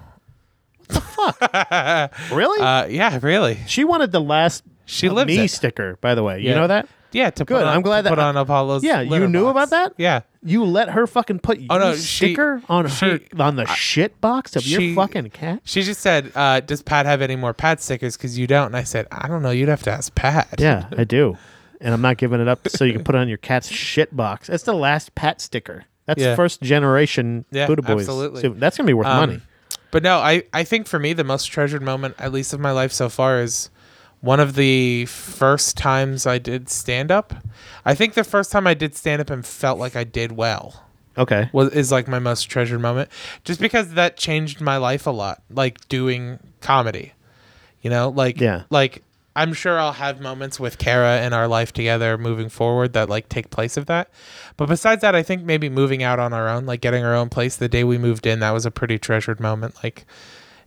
[SPEAKER 1] Really?
[SPEAKER 2] Uh yeah, really.
[SPEAKER 1] she wanted the last
[SPEAKER 2] She lives
[SPEAKER 1] me
[SPEAKER 2] it.
[SPEAKER 1] sticker. By the way, you
[SPEAKER 2] Yeah.
[SPEAKER 1] know that.
[SPEAKER 2] Yeah, to
[SPEAKER 1] Good,
[SPEAKER 2] put on,
[SPEAKER 1] I'm glad
[SPEAKER 2] to
[SPEAKER 1] that-
[SPEAKER 2] put on Apollo's
[SPEAKER 1] Yeah, you
[SPEAKER 2] litter
[SPEAKER 1] knew about
[SPEAKER 2] box.
[SPEAKER 1] that?
[SPEAKER 2] Yeah.
[SPEAKER 1] You let her fucking put you
[SPEAKER 2] Oh, no, she-
[SPEAKER 1] sticker on
[SPEAKER 2] she-
[SPEAKER 1] her on the shit box of your
[SPEAKER 2] she-
[SPEAKER 1] fucking cat.
[SPEAKER 2] She just said, uh, "Does Pat have any more Pat stickers? Because you don't." And I said, "I don't know. You'd have to ask Pat."
[SPEAKER 1] Yeah, I do. And I'm not giving it up so you can put it on your cat's shit box. That's the last pat sticker. That's
[SPEAKER 2] Yeah.
[SPEAKER 1] first generation
[SPEAKER 2] Yeah,
[SPEAKER 1] Buddha Boys.
[SPEAKER 2] absolutely.
[SPEAKER 1] So that's gonna be worth
[SPEAKER 2] Um,
[SPEAKER 1] money.
[SPEAKER 2] But no, I, I think for me, the most treasured moment, at least of my life so far, is one of the first times I did stand up. I think the first time I did stand up and felt like I did well
[SPEAKER 1] Okay.
[SPEAKER 2] was is like my most treasured moment just because that changed my life a lot like doing comedy you know like
[SPEAKER 1] Yeah.
[SPEAKER 2] like i'm sure i'll have moments with kara and our life together moving forward that like take place of that but besides that i think maybe moving out on our own like getting our own place the day we moved in that was a pretty treasured moment like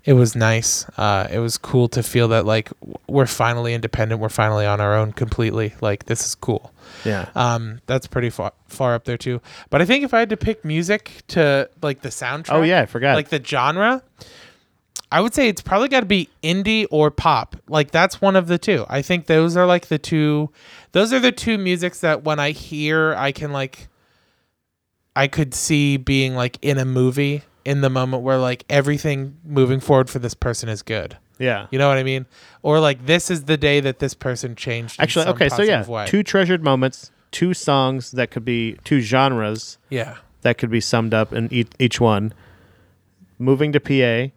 [SPEAKER 2] it was nice uh it was cool to feel that like w- we're finally independent we're finally on our own completely like this is cool
[SPEAKER 1] Yeah.
[SPEAKER 2] um, that's pretty far far up there too. But I think if I had to pick music to like the soundtrack,
[SPEAKER 1] Oh, yeah, I forgot.
[SPEAKER 2] Like the genre, I would say it's probably got to be indie or pop. Like that's one of the two. I think those are like the two. Those are the two musics that when I hear, I can like, I could see being like in a movie in the moment where like everything moving forward for this person is good.
[SPEAKER 1] yeah.
[SPEAKER 2] You know what I mean? Or like this is the day that this person changed. in
[SPEAKER 1] Actually,
[SPEAKER 2] some
[SPEAKER 1] okay. So yeah,
[SPEAKER 2] positive way.
[SPEAKER 1] two treasured moments, two songs that could be two genres
[SPEAKER 2] yeah.
[SPEAKER 1] that could be summed up in each, each one. Moving to PA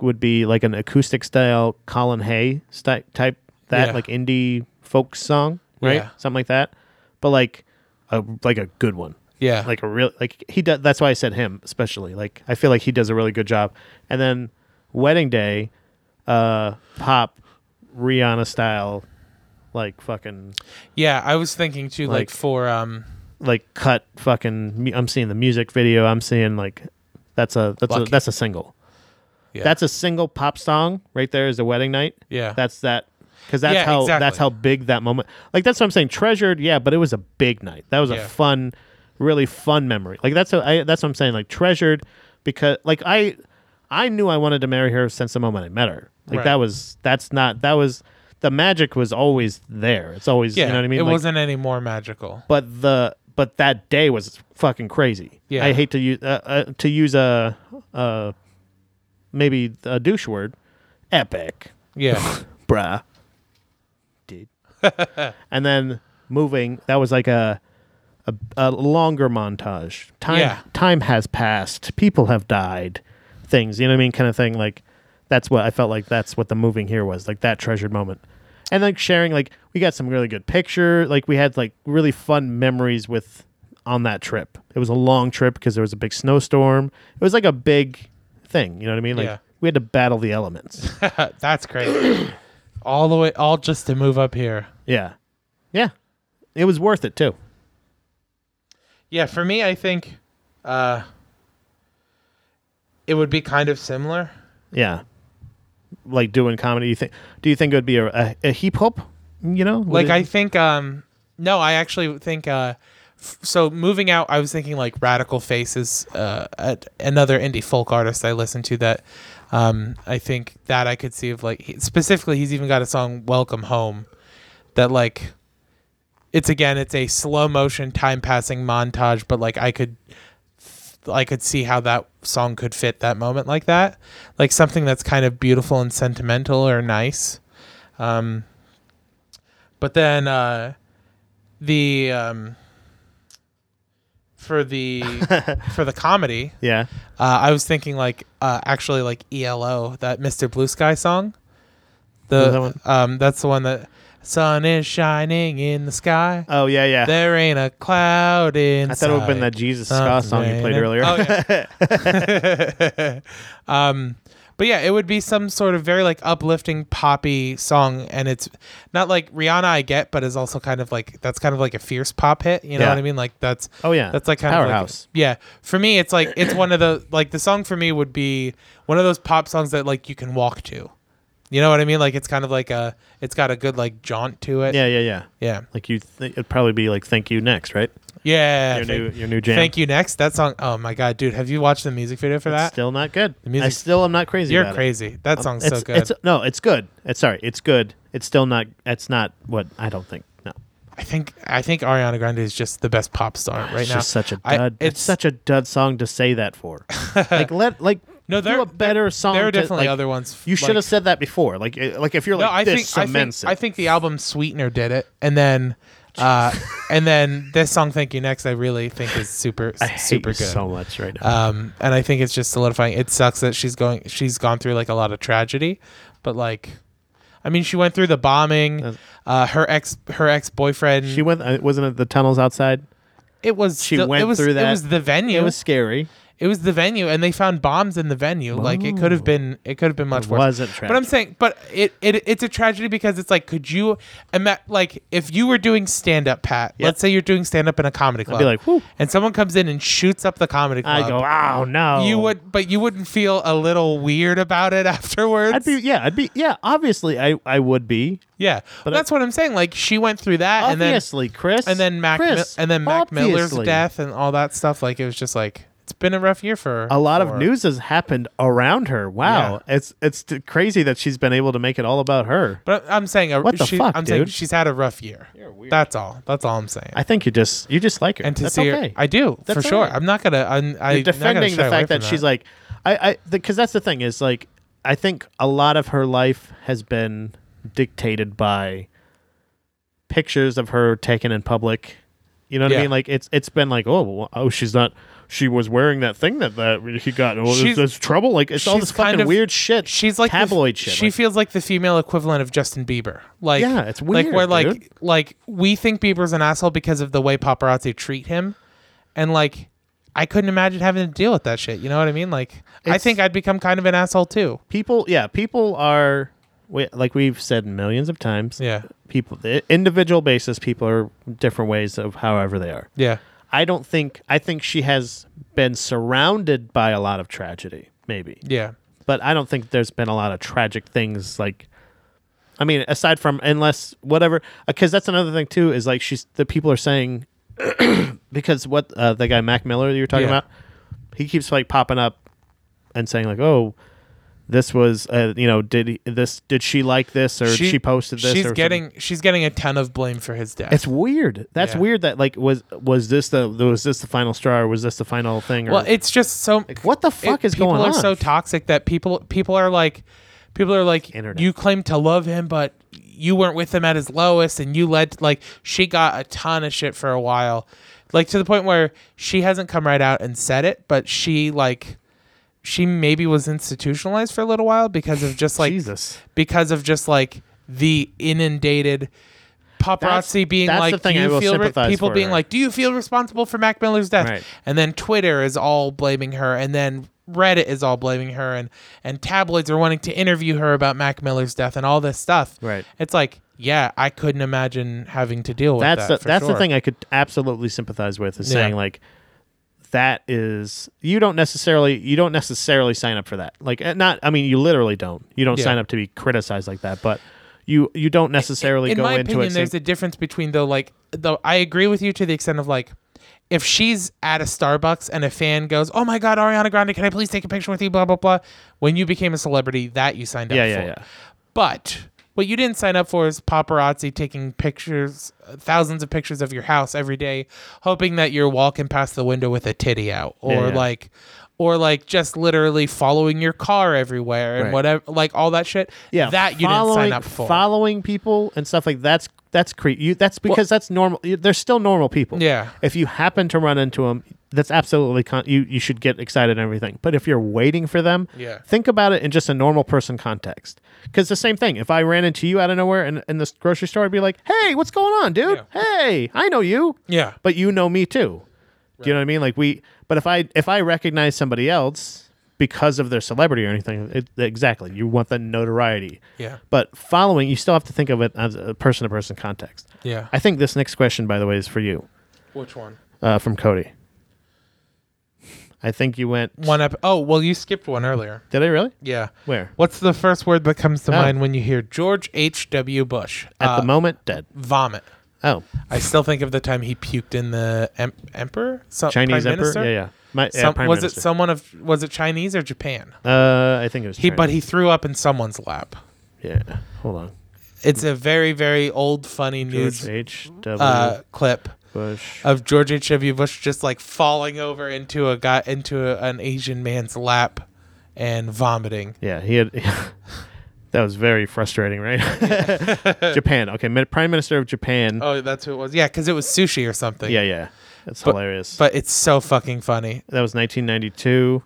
[SPEAKER 1] would be like an acoustic style Colin Hay sty- type that
[SPEAKER 2] Yeah.
[SPEAKER 1] like indie folk song, right?
[SPEAKER 2] Yeah.
[SPEAKER 1] Something like that. But like a like a good one.
[SPEAKER 2] Yeah.
[SPEAKER 1] Like a real like he does that's why I said him especially. Like I feel like he does a really good job. And then Wedding Day uh pop Rihanna style like fucking
[SPEAKER 2] Yeah, I was thinking too, like,
[SPEAKER 1] Like-
[SPEAKER 2] for um,
[SPEAKER 1] like cut fucking mu- I'm seeing the music video I'm seeing like that's a that's
[SPEAKER 2] Lucky.
[SPEAKER 1] a that's a single
[SPEAKER 2] Yeah.
[SPEAKER 1] that's a single pop song right there is a wedding night
[SPEAKER 2] Yeah.
[SPEAKER 1] that's that because that's
[SPEAKER 2] Yeah,
[SPEAKER 1] how that's
[SPEAKER 2] exactly.
[SPEAKER 1] how big that moment like that's what I'm saying treasured yeah but it was a big night that was
[SPEAKER 2] Yeah.
[SPEAKER 1] a fun really fun memory like that's what I that's what I'm saying like treasured because like I I knew I wanted to marry her since the moment I met her like
[SPEAKER 2] Right.
[SPEAKER 1] that was that's not that was the magic was always there it's always
[SPEAKER 2] yeah,
[SPEAKER 1] you know what I mean
[SPEAKER 2] it
[SPEAKER 1] Like,
[SPEAKER 2] wasn't any more magical.
[SPEAKER 1] but the but that day was fucking crazy.
[SPEAKER 2] Yeah.
[SPEAKER 1] I hate to use uh, uh, to use a uh maybe a douche word, epic,
[SPEAKER 2] Yeah,
[SPEAKER 1] bruh, dude. and then moving, that was like a a, a longer montage. Time
[SPEAKER 2] Yeah.
[SPEAKER 1] time has passed. People have died. Things you know what I mean, kind of thing. Like that's what I felt like. That's what the moving here was like that treasured moment. And like sharing, like we got some really good picture. Like we had like really fun memories with on that trip. It was a long trip because there was a big snowstorm. It was like a big thing. You know what I mean? Like
[SPEAKER 2] Yeah.
[SPEAKER 1] we had to battle the elements.
[SPEAKER 2] that's crazy. all the way, all just to move up here.
[SPEAKER 1] yeah, yeah. It was worth it too.
[SPEAKER 2] Yeah, for me, I think uh, it would be kind of similar.
[SPEAKER 1] Yeah. Like doing comedy, you think? Do you think it would be a, a, a hip hop? You know,
[SPEAKER 2] Like I think, um, no, I actually think. Uh, f- so moving out, I was thinking like Radical Faces, uh, at another indie folk artist I listened to that. Um, I think that I could see of like he- specifically, he's even got a song "Welcome Home," that like it's again it's a slow motion time passing montage but like i could i could see how that song could fit that moment like that like something that's kind of beautiful and sentimental or nice um but then uh the um for the for the comedy
[SPEAKER 1] yeah,
[SPEAKER 2] uh, I was thinking like uh, actually like ELO that Mr. Blue Sky song. The
[SPEAKER 1] Is that one?
[SPEAKER 2] um that's the one that sun is shining in the sky.
[SPEAKER 1] oh yeah, yeah.
[SPEAKER 2] there ain't a cloud in.
[SPEAKER 1] I thought it would have been that Jesus
[SPEAKER 2] Uh,
[SPEAKER 1] Ska song you played earlier.
[SPEAKER 2] Oh, yeah. Oh, um, but yeah, it would be some sort of very like uplifting poppy song, and it's not like Rihanna I get, but is also kind of like that's kind of like a fierce pop hit. You know
[SPEAKER 1] Yeah.
[SPEAKER 2] what I mean? Like that's
[SPEAKER 1] Oh, yeah.
[SPEAKER 2] that's like kind
[SPEAKER 1] Powerhouse.
[SPEAKER 2] of like, yeah. For me, it's like it's one of the like the song for me would be one of those pop songs that like you can walk to. You know what I mean? Like it's kind of like a it's got a good like jaunt to it.
[SPEAKER 1] yeah, yeah, yeah.
[SPEAKER 2] Yeah.
[SPEAKER 1] Like you, th- it'd probably be like "Thank You" next, right?
[SPEAKER 2] Yeah.
[SPEAKER 1] Your
[SPEAKER 2] Thank-
[SPEAKER 1] new, your new jam.
[SPEAKER 2] Thank you. Next, that song. Oh my god, dude, have you watched the music video for that?
[SPEAKER 1] Still not good. I
[SPEAKER 2] music's-
[SPEAKER 1] still am not crazy.
[SPEAKER 2] You're
[SPEAKER 1] about it.
[SPEAKER 2] crazy. That song's
[SPEAKER 1] It's,
[SPEAKER 2] so good.
[SPEAKER 1] it's no, it's good. It's sorry, it's good. It's still not. It's not what I don't think. No,
[SPEAKER 2] I think I think Ariana Grande is just the best pop star right
[SPEAKER 1] it's
[SPEAKER 2] now.
[SPEAKER 1] just such a
[SPEAKER 2] I-
[SPEAKER 1] dud. it's, such a dud song to say that for. like let like
[SPEAKER 2] No, there-
[SPEAKER 1] do a better song.
[SPEAKER 2] there are
[SPEAKER 1] to,
[SPEAKER 2] definitely
[SPEAKER 1] like,
[SPEAKER 2] other ones,
[SPEAKER 1] You should have
[SPEAKER 2] like-
[SPEAKER 1] said that before. Like uh, like if you're
[SPEAKER 2] No,
[SPEAKER 1] like
[SPEAKER 2] I think
[SPEAKER 1] this
[SPEAKER 2] I think,
[SPEAKER 1] cements it.
[SPEAKER 2] I think the album Sweetener did it, and then uh, and then this song Thank You Next I really think is super
[SPEAKER 1] I hate
[SPEAKER 2] super
[SPEAKER 1] you
[SPEAKER 2] good.
[SPEAKER 1] so much right now.
[SPEAKER 2] um, and I think it's just solidifying. It sucks that she's going she's gone through like a lot of tragedy, but like I mean, she went through the bombing.
[SPEAKER 1] That's-
[SPEAKER 2] Uh, her ex, her ex boyfriend.
[SPEAKER 1] She went. uh, Wasn't it the tunnels outside?
[SPEAKER 2] It was.
[SPEAKER 1] She
[SPEAKER 2] still-
[SPEAKER 1] went
[SPEAKER 2] it was,
[SPEAKER 1] through that.
[SPEAKER 2] It was the venue.
[SPEAKER 1] It was scary.
[SPEAKER 2] the venue, and they found bombs in the venue. Like it could have been. It could have been much
[SPEAKER 1] It
[SPEAKER 2] worse.
[SPEAKER 1] wasn't
[SPEAKER 2] But I'm
[SPEAKER 1] tragic.
[SPEAKER 2] saying, but it, it it's a tragedy because it's like, could you, ima- like, if you were doing stand up, Pat?
[SPEAKER 1] Yeah.
[SPEAKER 2] Let's say you're doing stand up in a comedy club.
[SPEAKER 1] like, "Whew."
[SPEAKER 2] and someone comes in and shoots up the comedy
[SPEAKER 1] I
[SPEAKER 2] club.
[SPEAKER 1] go, oh no.
[SPEAKER 2] You would, but you wouldn't feel a little weird about it afterwards.
[SPEAKER 1] I'd be. Yeah. I'd be. Yeah. Obviously, I. I would be.
[SPEAKER 2] yeah, but that's what I'm saying. Like she went through that, and then
[SPEAKER 1] Obviously, Chris.
[SPEAKER 2] and then Mac
[SPEAKER 1] Chris,
[SPEAKER 2] Mi- and then Mac Miller's
[SPEAKER 1] obviously.
[SPEAKER 2] death and all that stuff. Like it was just like it's been a rough year for
[SPEAKER 1] A lot
[SPEAKER 2] for-
[SPEAKER 1] of news has happened around her. Wow, it's it's t- crazy that she's been able to make it all about her.
[SPEAKER 2] But I'm saying a,
[SPEAKER 1] What the
[SPEAKER 2] she,
[SPEAKER 1] fuck,
[SPEAKER 2] I'm saying
[SPEAKER 1] dude?
[SPEAKER 2] she's had a rough year. That's all. That's all I'm saying.
[SPEAKER 1] I think you just you just like her.
[SPEAKER 2] and to
[SPEAKER 1] That's
[SPEAKER 2] see her,
[SPEAKER 1] okay.
[SPEAKER 2] I do
[SPEAKER 1] That's
[SPEAKER 2] for sure.
[SPEAKER 1] alright.
[SPEAKER 2] I'm not gonna. I'm, I'm
[SPEAKER 1] You're defending the fact that, she's like, I, I, because that's the thing is like, I think a lot of her life has been dictated by pictures of her taken in public. You know what
[SPEAKER 2] Yeah.
[SPEAKER 1] I mean? Like it's it's been like, oh, well, oh, she's not. She was wearing that thing that that he got. Oh,
[SPEAKER 2] She's-
[SPEAKER 1] there's, there's trouble. Like it's all
[SPEAKER 2] she's
[SPEAKER 1] this fucking
[SPEAKER 2] kind of-
[SPEAKER 1] weird shit.
[SPEAKER 2] She's like the-
[SPEAKER 1] tabloid shit.
[SPEAKER 2] She
[SPEAKER 1] like-
[SPEAKER 2] feels like the female equivalent of Justin Bieber. Like
[SPEAKER 1] Yeah, it's
[SPEAKER 2] Like
[SPEAKER 1] weird,
[SPEAKER 2] where like
[SPEAKER 1] dude.
[SPEAKER 2] like we think Bieber's an asshole because of the way paparazzi treat him, and like I couldn't imagine having to deal with that shit. You know what I mean? Like I
[SPEAKER 1] It's-
[SPEAKER 2] think I'd become kind of an asshole too.
[SPEAKER 1] people yeah people are we, like we've said millions of times
[SPEAKER 2] Yeah.
[SPEAKER 1] people the individual basis people are different ways of however they are
[SPEAKER 2] Yeah.
[SPEAKER 1] i don't think i think she has been surrounded by a lot of tragedy maybe
[SPEAKER 2] Yeah.
[SPEAKER 1] but i don't think there's been a lot of tragic things like i mean aside from unless whatever because that's another thing too is like she's the people are saying because what uh, the guy mac miller you were talking
[SPEAKER 2] Yeah.
[SPEAKER 1] about he keeps like popping up and saying like oh this was uh, you know did he, this did she like this or she, posted this
[SPEAKER 2] She's
[SPEAKER 1] or
[SPEAKER 2] getting
[SPEAKER 1] something.
[SPEAKER 2] she's getting a ton of blame for his death.
[SPEAKER 1] it's weird that's
[SPEAKER 2] Yeah.
[SPEAKER 1] weird that like was was this the was this the final straw or was this the final thing or
[SPEAKER 2] well, it's just so
[SPEAKER 1] what the fuck
[SPEAKER 2] is
[SPEAKER 1] is going
[SPEAKER 2] People are
[SPEAKER 1] on?
[SPEAKER 2] so toxic that people people are like people are like
[SPEAKER 1] Internet.
[SPEAKER 2] you claim to love him but you weren't with him at his lowest and you led like she got a ton of shit for a while. Like to the point where she hasn't come right out and said it, but she like she maybe was institutionalized for a little while because of just like
[SPEAKER 1] Jesus.
[SPEAKER 2] because of just like the inundated paparazzi being
[SPEAKER 1] that's
[SPEAKER 2] like,
[SPEAKER 1] the thing
[SPEAKER 2] do
[SPEAKER 1] I
[SPEAKER 2] you
[SPEAKER 1] will
[SPEAKER 2] feel re-
[SPEAKER 1] sympathize
[SPEAKER 2] people
[SPEAKER 1] for
[SPEAKER 2] being
[SPEAKER 1] her.
[SPEAKER 2] like, do you feel responsible for Mac Miller's death?
[SPEAKER 1] Right.
[SPEAKER 2] And then Twitter is all blaming her, and then Reddit is all blaming her, and and tabloids are wanting to interview her about Mac Miller's death and all this stuff.
[SPEAKER 1] Right.
[SPEAKER 2] It's like, yeah, I couldn't imagine having to deal with
[SPEAKER 1] that's
[SPEAKER 2] that.
[SPEAKER 1] the,
[SPEAKER 2] for
[SPEAKER 1] that's
[SPEAKER 2] sure.
[SPEAKER 1] the thing I could absolutely sympathize with is
[SPEAKER 2] Yeah.
[SPEAKER 1] saying like that is you don't necessarily you don't necessarily sign up for that like eh, not I mean you literally don't you don't
[SPEAKER 2] Yeah.
[SPEAKER 1] sign up to be criticized like that but you you don't necessarily
[SPEAKER 2] in
[SPEAKER 1] go
[SPEAKER 2] my
[SPEAKER 1] into
[SPEAKER 2] opinion,
[SPEAKER 1] it saying-
[SPEAKER 2] there's a difference between though, like though I agree with you to the extent of like, if she's at a Starbucks and a fan goes, "Oh my God, Ariana Grande, can I please take a picture with you?" Blah blah blah. When you became a celebrity, that you signed up
[SPEAKER 1] yeah
[SPEAKER 2] for.
[SPEAKER 1] yeah yeah
[SPEAKER 2] But what you didn't sign up for is paparazzi taking pictures, thousands of pictures of your house every day, hoping that you're walking past the window with a titty out, or
[SPEAKER 1] Yeah, yeah.
[SPEAKER 2] like, or like just literally following your car everywhere and
[SPEAKER 1] Right.
[SPEAKER 2] whatever, like all that shit.
[SPEAKER 1] yeah
[SPEAKER 2] that you didn't sign
[SPEAKER 1] following-
[SPEAKER 2] up for.
[SPEAKER 1] following people and stuff like that's that's creep you that's because that's normal you- they're still normal people
[SPEAKER 2] Yeah.
[SPEAKER 1] if you happen to run into them that's absolutely con- you you should get excited and everything but if you're waiting for them
[SPEAKER 2] Yeah.
[SPEAKER 1] think about it in just a normal person context because the same thing if i ran into you out of nowhere in, in this grocery store i'd be like hey what's going on dude hey i know you
[SPEAKER 2] Yeah.
[SPEAKER 1] but you know me too do you know what i mean like we but if i if i recognize somebody else because of their celebrity or anything it, exactly you want the notoriety
[SPEAKER 2] Yeah.
[SPEAKER 1] but following you still have to think of it as a person to person context
[SPEAKER 2] Yeah.
[SPEAKER 1] i think this next question by the way is for you
[SPEAKER 2] Which one?
[SPEAKER 1] uh, from Cody. I think you went.
[SPEAKER 2] One up. Oh, well, you skipped one earlier.
[SPEAKER 1] Did I really?
[SPEAKER 2] Yeah.
[SPEAKER 1] Where?
[SPEAKER 2] What's the first word that comes to
[SPEAKER 1] Oh.
[SPEAKER 2] mind when you hear George H. W. Bush?
[SPEAKER 1] At
[SPEAKER 2] Uh,
[SPEAKER 1] the moment, dead.
[SPEAKER 2] vomit.
[SPEAKER 1] Oh,
[SPEAKER 2] I still think of the time he puked in the em- emperor, so,
[SPEAKER 1] Chinese emperor.
[SPEAKER 2] Prime Minister?
[SPEAKER 1] Yeah, yeah. My, yeah,
[SPEAKER 2] Some-
[SPEAKER 1] prime
[SPEAKER 2] was
[SPEAKER 1] minister.
[SPEAKER 2] it someone of? Was it Chinese or Japan?
[SPEAKER 1] Uh, I think it was.
[SPEAKER 2] He,
[SPEAKER 1] China.
[SPEAKER 2] but he threw up in someone's lap.
[SPEAKER 1] Yeah. Hold on.
[SPEAKER 2] It's a very, very old, funny
[SPEAKER 1] George
[SPEAKER 2] news
[SPEAKER 1] H. W.
[SPEAKER 2] uh, clip
[SPEAKER 1] Bush.
[SPEAKER 2] of George H. W. Bush just like falling over into a guy into a, an Asian man's lap and vomiting.
[SPEAKER 1] yeah, he had. that was very frustrating, right? Japan. Okay, mi- prime minister of Japan.
[SPEAKER 2] Oh, that's who it was. Yeah, because it was sushi or something.
[SPEAKER 1] Yeah, yeah. That's hilarious.
[SPEAKER 2] But it's so fucking funny.
[SPEAKER 1] that was 1992.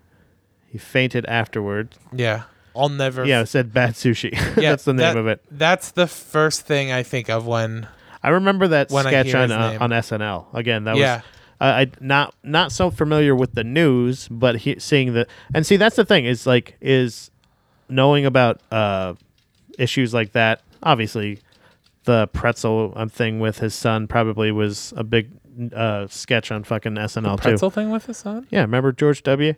[SPEAKER 1] He fainted afterward.
[SPEAKER 2] Yeah. I'll never.
[SPEAKER 1] Yeah, it said bad sushi. that's the name
[SPEAKER 2] that-
[SPEAKER 1] of it.
[SPEAKER 2] That's the first thing I think of when
[SPEAKER 1] I remember that
[SPEAKER 2] When I
[SPEAKER 1] sketch
[SPEAKER 2] hear
[SPEAKER 1] on
[SPEAKER 2] his
[SPEAKER 1] uh,
[SPEAKER 2] name.
[SPEAKER 1] on SNL. Again, that
[SPEAKER 2] Yeah.
[SPEAKER 1] was I I not not so familiar with the news, but he, seeing the and see that's the thing is like is knowing about uh, issues like that. Obviously, the pretzel um, thing with his son probably was a big uh, sketch on fucking SNL too.
[SPEAKER 2] pretzel thing with his son.
[SPEAKER 1] Yeah, remember George W.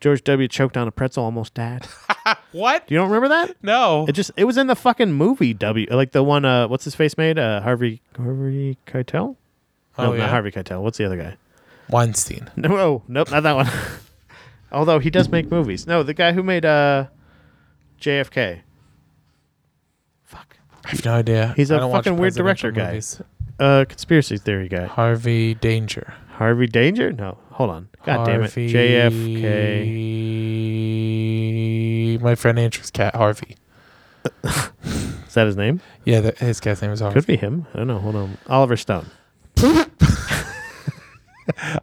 [SPEAKER 1] George W. choked on a pretzel, almost died.
[SPEAKER 2] What?
[SPEAKER 1] Do you don't remember that?
[SPEAKER 2] No.
[SPEAKER 1] It just it was in the fucking movie W like the one uh what's his face made? Uh Harvey Harvey Keitel? No,
[SPEAKER 2] Oh, yeah?
[SPEAKER 1] not Harvey Keitel. What's the other guy?
[SPEAKER 2] Weinstein.
[SPEAKER 1] No, oh, nope, not that one. Although he does make movies. No, the guy who made uh JFK. Fuck.
[SPEAKER 2] I have no idea.
[SPEAKER 1] He's a
[SPEAKER 2] I don't watch
[SPEAKER 1] fucking weird
[SPEAKER 2] presidential
[SPEAKER 1] director guy.
[SPEAKER 2] movies.
[SPEAKER 1] Uh conspiracy theory guy.
[SPEAKER 2] Harvey Danger.
[SPEAKER 1] Harvey Danger? No. Hold on. God damn it.
[SPEAKER 2] Harvey-
[SPEAKER 1] JFK.
[SPEAKER 2] My friend Andrew's cat Harvey.
[SPEAKER 1] Is that his name?
[SPEAKER 2] Yeah, the, his cat's name is Harvey.
[SPEAKER 1] Could be him. I don't know. Hold on. Oliver Stone.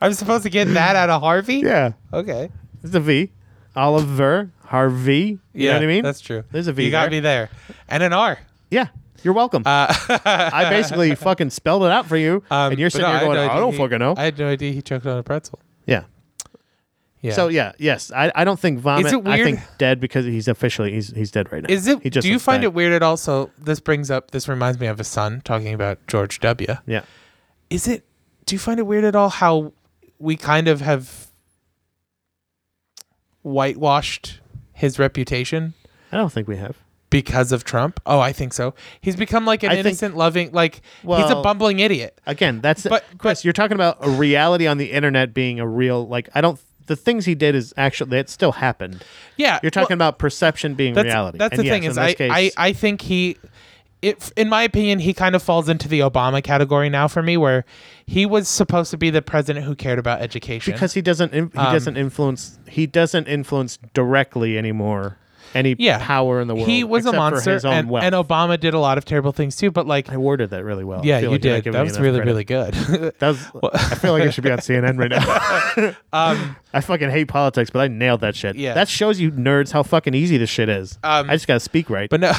[SPEAKER 2] I'm supposed to get that out of Harvey?
[SPEAKER 1] Yeah.
[SPEAKER 2] Okay.
[SPEAKER 1] It's a V. Oliver Harvey. You know what I mean?
[SPEAKER 2] That's true.
[SPEAKER 1] There's a V
[SPEAKER 2] You got
[SPEAKER 1] there.
[SPEAKER 2] me there. And an R.
[SPEAKER 1] Yeah, you're welcome. I basically fucking spelled it out for you,
[SPEAKER 2] Uh, Um,
[SPEAKER 1] and you're
[SPEAKER 2] but
[SPEAKER 1] sitting
[SPEAKER 2] no,
[SPEAKER 1] there
[SPEAKER 2] had
[SPEAKER 1] going,
[SPEAKER 2] no
[SPEAKER 1] "I,
[SPEAKER 2] idea
[SPEAKER 1] don't
[SPEAKER 2] he-
[SPEAKER 1] fucking know."
[SPEAKER 2] I had no idea he choked on a pretzel.
[SPEAKER 1] yeah.
[SPEAKER 2] Yeah.
[SPEAKER 1] So yeah, yes, I, I don't think vomit.
[SPEAKER 2] Is it
[SPEAKER 1] I
[SPEAKER 2] weird-
[SPEAKER 1] think dead because he's officially he's he's dead right now.
[SPEAKER 2] Is it?
[SPEAKER 1] He just
[SPEAKER 2] do you
[SPEAKER 1] looks
[SPEAKER 2] find
[SPEAKER 1] dead.
[SPEAKER 2] it weird at all? So this brings up. This reminds me of a son talking about George W.
[SPEAKER 1] Yeah.
[SPEAKER 2] Is it? Do you find it weird at all how we kind of have whitewashed his reputation
[SPEAKER 1] I don't think we have.
[SPEAKER 2] because of Trump? Oh, I think so. He's become like an
[SPEAKER 1] I think-
[SPEAKER 2] innocent, loving, like he's a
[SPEAKER 1] Well-
[SPEAKER 2] bumbling idiot.
[SPEAKER 1] Again, that's
[SPEAKER 2] But-
[SPEAKER 1] Chris.
[SPEAKER 2] but-
[SPEAKER 1] you're talking about a reality on the internet being a real like. I don't. The things he did is actually that still happened.
[SPEAKER 2] Yeah,
[SPEAKER 1] You're talking
[SPEAKER 2] well-
[SPEAKER 1] about perception being
[SPEAKER 2] That's,
[SPEAKER 1] reality.
[SPEAKER 2] That's
[SPEAKER 1] And
[SPEAKER 2] the
[SPEAKER 1] yes,
[SPEAKER 2] thing
[SPEAKER 1] in
[SPEAKER 2] is,
[SPEAKER 1] this
[SPEAKER 2] I, I
[SPEAKER 1] case-
[SPEAKER 2] I think he, it in my opinion, he kind of falls into the Obama category now for me, where he was supposed to be the president who cared about education.
[SPEAKER 1] because he doesn't in, he
[SPEAKER 2] Um,
[SPEAKER 1] doesn't influence he doesn't influence directly anymore any
[SPEAKER 2] yeah,
[SPEAKER 1] power in the world.
[SPEAKER 2] he was a
[SPEAKER 1] except for
[SPEAKER 2] monster,
[SPEAKER 1] his own
[SPEAKER 2] and,
[SPEAKER 1] wealth.
[SPEAKER 2] and Obama did a lot of terrible things too. But like,
[SPEAKER 1] I worded that really well. I
[SPEAKER 2] yeah,
[SPEAKER 1] feel
[SPEAKER 2] you
[SPEAKER 1] like you're not
[SPEAKER 2] did.
[SPEAKER 1] giving
[SPEAKER 2] That
[SPEAKER 1] me
[SPEAKER 2] was
[SPEAKER 1] enough
[SPEAKER 2] really
[SPEAKER 1] credit.
[SPEAKER 2] really good.
[SPEAKER 1] That was, I feel like I should be on CNN right now. I fucking hate politics, but I nailed that shit.
[SPEAKER 2] Um, Yeah.
[SPEAKER 1] that shows you nerds how fucking easy this shit is.
[SPEAKER 2] Um,
[SPEAKER 1] I just gotta speak right.
[SPEAKER 2] but no,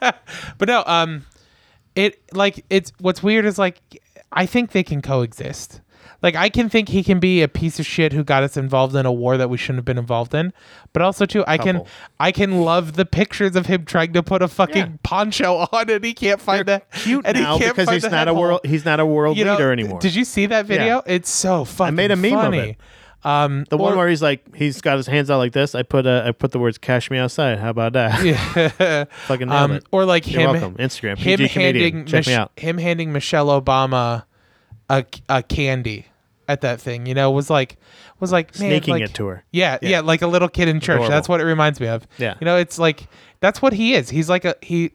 [SPEAKER 2] but no. Um, it like it's what's weird is like I think they can coexist. Like I can think he can be a piece of shit who got us involved in a war that we shouldn't have been involved in, but also too I can
[SPEAKER 1] Couple.
[SPEAKER 2] I can love the pictures of him trying to put a fucking
[SPEAKER 1] Yeah.
[SPEAKER 2] poncho on and he can't find that
[SPEAKER 1] cute
[SPEAKER 2] and he
[SPEAKER 1] now
[SPEAKER 2] can't
[SPEAKER 1] because
[SPEAKER 2] find
[SPEAKER 1] he's
[SPEAKER 2] the
[SPEAKER 1] not a
[SPEAKER 2] head
[SPEAKER 1] world
[SPEAKER 2] hole.
[SPEAKER 1] he's not a world
[SPEAKER 2] You know,
[SPEAKER 1] leader anymore.
[SPEAKER 2] Did you see that video? It's so fucking.
[SPEAKER 1] made a meme of
[SPEAKER 2] funny.
[SPEAKER 1] it.
[SPEAKER 2] Um,
[SPEAKER 1] the one
[SPEAKER 2] or-
[SPEAKER 1] where he's like he's got his hands out like this? I put uh, I put the words "cash me outside." How about that? fucking nailed
[SPEAKER 2] um,
[SPEAKER 1] it.
[SPEAKER 2] or like
[SPEAKER 1] You're
[SPEAKER 2] him,
[SPEAKER 1] welcome. Instagram,
[SPEAKER 2] him
[SPEAKER 1] PG comedian.
[SPEAKER 2] handing
[SPEAKER 1] Check me
[SPEAKER 2] Mich-
[SPEAKER 1] out.
[SPEAKER 2] him handing Michelle Obama a, a candy at that thing. You know, was like was like man,
[SPEAKER 1] Sneaking
[SPEAKER 2] like-
[SPEAKER 1] it to her.
[SPEAKER 2] Yeah, yeah, like a little kid in church.
[SPEAKER 1] Adorable.
[SPEAKER 2] That's what it reminds me of.
[SPEAKER 1] Yeah.
[SPEAKER 2] you know, it's like that's what he is. He's like a he.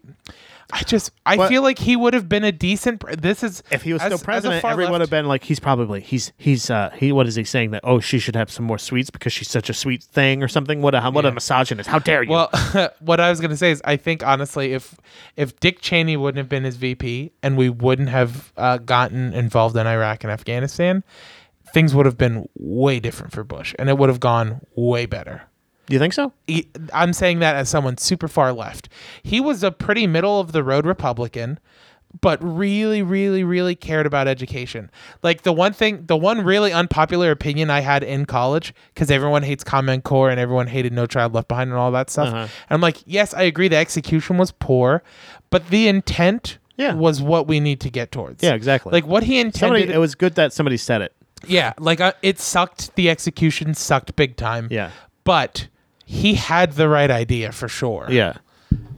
[SPEAKER 2] I just I
[SPEAKER 1] But-
[SPEAKER 2] feel like he would have been a decent. Pre- this is
[SPEAKER 1] if he was
[SPEAKER 2] as-
[SPEAKER 1] still
[SPEAKER 2] as a
[SPEAKER 1] president,
[SPEAKER 2] far
[SPEAKER 1] everyone would
[SPEAKER 2] left-
[SPEAKER 1] have been like, he's probably he's he's uh he what is he saying that oh she should have some more sweets because she's such a sweet thing or something. What a what a misogynist! How dare you?
[SPEAKER 2] Well, what I was gonna say is, I think honestly, if if Dick Cheney wouldn't have been his VP and we wouldn't have uh, gotten involved in Iraq and Afghanistan, things would have been way different for Bush, and it would have gone way better.
[SPEAKER 1] Do you think so?
[SPEAKER 2] He- I'm saying that as someone super far left. He was a pretty middle of the road Republican, but really, really, really cared about education. Like the one thing, the one really unpopular opinion I had in college, because everyone hates Common Core and everyone hated No Child Left Behind and all that stuff.
[SPEAKER 1] Uh-huh.
[SPEAKER 2] And I'm like, yes, I agree. The execution was poor, but the intent
[SPEAKER 1] Yeah.
[SPEAKER 2] was what we need to get towards.
[SPEAKER 1] Yeah, exactly.
[SPEAKER 2] Like what he intended.
[SPEAKER 1] Somebody it was good that somebody said it.
[SPEAKER 2] Yeah, like uh, it sucked. The execution sucked big time.
[SPEAKER 1] Yeah.
[SPEAKER 2] but he had the right idea for sure.
[SPEAKER 1] Yeah,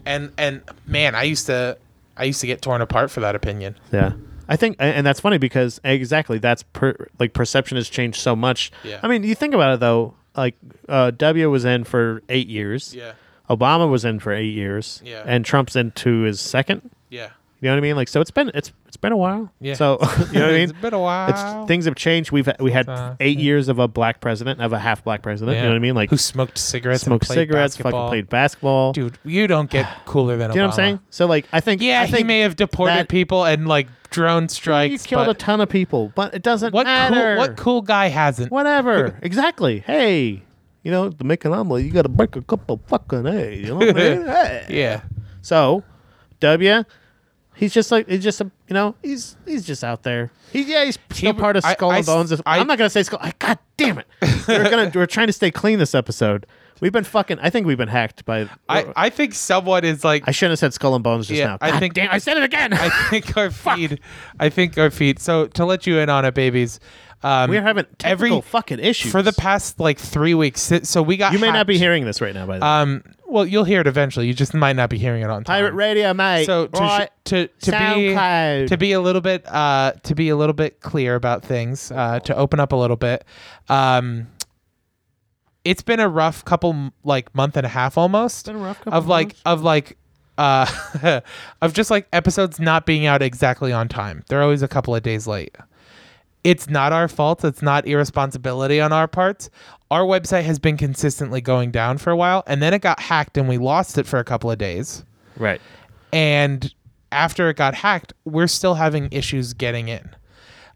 [SPEAKER 2] and and man, I used to I used to get torn apart for that opinion.
[SPEAKER 1] yeah. I think, and and that's funny because exactly that's per, like perception has changed so much.
[SPEAKER 2] Yeah.
[SPEAKER 1] I mean, you think about it though. Like uh, W was in for eight years.
[SPEAKER 2] Yeah.
[SPEAKER 1] Obama was in for eight years.
[SPEAKER 2] Yeah.
[SPEAKER 1] And Trump's into his second.
[SPEAKER 2] Yeah,
[SPEAKER 1] You know what I mean? Like so, it's been it's it's been a while.
[SPEAKER 2] Yeah.
[SPEAKER 1] So you know what I mean?
[SPEAKER 2] It's been a while.
[SPEAKER 1] It's, things have changed. We've we had
[SPEAKER 2] Uh,
[SPEAKER 1] eight years of a black president, of a half black president. You know what I mean? Like
[SPEAKER 2] who smoked cigarettes,
[SPEAKER 1] smoked
[SPEAKER 2] and played
[SPEAKER 1] cigarettes,
[SPEAKER 2] basketball.
[SPEAKER 1] fucking played basketball.
[SPEAKER 2] Dude, you don't get cooler than.
[SPEAKER 1] Do you know what I'm saying? So like, I think
[SPEAKER 2] Yeah,
[SPEAKER 1] I
[SPEAKER 2] he
[SPEAKER 1] think
[SPEAKER 2] may have deported
[SPEAKER 1] that-
[SPEAKER 2] people and like drone strikes.
[SPEAKER 1] You killed
[SPEAKER 2] but
[SPEAKER 1] a ton of people, but it doesn't
[SPEAKER 2] what cool
[SPEAKER 1] matter.
[SPEAKER 2] what cool guy hasn't?
[SPEAKER 1] Whatever. exactly. Hey, you know, to make an omelet, you got to break a couple fucking eggs. You know what I mean? Hey.
[SPEAKER 2] Yeah.
[SPEAKER 1] So, W, he's just like he's just a you know he's he's just out there. He yeah he's still part of
[SPEAKER 2] I-
[SPEAKER 1] Skull
[SPEAKER 2] I
[SPEAKER 1] and
[SPEAKER 2] s-
[SPEAKER 1] Bones. I,
[SPEAKER 2] I-
[SPEAKER 1] am not gonna say Skull. I, God damn it! we're gonna we're trying to stay clean this episode. We've been fucking. I think we've been hacked by.
[SPEAKER 2] I, I think someone is like
[SPEAKER 1] I shouldn't have said Skull and Bones just
[SPEAKER 2] Yeah,
[SPEAKER 1] now.
[SPEAKER 2] I
[SPEAKER 1] God
[SPEAKER 2] think-
[SPEAKER 1] damn, I said it again.
[SPEAKER 2] I think our feed I think our feed so to let you in on it babies um,
[SPEAKER 1] we are having
[SPEAKER 2] every-
[SPEAKER 1] technical fucking issues
[SPEAKER 2] for the past like three weeks si- so we got
[SPEAKER 1] You may not be
[SPEAKER 2] hacked.
[SPEAKER 1] hearing this right now, by the way.
[SPEAKER 2] um well you'll hear it eventually you just might not be hearing it on time
[SPEAKER 1] Pirate radio, mate.
[SPEAKER 2] so to, sh-
[SPEAKER 1] right?
[SPEAKER 2] to to
[SPEAKER 1] SoundCloud.
[SPEAKER 2] be to be a little bit uh to be a little bit clear about things uh to open up a little bit um it's been a rough couple m- like month and a half almost
[SPEAKER 1] Been a rough couple
[SPEAKER 2] of like of like uh of just like episodes not being out exactly on time they're always a couple of days late it's not our fault. It's not irresponsibility on our parts. Our website has been consistently going down for a while, and then it got hacked, and we lost it for a couple of days
[SPEAKER 1] right.
[SPEAKER 2] and after it got hacked we're still having issues getting in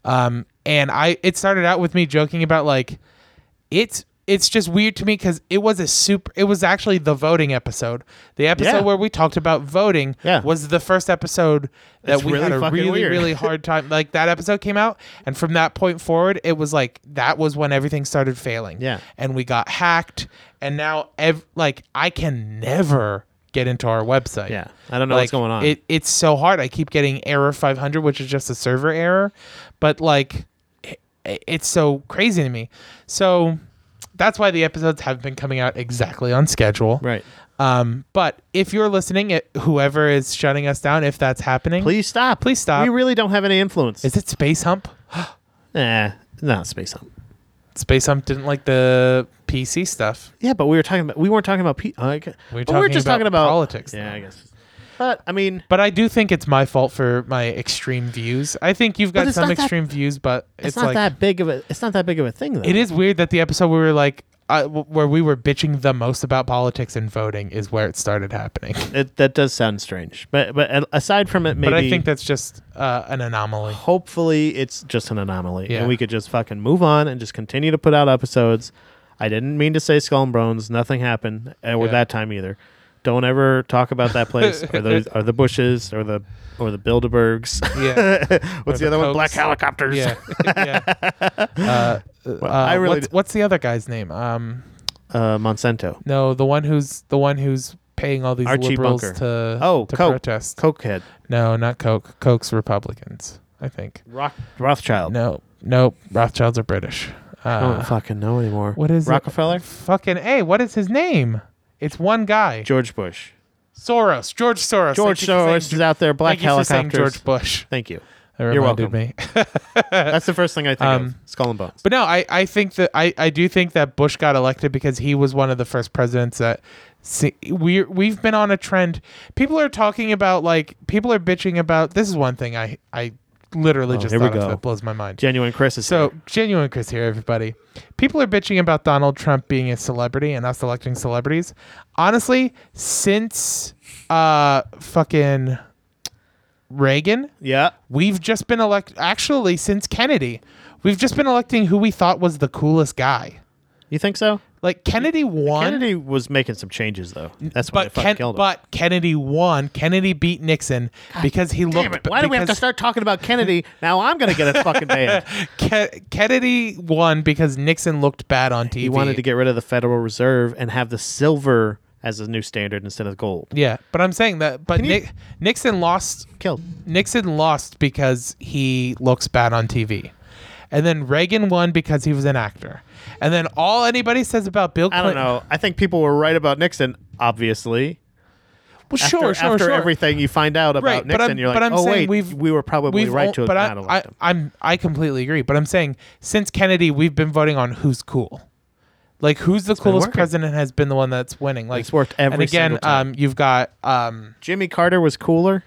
[SPEAKER 2] um and i it started out with me joking about like it's it's just weird to me because it was a super it was actually the voting episode the episode
[SPEAKER 1] Yeah.
[SPEAKER 2] where we talked about voting
[SPEAKER 1] Yeah.
[SPEAKER 2] was the first episode that
[SPEAKER 1] It's
[SPEAKER 2] we
[SPEAKER 1] really
[SPEAKER 2] had a
[SPEAKER 1] fucking
[SPEAKER 2] really
[SPEAKER 1] weird.
[SPEAKER 2] really hard time like that episode came out and from that point forward it was like that was when everything started failing
[SPEAKER 1] Yeah.
[SPEAKER 2] and we got hacked and now ev- like i can never get into our website
[SPEAKER 1] Yeah. I don't know what's going on.
[SPEAKER 2] it, it's so hard. I keep getting error 500, which is just a server error, but like i- i- it's so crazy to me. So that's why the episodes have been coming out exactly on schedule.
[SPEAKER 1] Right.
[SPEAKER 2] Um, but if you're listening, it, whoever is shutting us down, if that's happening,
[SPEAKER 1] Please stop.
[SPEAKER 2] Please stop.
[SPEAKER 1] We really don't have any influence.
[SPEAKER 2] is it Space Hump?
[SPEAKER 1] Nah, not space hump.
[SPEAKER 2] Space Hump didn't like the PC stuff.
[SPEAKER 1] Yeah, but we were talking about we weren't talking about pe- uh, okay.
[SPEAKER 2] We were
[SPEAKER 1] But we were
[SPEAKER 2] talking
[SPEAKER 1] just
[SPEAKER 2] about
[SPEAKER 1] talking about
[SPEAKER 2] politics,
[SPEAKER 1] Yeah,
[SPEAKER 2] though.
[SPEAKER 1] I guess. But I mean,
[SPEAKER 2] But I do think it's my fault for my extreme views. I think you've got
[SPEAKER 1] it's
[SPEAKER 2] some
[SPEAKER 1] not that-
[SPEAKER 2] extreme views, but
[SPEAKER 1] it's,
[SPEAKER 2] it's,
[SPEAKER 1] not
[SPEAKER 2] like
[SPEAKER 1] that big of a it's not that big of a thing though.
[SPEAKER 2] It is weird that the episode we were like, uh, w- where we were bitching the most about politics and voting is where it started happening.
[SPEAKER 1] It, that does sound strange, but but a- aside from it, maybe.
[SPEAKER 2] but I think that's just uh, an anomaly.
[SPEAKER 1] hopefully it's just an anomaly
[SPEAKER 2] Yeah.
[SPEAKER 1] and we could just fucking move on and just continue to put out episodes. I didn't mean to say Skull and Bones. Nothing happened, uh, or
[SPEAKER 2] Yeah.
[SPEAKER 1] that time either. Don't ever talk about that place or those or the bushes or the or the Bilderbergs.
[SPEAKER 2] Yeah,
[SPEAKER 1] What's the,
[SPEAKER 2] the
[SPEAKER 1] other one?
[SPEAKER 2] Cokes.
[SPEAKER 1] Black helicopters.
[SPEAKER 2] yeah, yeah. Uh, uh,
[SPEAKER 1] I really
[SPEAKER 2] what's,
[SPEAKER 1] d-
[SPEAKER 2] what's the other guy's name? Um,
[SPEAKER 1] Uh, Monsanto.
[SPEAKER 2] no, the one who's the one who's paying all these
[SPEAKER 1] Archie
[SPEAKER 2] liberals
[SPEAKER 1] Bunker.
[SPEAKER 2] to
[SPEAKER 1] Oh,
[SPEAKER 2] to
[SPEAKER 1] Koch.
[SPEAKER 2] protest.
[SPEAKER 1] Cokehead.
[SPEAKER 2] No, not Coke. Coke's Republicans, I think.
[SPEAKER 1] Rock, Rothschild.
[SPEAKER 2] No, no, Rothschilds are British.
[SPEAKER 1] I don't
[SPEAKER 2] Uh,
[SPEAKER 1] fucking know anymore.
[SPEAKER 2] what is it?
[SPEAKER 1] Oh, Rockefeller?
[SPEAKER 2] fucking a. What is his name? It's one guy.
[SPEAKER 1] George Bush.
[SPEAKER 2] Soros, George Soros.
[SPEAKER 1] George
[SPEAKER 2] Thank you for
[SPEAKER 1] Soros
[SPEAKER 2] saying-
[SPEAKER 1] is out there. Black
[SPEAKER 2] thank you for saying
[SPEAKER 1] helicopters.
[SPEAKER 2] George Bush.
[SPEAKER 1] Thank you.
[SPEAKER 2] That
[SPEAKER 1] You're
[SPEAKER 2] reminded me.
[SPEAKER 1] That's the first thing I think of.
[SPEAKER 2] Um,
[SPEAKER 1] Skull and Bones.
[SPEAKER 2] But no, I, I think that I, I do think that Bush got elected because he was one of the first presidents that see, we we've been on a trend. People are talking about like people are bitching about this is one thing I I literally
[SPEAKER 1] Oh,
[SPEAKER 2] just
[SPEAKER 1] here we
[SPEAKER 2] thought of
[SPEAKER 1] go.
[SPEAKER 2] that blows my mind.
[SPEAKER 1] Genuine Chris is
[SPEAKER 2] So
[SPEAKER 1] here.
[SPEAKER 2] genuine Chris here, everybody. People are bitching about Donald Trump being a celebrity and us electing celebrities. Honestly, since uh fucking Reagan,
[SPEAKER 1] Yeah.
[SPEAKER 2] we've just been elect actually since Kennedy, we've just been electing who we thought was the coolest guy.
[SPEAKER 1] You think so?
[SPEAKER 2] Like Kennedy won,
[SPEAKER 1] Kennedy was making some changes though. That's why they
[SPEAKER 2] but
[SPEAKER 1] fucking
[SPEAKER 2] Ken-
[SPEAKER 1] killed him.
[SPEAKER 2] but Kennedy won. Kennedy beat Nixon because he
[SPEAKER 1] Damn
[SPEAKER 2] looked.
[SPEAKER 1] it! Why do we have to
[SPEAKER 2] because-
[SPEAKER 1] start talking about Kennedy? Now I'm gonna get a fucking banned.
[SPEAKER 2] Ke- Kennedy won because Nixon looked bad on TV.
[SPEAKER 1] He wanted to get rid of the Federal Reserve and have the silver as a new standard instead of gold.
[SPEAKER 2] Yeah, but I'm saying that. But
[SPEAKER 1] Can you-
[SPEAKER 2] Nick, Nixon lost.
[SPEAKER 1] Killed.
[SPEAKER 2] Nixon lost because he looks bad on TV, and then Reagan won because he was an actor. And then all anybody says about Bill
[SPEAKER 1] I
[SPEAKER 2] Clinton.
[SPEAKER 1] don't know. I think people were right about Nixon, obviously.
[SPEAKER 2] Well,
[SPEAKER 1] After,
[SPEAKER 2] sure, sure,
[SPEAKER 1] after
[SPEAKER 2] sure.
[SPEAKER 1] everything you find out about
[SPEAKER 2] Right, but
[SPEAKER 1] Nixon,
[SPEAKER 2] I'm-
[SPEAKER 1] you're like,
[SPEAKER 2] but I'm
[SPEAKER 1] oh wait,
[SPEAKER 2] saying we've-
[SPEAKER 1] we were probably
[SPEAKER 2] We've
[SPEAKER 1] right
[SPEAKER 2] all-
[SPEAKER 1] to
[SPEAKER 2] but
[SPEAKER 1] not
[SPEAKER 2] I, I,
[SPEAKER 1] elect him.
[SPEAKER 2] I'm I completely agree. But I'm saying since Kennedy, we've been voting on who's cool. Like who's the coolest
[SPEAKER 1] working.
[SPEAKER 2] president has been the one that's winning. Like
[SPEAKER 1] It's worked
[SPEAKER 2] And
[SPEAKER 1] every
[SPEAKER 2] again,
[SPEAKER 1] single time.
[SPEAKER 2] um, you've got um,
[SPEAKER 1] Jimmy Carter was cooler.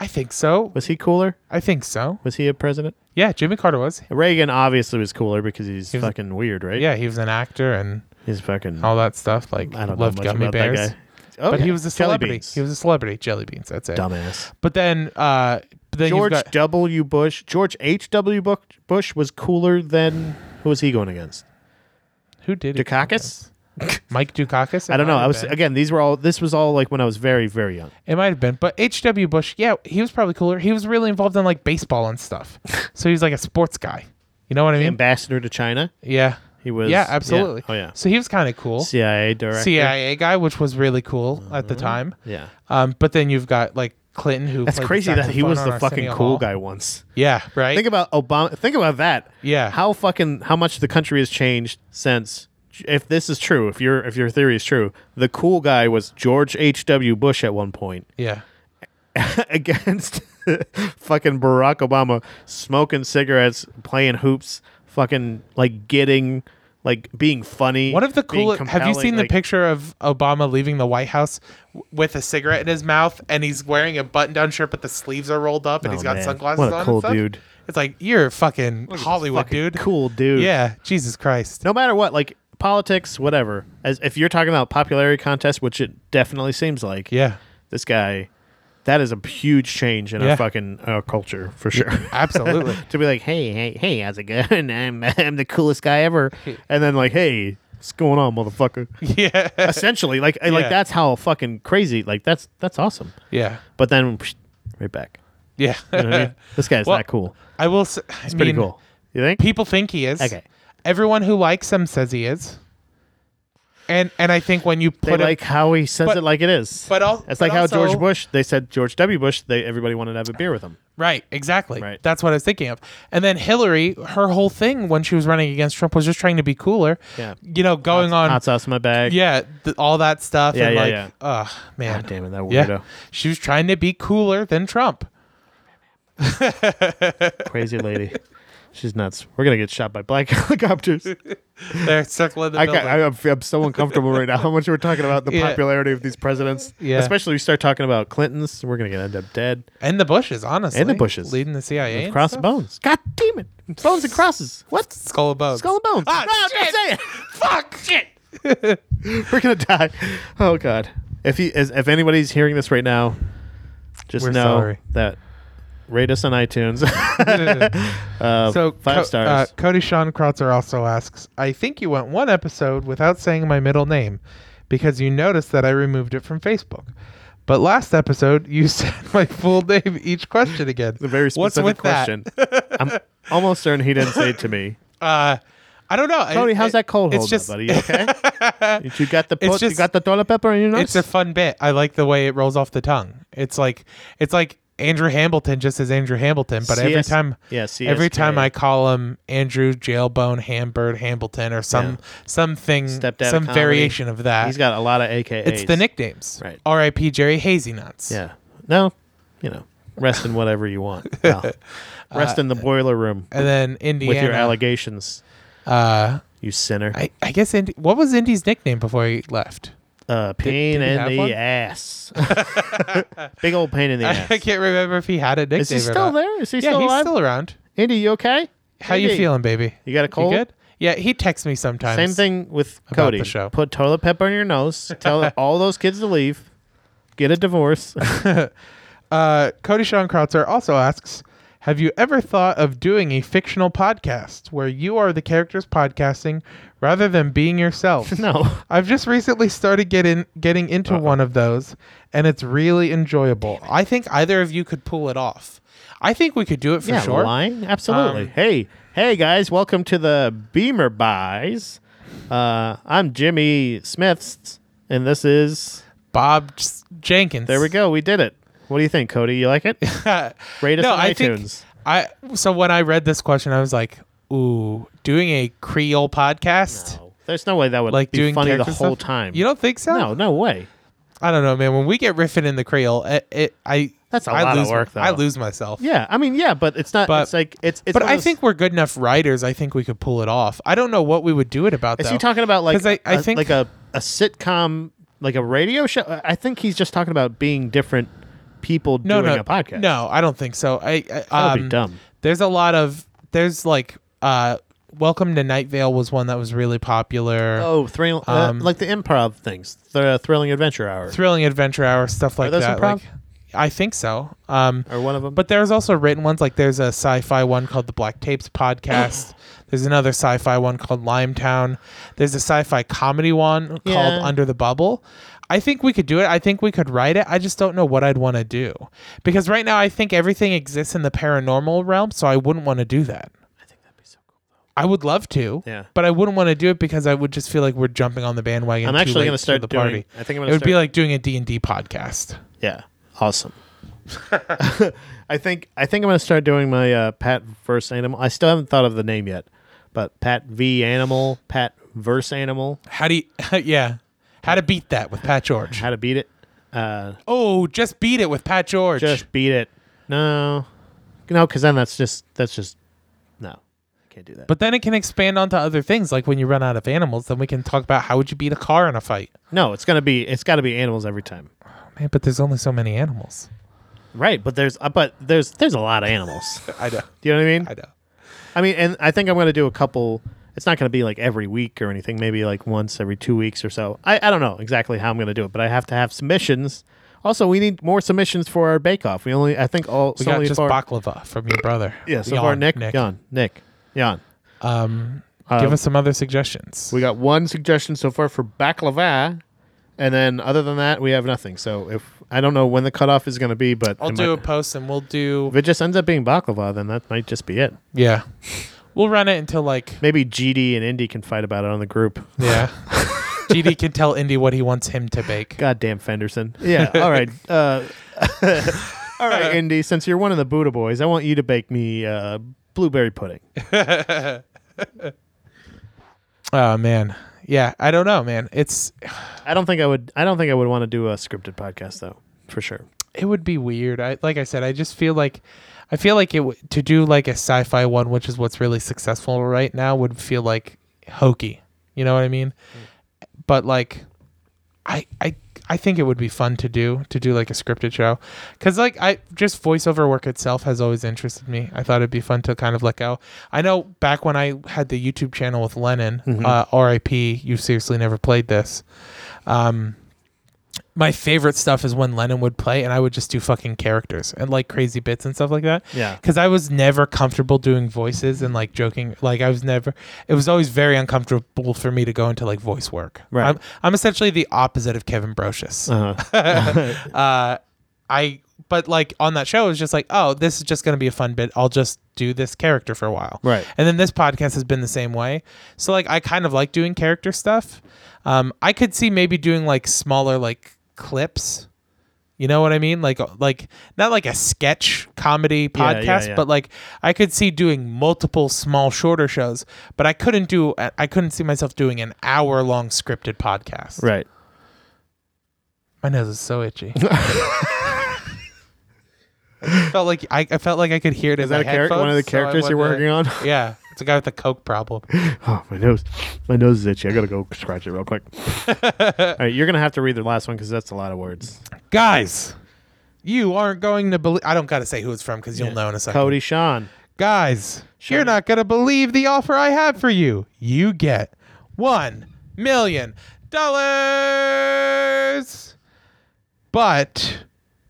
[SPEAKER 2] I think so.
[SPEAKER 1] Was he cooler?
[SPEAKER 2] I think so.
[SPEAKER 1] Was he a president?
[SPEAKER 2] Yeah, Jimmy Carter was.
[SPEAKER 1] Reagan obviously was cooler because he's
[SPEAKER 2] was-
[SPEAKER 1] fucking weird, right?
[SPEAKER 2] Yeah, he was an actor and
[SPEAKER 1] he's fucking.
[SPEAKER 2] all that stuff. Like
[SPEAKER 1] I don't know
[SPEAKER 2] loved
[SPEAKER 1] much
[SPEAKER 2] gummy
[SPEAKER 1] about
[SPEAKER 2] bears.
[SPEAKER 1] that guy. Oh,
[SPEAKER 2] But
[SPEAKER 1] yeah.
[SPEAKER 2] he was a
[SPEAKER 1] Jelly
[SPEAKER 2] celebrity.
[SPEAKER 1] beans.
[SPEAKER 2] He was a celebrity. Jelly beans. That's it.
[SPEAKER 1] dumbass.
[SPEAKER 2] But then, uh, but then
[SPEAKER 1] George
[SPEAKER 2] you've got
[SPEAKER 1] W. Bush, George H. W. Bush was cooler than who was he going against?
[SPEAKER 2] Who did it?
[SPEAKER 1] Dukakis?
[SPEAKER 2] Mike Dukakis? It
[SPEAKER 1] I don't know.
[SPEAKER 2] might
[SPEAKER 1] I
[SPEAKER 2] have
[SPEAKER 1] was
[SPEAKER 2] been.
[SPEAKER 1] again. These were all. This was all like when I was very, very young.
[SPEAKER 2] It might have been, but H.W. Bush, yeah, he was probably cooler. He was really involved in like baseball and stuff, so he's like a sports guy. You know what I mean?
[SPEAKER 1] Ambassador to China.
[SPEAKER 2] yeah,
[SPEAKER 1] He was.
[SPEAKER 2] yeah, absolutely.
[SPEAKER 1] Oh yeah.
[SPEAKER 2] So he was kind of cool,
[SPEAKER 1] CIA director.
[SPEAKER 2] CIA guy, which was really cool at the time.
[SPEAKER 1] Uh-huh. Yeah.
[SPEAKER 2] Um, but then you've got like Clinton, who
[SPEAKER 1] That's
[SPEAKER 2] played the
[SPEAKER 1] crazy that he
[SPEAKER 2] saxophone
[SPEAKER 1] was
[SPEAKER 2] on
[SPEAKER 1] the
[SPEAKER 2] Arsenio
[SPEAKER 1] fucking cool
[SPEAKER 2] Hall.
[SPEAKER 1] guy once.
[SPEAKER 2] Yeah, right.
[SPEAKER 1] Think about Obama. Think about that.
[SPEAKER 2] Yeah.
[SPEAKER 1] How fucking how much the country has changed since. If this is true, if your if your theory is true, the cool guy was George H. W. Bush at one point
[SPEAKER 2] yeah,
[SPEAKER 1] against fucking Barack Obama, smoking cigarettes, playing hoops, fucking like getting like being funny.
[SPEAKER 2] One of the
[SPEAKER 1] being
[SPEAKER 2] coolest. Have you
[SPEAKER 1] compelling,
[SPEAKER 2] seen the
[SPEAKER 1] like-
[SPEAKER 2] picture of Obama leaving the White House w- with a cigarette in his mouth, and he's wearing a button-down shirt, but the sleeves are rolled up, and
[SPEAKER 1] Oh,
[SPEAKER 2] he's got
[SPEAKER 1] man.
[SPEAKER 2] sunglasses
[SPEAKER 1] What a
[SPEAKER 2] on. and
[SPEAKER 1] cool
[SPEAKER 2] stuff?
[SPEAKER 1] dude.
[SPEAKER 2] It's like you're fucking Hollywood,
[SPEAKER 1] Fucking
[SPEAKER 2] dude.
[SPEAKER 1] Cool dude.
[SPEAKER 2] Yeah, Jesus Christ.
[SPEAKER 1] no matter what, like politics, whatever. As if you're talking about popularity contest, which it definitely seems like,
[SPEAKER 2] Yeah,
[SPEAKER 1] this guy, that is a huge change in
[SPEAKER 2] Yeah.
[SPEAKER 1] our fucking our culture for sure.
[SPEAKER 2] absolutely.
[SPEAKER 1] to be like, hey, hey, hey, how's it going? I'm I'm the coolest guy ever, and then like, hey, what's going on, motherfucker?
[SPEAKER 2] yeah,
[SPEAKER 1] Essentially, like, I- like
[SPEAKER 2] Yeah.
[SPEAKER 1] that's how fucking crazy. Like that's that's awesome.
[SPEAKER 2] yeah,
[SPEAKER 1] But then psh, right back.
[SPEAKER 2] yeah.
[SPEAKER 1] You know what I mean? This guy's
[SPEAKER 2] Well,
[SPEAKER 1] not cool.
[SPEAKER 2] I will. Say,
[SPEAKER 1] It's pretty cool. You think?
[SPEAKER 2] People think he is.
[SPEAKER 1] Okay.
[SPEAKER 2] Everyone who likes him says he is. And and I think when you
[SPEAKER 1] They
[SPEAKER 2] put him,
[SPEAKER 1] like how he says
[SPEAKER 2] but-
[SPEAKER 1] it like it is.
[SPEAKER 2] but al-
[SPEAKER 1] it's
[SPEAKER 2] but
[SPEAKER 1] like how
[SPEAKER 2] also-
[SPEAKER 1] George Bush. They said George W. Bush. They everybody wanted to have a beer with him.
[SPEAKER 2] Right, exactly.
[SPEAKER 1] Right.
[SPEAKER 2] That's what I was thinking of. And then Hillary, her whole thing when she was running against Trump was just trying to be cooler.
[SPEAKER 1] Yeah.
[SPEAKER 2] You know, going on.
[SPEAKER 1] Hot sauce in my bag.
[SPEAKER 2] yeah, th- all that stuff.
[SPEAKER 1] Yeah,
[SPEAKER 2] and
[SPEAKER 1] yeah,
[SPEAKER 2] like,
[SPEAKER 1] yeah.
[SPEAKER 2] oh, man.
[SPEAKER 1] God damn it, that
[SPEAKER 2] yeah.
[SPEAKER 1] weirdo.
[SPEAKER 2] She was trying to be cooler than Trump.
[SPEAKER 1] Crazy lady. She's nuts. We're gonna get shot by black helicopters.
[SPEAKER 2] They're circling the
[SPEAKER 1] I
[SPEAKER 2] building.
[SPEAKER 1] got, I, I'm, I'm so uncomfortable right now. How much we're talking about the
[SPEAKER 2] Yeah.
[SPEAKER 1] popularity of these presidents,
[SPEAKER 2] Yeah.
[SPEAKER 1] Especially we start talking about Clinton's, we're gonna get- end up dead.
[SPEAKER 2] and the Bushes, honestly.
[SPEAKER 1] And the Bushes.
[SPEAKER 2] Leading the CIA. and
[SPEAKER 1] Cross
[SPEAKER 2] stuff.
[SPEAKER 1] bones. God damn it. Bones and crosses. What?
[SPEAKER 2] Skull of Bones.
[SPEAKER 1] Skull and bones.
[SPEAKER 2] Ah,
[SPEAKER 1] Ah,
[SPEAKER 2] shit.
[SPEAKER 1] say it.
[SPEAKER 2] Fuck! Shit!
[SPEAKER 1] We're gonna die. Oh god. If he is, if anybody's hearing this right now, just
[SPEAKER 2] We're
[SPEAKER 1] know
[SPEAKER 2] sorry.
[SPEAKER 1] that rate us on iTunes. uh,
[SPEAKER 2] So
[SPEAKER 1] five
[SPEAKER 2] Co-
[SPEAKER 1] stars.
[SPEAKER 2] Uh, Cody Sean Krautzer also asks, I think you went one episode without saying my middle name because you noticed that I removed it from Facebook. But last episode, you said my full name each question again.
[SPEAKER 1] the very
[SPEAKER 2] What's
[SPEAKER 1] specific
[SPEAKER 2] with
[SPEAKER 1] question. I'm almost certain he didn't say it to me.
[SPEAKER 2] That? Uh, I don't know.
[SPEAKER 1] Tony,
[SPEAKER 2] It-
[SPEAKER 1] how's
[SPEAKER 2] it-
[SPEAKER 1] that cold
[SPEAKER 2] it's
[SPEAKER 1] hold up,
[SPEAKER 2] just-
[SPEAKER 1] buddy? You okay? you got the
[SPEAKER 2] It's
[SPEAKER 1] pot- you
[SPEAKER 2] just-
[SPEAKER 1] got the toilet paper in your nose.
[SPEAKER 2] It's a fun bit. I like the way it rolls off the tongue. It's like it's like Andrew Hamilton just as Andrew Hamilton, but every
[SPEAKER 1] CS
[SPEAKER 2] time
[SPEAKER 1] yeah,
[SPEAKER 2] every
[SPEAKER 1] CSK.
[SPEAKER 2] time I call him Andrew Jailbone Hambird Hamilton or some something
[SPEAKER 1] Stepdad of
[SPEAKER 2] some
[SPEAKER 1] comedy.
[SPEAKER 2] variation of that.
[SPEAKER 1] he's got a lot of AKAs.
[SPEAKER 2] It's the nicknames.
[SPEAKER 1] Right.
[SPEAKER 2] R.I.P. Jerry Hazy Nuts.
[SPEAKER 1] Yeah. No, you know, rest in whatever you want. Well, rest in the boiler room
[SPEAKER 2] And then Uh, Indiana.
[SPEAKER 1] with your allegations,
[SPEAKER 2] Uh,
[SPEAKER 1] you sinner.
[SPEAKER 2] I, I guess Indy, what was Indy's nickname before he left?
[SPEAKER 1] uh, pain
[SPEAKER 2] did he
[SPEAKER 1] in
[SPEAKER 2] have
[SPEAKER 1] the
[SPEAKER 2] one?
[SPEAKER 1] ass. Big old pain in the ass.
[SPEAKER 2] I can't remember if he had a nickname.
[SPEAKER 1] Is he
[SPEAKER 2] or
[SPEAKER 1] still
[SPEAKER 2] not.
[SPEAKER 1] there? Is he
[SPEAKER 2] Yeah,
[SPEAKER 1] still
[SPEAKER 2] he's
[SPEAKER 1] alive?
[SPEAKER 2] still around.
[SPEAKER 1] Andy, you okay?
[SPEAKER 2] How you
[SPEAKER 1] Andy,
[SPEAKER 2] feeling, baby?
[SPEAKER 1] You got a cold?
[SPEAKER 2] good? Yeah, he texts me sometimes.
[SPEAKER 1] Same thing with
[SPEAKER 2] About
[SPEAKER 1] Cody.
[SPEAKER 2] the show.
[SPEAKER 1] Put toilet pepper in your nose. Tell all those kids to leave. Get a divorce.
[SPEAKER 2] Uh, Cody Sean Krautzer also asks, have you ever thought of doing a fictional podcast where you are the characters podcasting rather than being yourself?
[SPEAKER 1] no.
[SPEAKER 2] I've just recently started getting getting into one of those, and it's really enjoyable. I think either of you could pull it off. I think we could do it for
[SPEAKER 1] yeah,
[SPEAKER 2] sure.
[SPEAKER 1] lying. Absolutely.
[SPEAKER 2] Um,
[SPEAKER 1] hey, hey guys, welcome to the Beamer Buys. Uh, I'm Jimmy Smiths, and this is.
[SPEAKER 2] Bob S- Jenkins.
[SPEAKER 1] There we go. We did it. What do you think, Cody? You like it? Rate us
[SPEAKER 2] no,
[SPEAKER 1] on
[SPEAKER 2] I
[SPEAKER 1] iTunes.
[SPEAKER 2] think I. So when I read this question, I was like, "Ooh, doing a Creole podcast,
[SPEAKER 1] No. Oh. There's no way that would
[SPEAKER 2] like
[SPEAKER 1] be
[SPEAKER 2] doing
[SPEAKER 1] funny the
[SPEAKER 2] character
[SPEAKER 1] whole
[SPEAKER 2] stuff?
[SPEAKER 1] time.
[SPEAKER 2] You don't think so?
[SPEAKER 1] no, no way.
[SPEAKER 2] I don't know, man. When we get riffing in the Creole, it, it I
[SPEAKER 1] That's a
[SPEAKER 2] I
[SPEAKER 1] lot of
[SPEAKER 2] lose,
[SPEAKER 1] work, though.
[SPEAKER 2] I lose myself.
[SPEAKER 1] Yeah, I mean, yeah, but it's not.
[SPEAKER 2] But-
[SPEAKER 1] it's like it's. it's one
[SPEAKER 2] But
[SPEAKER 1] of
[SPEAKER 2] I
[SPEAKER 1] those-
[SPEAKER 2] think we're good enough writers. I think we could pull it off. I don't know what we would do it about.
[SPEAKER 1] Is
[SPEAKER 2] though.
[SPEAKER 1] he talking about
[SPEAKER 2] 'Cause
[SPEAKER 1] like
[SPEAKER 2] I- I
[SPEAKER 1] a-
[SPEAKER 2] think-
[SPEAKER 1] like a, a sitcom, like a radio show? I I think he's just talking about being different people
[SPEAKER 2] no,
[SPEAKER 1] doing
[SPEAKER 2] no,
[SPEAKER 1] a podcast.
[SPEAKER 2] No, I don't think so. I, I
[SPEAKER 1] that would
[SPEAKER 2] um,
[SPEAKER 1] be dumb.
[SPEAKER 2] There's a lot of there's like uh Welcome to Night Vale was one that was really popular.
[SPEAKER 1] Oh, thrill, uh,
[SPEAKER 2] Um,
[SPEAKER 1] like the improv things, the thrilling adventure hour.
[SPEAKER 2] Thrilling Adventure Hour stuff like
[SPEAKER 1] those
[SPEAKER 2] that.
[SPEAKER 1] improv?
[SPEAKER 2] Like, I think so. Um,
[SPEAKER 1] Or one of them.
[SPEAKER 2] but there's also written ones like there's a sci-fi one called the Black Tapes podcast. there's another sci-fi one called Limetown. There's a sci-fi comedy one
[SPEAKER 1] Yeah.
[SPEAKER 2] called Under the Bubble. I think we could do it. I think we could write it. I just don't know what I'd want to do because right now I think everything exists in the paranormal realm, so I wouldn't want to do that. I would love to,
[SPEAKER 1] Yeah.
[SPEAKER 2] but I wouldn't want to do it because I would just feel like we're jumping on the bandwagon.
[SPEAKER 1] I'm
[SPEAKER 2] too
[SPEAKER 1] actually
[SPEAKER 2] late
[SPEAKER 1] gonna
[SPEAKER 2] to
[SPEAKER 1] start
[SPEAKER 2] the
[SPEAKER 1] doing-
[SPEAKER 2] party.
[SPEAKER 1] I think I'm
[SPEAKER 2] it
[SPEAKER 1] gonna
[SPEAKER 2] would be
[SPEAKER 1] start-
[SPEAKER 2] like doing a D and D podcast.
[SPEAKER 1] yeah, awesome. I think I think I'm gonna start doing my uh, Pat verse animal. I still haven't thought of the name yet, but Pat v animal, Pat verse animal.
[SPEAKER 2] How do you? yeah, how to beat that with Pat George?
[SPEAKER 1] How to beat it? Uh,
[SPEAKER 2] Oh, just beat it with Pat George.
[SPEAKER 1] just beat it. No, no, because then that's just that's just no. Can't do that.
[SPEAKER 2] but then it can expand onto other things, like when you run out of animals, then we can talk about how would you beat a car in a fight.
[SPEAKER 1] no, it's gonna be it's got to be animals every time.
[SPEAKER 2] Oh, Man, but there's only so many animals.
[SPEAKER 1] Right, but there's uh, but there's there's a lot of animals.
[SPEAKER 2] I know.
[SPEAKER 1] Do you know what I mean?
[SPEAKER 2] I know.
[SPEAKER 1] I mean, and I think I'm going to do a couple. It's not going to be like every week or anything. Maybe like once every two weeks or so. I, I don't know exactly how I'm going to do it, but I have to have submissions. Also, we need more submissions for our Bake Off. We only I think all
[SPEAKER 2] We
[SPEAKER 1] so
[SPEAKER 2] got
[SPEAKER 1] only
[SPEAKER 2] just
[SPEAKER 1] far,
[SPEAKER 2] baklava from your brother.
[SPEAKER 1] yeah so
[SPEAKER 2] Jan,
[SPEAKER 1] far Nick
[SPEAKER 2] Nick.
[SPEAKER 1] Jan Nick Jan.
[SPEAKER 2] Um, give us some other suggestions.
[SPEAKER 1] We got one suggestion so far for baklava, and then other than that we have nothing. So if I don't know when the cutoff is going to be, but
[SPEAKER 2] I'll
[SPEAKER 1] it
[SPEAKER 2] do a
[SPEAKER 1] might-
[SPEAKER 2] post and we'll do.
[SPEAKER 1] if it just ends up being baklava, then that might just be it.
[SPEAKER 2] Yeah. We'll run it until like
[SPEAKER 1] Maybe GD and Indy can fight about it on the group.
[SPEAKER 2] yeah. GD can tell Indy what he wants him to bake.
[SPEAKER 1] Goddamn Fenderson. Uh, Yeah. All right. Uh, all right, Indy. Since you're one of the Buddha boys, I want you to bake me uh, blueberry pudding.
[SPEAKER 2] Oh man. Yeah, I don't know, man. It's
[SPEAKER 1] I don't think I would. I don't think I would want to do a scripted podcast though, for sure.
[SPEAKER 2] it would be weird. I like I said, I just feel like I feel like it w- to do like a sci-fi one, which is what's really successful right now, would feel like hokey. You know what I mean? But like, I I I think it would be fun to do to do like a scripted show, because like I just voiceover work itself has always interested me. I thought it'd be fun to kind of let go. I know back when I had the YouTube channel with Lennon, uh, R.I.P. You seriously never played this. Um, my favorite stuff is when Lennon would play and I would just do fucking characters and like crazy bits and stuff like that.
[SPEAKER 1] Yeah.
[SPEAKER 2] Cause I was never comfortable doing voices and like joking. Like I was never, it was always very uncomfortable for me to go into like voice work.
[SPEAKER 1] Right.
[SPEAKER 2] I'm, I'm essentially the opposite of Kevin Brocious.
[SPEAKER 1] Uh,
[SPEAKER 2] Uh, I, but like on that show, it was just like, oh, this is just going to be a fun bit. I'll just do this character for a while.
[SPEAKER 1] Right.
[SPEAKER 2] And then this podcast has been the same way. So like, I kind of like doing character stuff. Um, I could see maybe doing like smaller, like clips. You know what I mean? Like, uh, like not like a sketch comedy
[SPEAKER 1] Yeah,
[SPEAKER 2] podcast,
[SPEAKER 1] yeah, yeah.
[SPEAKER 2] but like I could see doing multiple small, shorter shows. But I couldn't do. I couldn't see myself doing an hour-long scripted podcast.
[SPEAKER 1] right.
[SPEAKER 2] My nose is so itchy. I felt like I, I felt like I could hear it.
[SPEAKER 1] Is that a character? One of the characters you're working on?
[SPEAKER 2] Yeah, it's a guy with a coke problem.
[SPEAKER 1] Oh, my nose. My nose is itchy. I gotta go scratch it real quick. all right, you're gonna have to read the last one because that's a lot of words.
[SPEAKER 2] Guys, you aren't going to believe. I don't gotta say who it's from because you'll know in a second.
[SPEAKER 1] Cody Sean.
[SPEAKER 2] Guys, you're not gonna believe the offer I have for you. You get one million dollars, but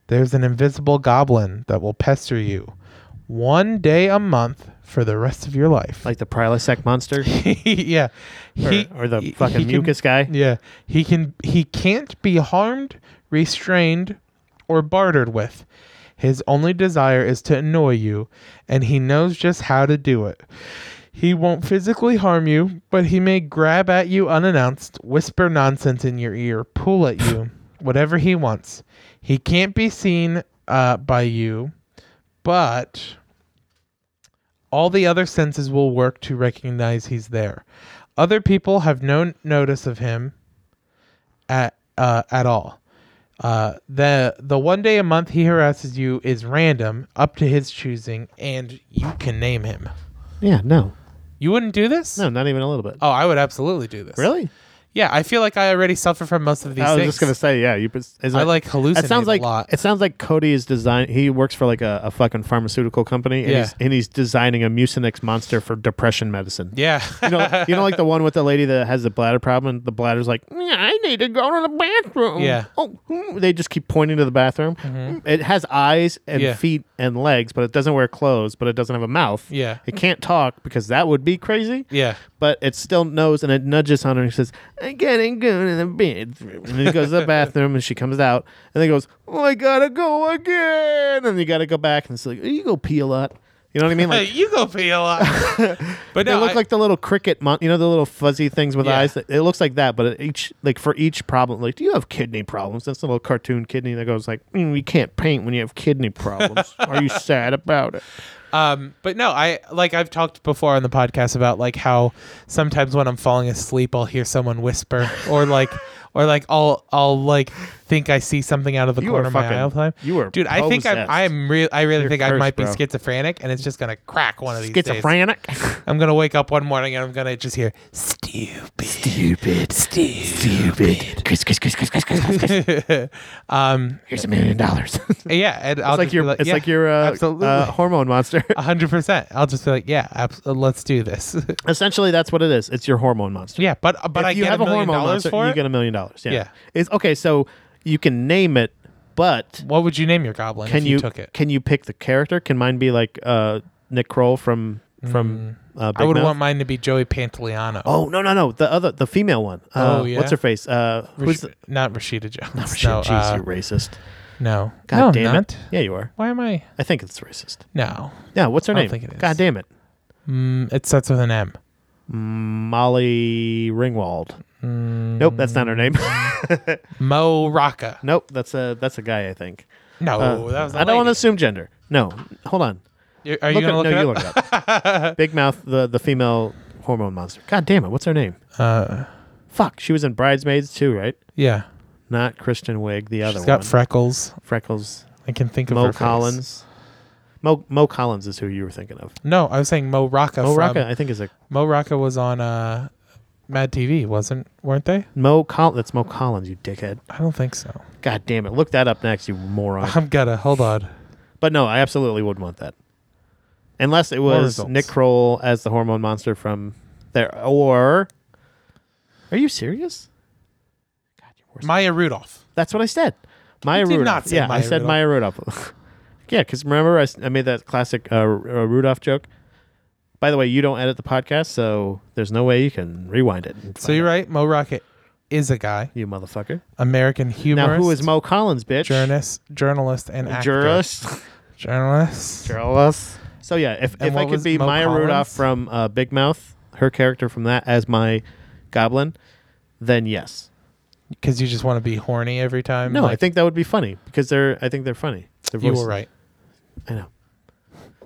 [SPEAKER 2] there's an invisible goblin that will pester you one day a month for the rest of your life.
[SPEAKER 1] Like the Prilosec monster
[SPEAKER 2] yeah,
[SPEAKER 1] or,
[SPEAKER 2] he,
[SPEAKER 1] or the
[SPEAKER 2] he-
[SPEAKER 1] fucking
[SPEAKER 2] he can-
[SPEAKER 1] mucus guy.
[SPEAKER 2] Yeah, he can. He can't be harmed, restrained, or bartered with. His only desire is to annoy you, and he knows just how to do it. He won't physically harm you, but he may grab at you unannounced, whisper nonsense in your ear, pull at you, whatever he wants. He can't be seen uh, by you, but all the other senses will work to recognize he's there. Other people have no notice of him at uh, at all. Uh, the the one day a month he harasses you is random, up to his choosing, and you can name him.
[SPEAKER 1] Yeah. No.
[SPEAKER 2] You wouldn't do this?
[SPEAKER 1] No. Not even a little bit.
[SPEAKER 2] Oh, I would absolutely do this.
[SPEAKER 1] Really?
[SPEAKER 2] Yeah, I feel like I already suffer from most of these
[SPEAKER 1] I was
[SPEAKER 2] things.
[SPEAKER 1] just gonna say, yeah, you. pres- Is
[SPEAKER 2] I
[SPEAKER 1] that-
[SPEAKER 2] like hallucinate
[SPEAKER 1] It sounds like
[SPEAKER 2] a lot.
[SPEAKER 1] it sounds like Cody is design. He works for like a, a fucking pharmaceutical company, and,
[SPEAKER 2] Yeah.
[SPEAKER 1] he's, and he's designing a mucinex monster for depression medicine.
[SPEAKER 2] yeah.
[SPEAKER 1] You know, you know, like the one with the lady that has the bladder problem. And the bladder's like, "Mm, I need to go to the bathroom.
[SPEAKER 2] Yeah. Mm-hmm.
[SPEAKER 1] Oh, mm," they just keep pointing to the bathroom. Mm, It has eyes and
[SPEAKER 2] Yeah.
[SPEAKER 1] feet and legs, but it doesn't wear clothes. But it doesn't have a mouth.
[SPEAKER 2] Yeah.
[SPEAKER 1] It can't talk because that would be crazy.
[SPEAKER 2] yeah.
[SPEAKER 1] But it still knows, and it nudges on her and says, "I gotta go to the bathroom." And then he goes to the bathroom, and she comes out, and then goes, "Oh, I gotta go again." And you gotta go back, and it's like, "You go pee a lot." You know what I mean? Like
[SPEAKER 2] Hey, you go pee a lot. but
[SPEAKER 1] they
[SPEAKER 2] no,
[SPEAKER 1] look
[SPEAKER 2] I-
[SPEAKER 1] like the little cricket, mon- you know, the little fuzzy things with
[SPEAKER 2] Yeah.
[SPEAKER 1] eyes. That- It looks like that, but each like for each problem, like, do you have kidney problems? That's the little cartoon kidney that goes like, mm, "You can't paint when you have kidney problems." Are you sad about it?
[SPEAKER 2] Um, but no, I like I've talked before on the podcast about like how sometimes when I'm falling asleep, I'll hear someone whisper, or like, or like I'll I'll like think I see something out of the
[SPEAKER 1] You
[SPEAKER 2] corner
[SPEAKER 1] are
[SPEAKER 2] of my
[SPEAKER 1] fucking-
[SPEAKER 2] eye all the time.
[SPEAKER 1] you are
[SPEAKER 2] dude. I think I'm
[SPEAKER 1] possessed.
[SPEAKER 2] I'm real. I really
[SPEAKER 1] You're
[SPEAKER 2] think I
[SPEAKER 1] cursed,
[SPEAKER 2] might be
[SPEAKER 1] bro.
[SPEAKER 2] schizophrenic, and it's just gonna crack one of these days.
[SPEAKER 1] Schizophrenic.
[SPEAKER 2] I'm gonna wake up one morning and I'm gonna just hear stupid, stupid, stupid.
[SPEAKER 1] Chris, Chris, Chris, Chris, Chris, Chris, Chris, Chris,
[SPEAKER 2] um,
[SPEAKER 1] here's a million dollars. It's
[SPEAKER 2] yeah, and I'll
[SPEAKER 1] like
[SPEAKER 2] just be
[SPEAKER 1] your, it's
[SPEAKER 2] yeah,
[SPEAKER 1] like your uh,
[SPEAKER 2] absolutely.
[SPEAKER 1] uh, hormone monster.
[SPEAKER 2] A hundred percent. I'll just be like, yeah, abs- uh, let's do this.
[SPEAKER 1] Essentially, that's what it is. It's your hormone monster.
[SPEAKER 2] yeah, but but
[SPEAKER 1] if
[SPEAKER 2] I
[SPEAKER 1] you
[SPEAKER 2] get
[SPEAKER 1] have
[SPEAKER 2] a million
[SPEAKER 1] hormone
[SPEAKER 2] dollars
[SPEAKER 1] monster,
[SPEAKER 2] for
[SPEAKER 1] you
[SPEAKER 2] it.
[SPEAKER 1] get a million dollars. Yeah.
[SPEAKER 2] Yeah.
[SPEAKER 1] It's okay. So you can name it, but
[SPEAKER 2] What would you name your goblin
[SPEAKER 1] can
[SPEAKER 2] if
[SPEAKER 1] you,
[SPEAKER 2] you, took it?
[SPEAKER 1] can you pick the character? Can mine be like uh, Nick Kroll from from uh, Big
[SPEAKER 2] Mm. I would
[SPEAKER 1] Mouth?
[SPEAKER 2] want mine to be Joey Pantoliano.
[SPEAKER 1] Oh no no no the other the female one. Uh,
[SPEAKER 2] Oh, yeah?
[SPEAKER 1] What's her face? Uh, who's
[SPEAKER 2] Rash-
[SPEAKER 1] the,
[SPEAKER 2] not Rashida Jones.
[SPEAKER 1] oh, shit,
[SPEAKER 2] no,
[SPEAKER 1] jeez,
[SPEAKER 2] uh,
[SPEAKER 1] you racist.
[SPEAKER 2] no.
[SPEAKER 1] God
[SPEAKER 2] No, I'm
[SPEAKER 1] damn
[SPEAKER 2] not.
[SPEAKER 1] it. Yeah, you are.
[SPEAKER 2] Why am I?
[SPEAKER 1] I think it's racist.
[SPEAKER 2] No,
[SPEAKER 1] Yeah, what's her
[SPEAKER 2] I don't
[SPEAKER 1] name?
[SPEAKER 2] think it is.
[SPEAKER 1] God damn it,
[SPEAKER 2] mm, it starts with an M.
[SPEAKER 1] Molly Ringwald.
[SPEAKER 2] Mm.
[SPEAKER 1] Nope, that's not her name.
[SPEAKER 2] Mo Rocca.
[SPEAKER 1] nope, that's a that's a guy. I think.
[SPEAKER 2] No,
[SPEAKER 1] Uh,
[SPEAKER 2] Oh, that was.
[SPEAKER 1] I don't want to assume gender. No, hold on.
[SPEAKER 2] to. Are you gonna
[SPEAKER 1] up-
[SPEAKER 2] look
[SPEAKER 1] no,
[SPEAKER 2] it
[SPEAKER 1] you
[SPEAKER 2] up?
[SPEAKER 1] look it up. Big Mouth, the the female hormone monster. God damn it, what's her name?
[SPEAKER 2] Uh,
[SPEAKER 1] Fuck, she was in Bridesmaids too, right?
[SPEAKER 2] yeah,
[SPEAKER 1] Not Kristen Wiig, the other
[SPEAKER 2] she's got
[SPEAKER 1] one.
[SPEAKER 2] freckles.
[SPEAKER 1] Freckles.
[SPEAKER 2] I can think of
[SPEAKER 1] Mo
[SPEAKER 2] her face.
[SPEAKER 1] Collins. Mo Mo Collins is who you were thinking of.
[SPEAKER 2] No, I was saying Mo Rocca.
[SPEAKER 1] Mo
[SPEAKER 2] from-
[SPEAKER 1] Rocca, I think, is a
[SPEAKER 2] Mo Rocca was on uh, Mad TV, wasn't? Weren't they?
[SPEAKER 1] Mo Collins. That's Mo Collins, you dickhead.
[SPEAKER 2] I don't think so.
[SPEAKER 1] God damn it, look that up next, you moron.
[SPEAKER 2] I'm gonna hold on.
[SPEAKER 1] But no, I absolutely would want that. Unless it was
[SPEAKER 2] results.
[SPEAKER 1] Nick Kroll as the hormone monster from there, or are you serious? God, you're worse.
[SPEAKER 2] Maya Rudolph.
[SPEAKER 1] That's what I said. Maya
[SPEAKER 2] did
[SPEAKER 1] Rudolph.
[SPEAKER 2] not say
[SPEAKER 1] yeah, I
[SPEAKER 2] Maya
[SPEAKER 1] said
[SPEAKER 2] Rudolph.
[SPEAKER 1] Maya Rudolph. yeah, because remember I, s- I made that classic uh, R- uh, Rudolph joke. By the way, you don't edit the podcast, so there's no way you can rewind it. and
[SPEAKER 2] So
[SPEAKER 1] find
[SPEAKER 2] you're
[SPEAKER 1] out,
[SPEAKER 2] right. Mo Rocket is a guy.
[SPEAKER 1] you motherfucker.
[SPEAKER 2] American humorist.
[SPEAKER 1] Now who is Mo Collins, bitch?
[SPEAKER 2] journalist, journalist, and actor.
[SPEAKER 1] Jurist.
[SPEAKER 2] Journalist.
[SPEAKER 1] Jurist. So yeah, if,
[SPEAKER 2] And
[SPEAKER 1] if I
[SPEAKER 2] what
[SPEAKER 1] could
[SPEAKER 2] was
[SPEAKER 1] be
[SPEAKER 2] Mo
[SPEAKER 1] Maya
[SPEAKER 2] Collins?
[SPEAKER 1] Rudolph from uh, Big Mouth, her character from that as my goblin, then yes.
[SPEAKER 2] Because you just want to be horny every time.
[SPEAKER 1] No, I
[SPEAKER 2] like,
[SPEAKER 1] think that would be funny because they're. I think they're funny. Their
[SPEAKER 2] you
[SPEAKER 1] voices-
[SPEAKER 2] were right.
[SPEAKER 1] I know.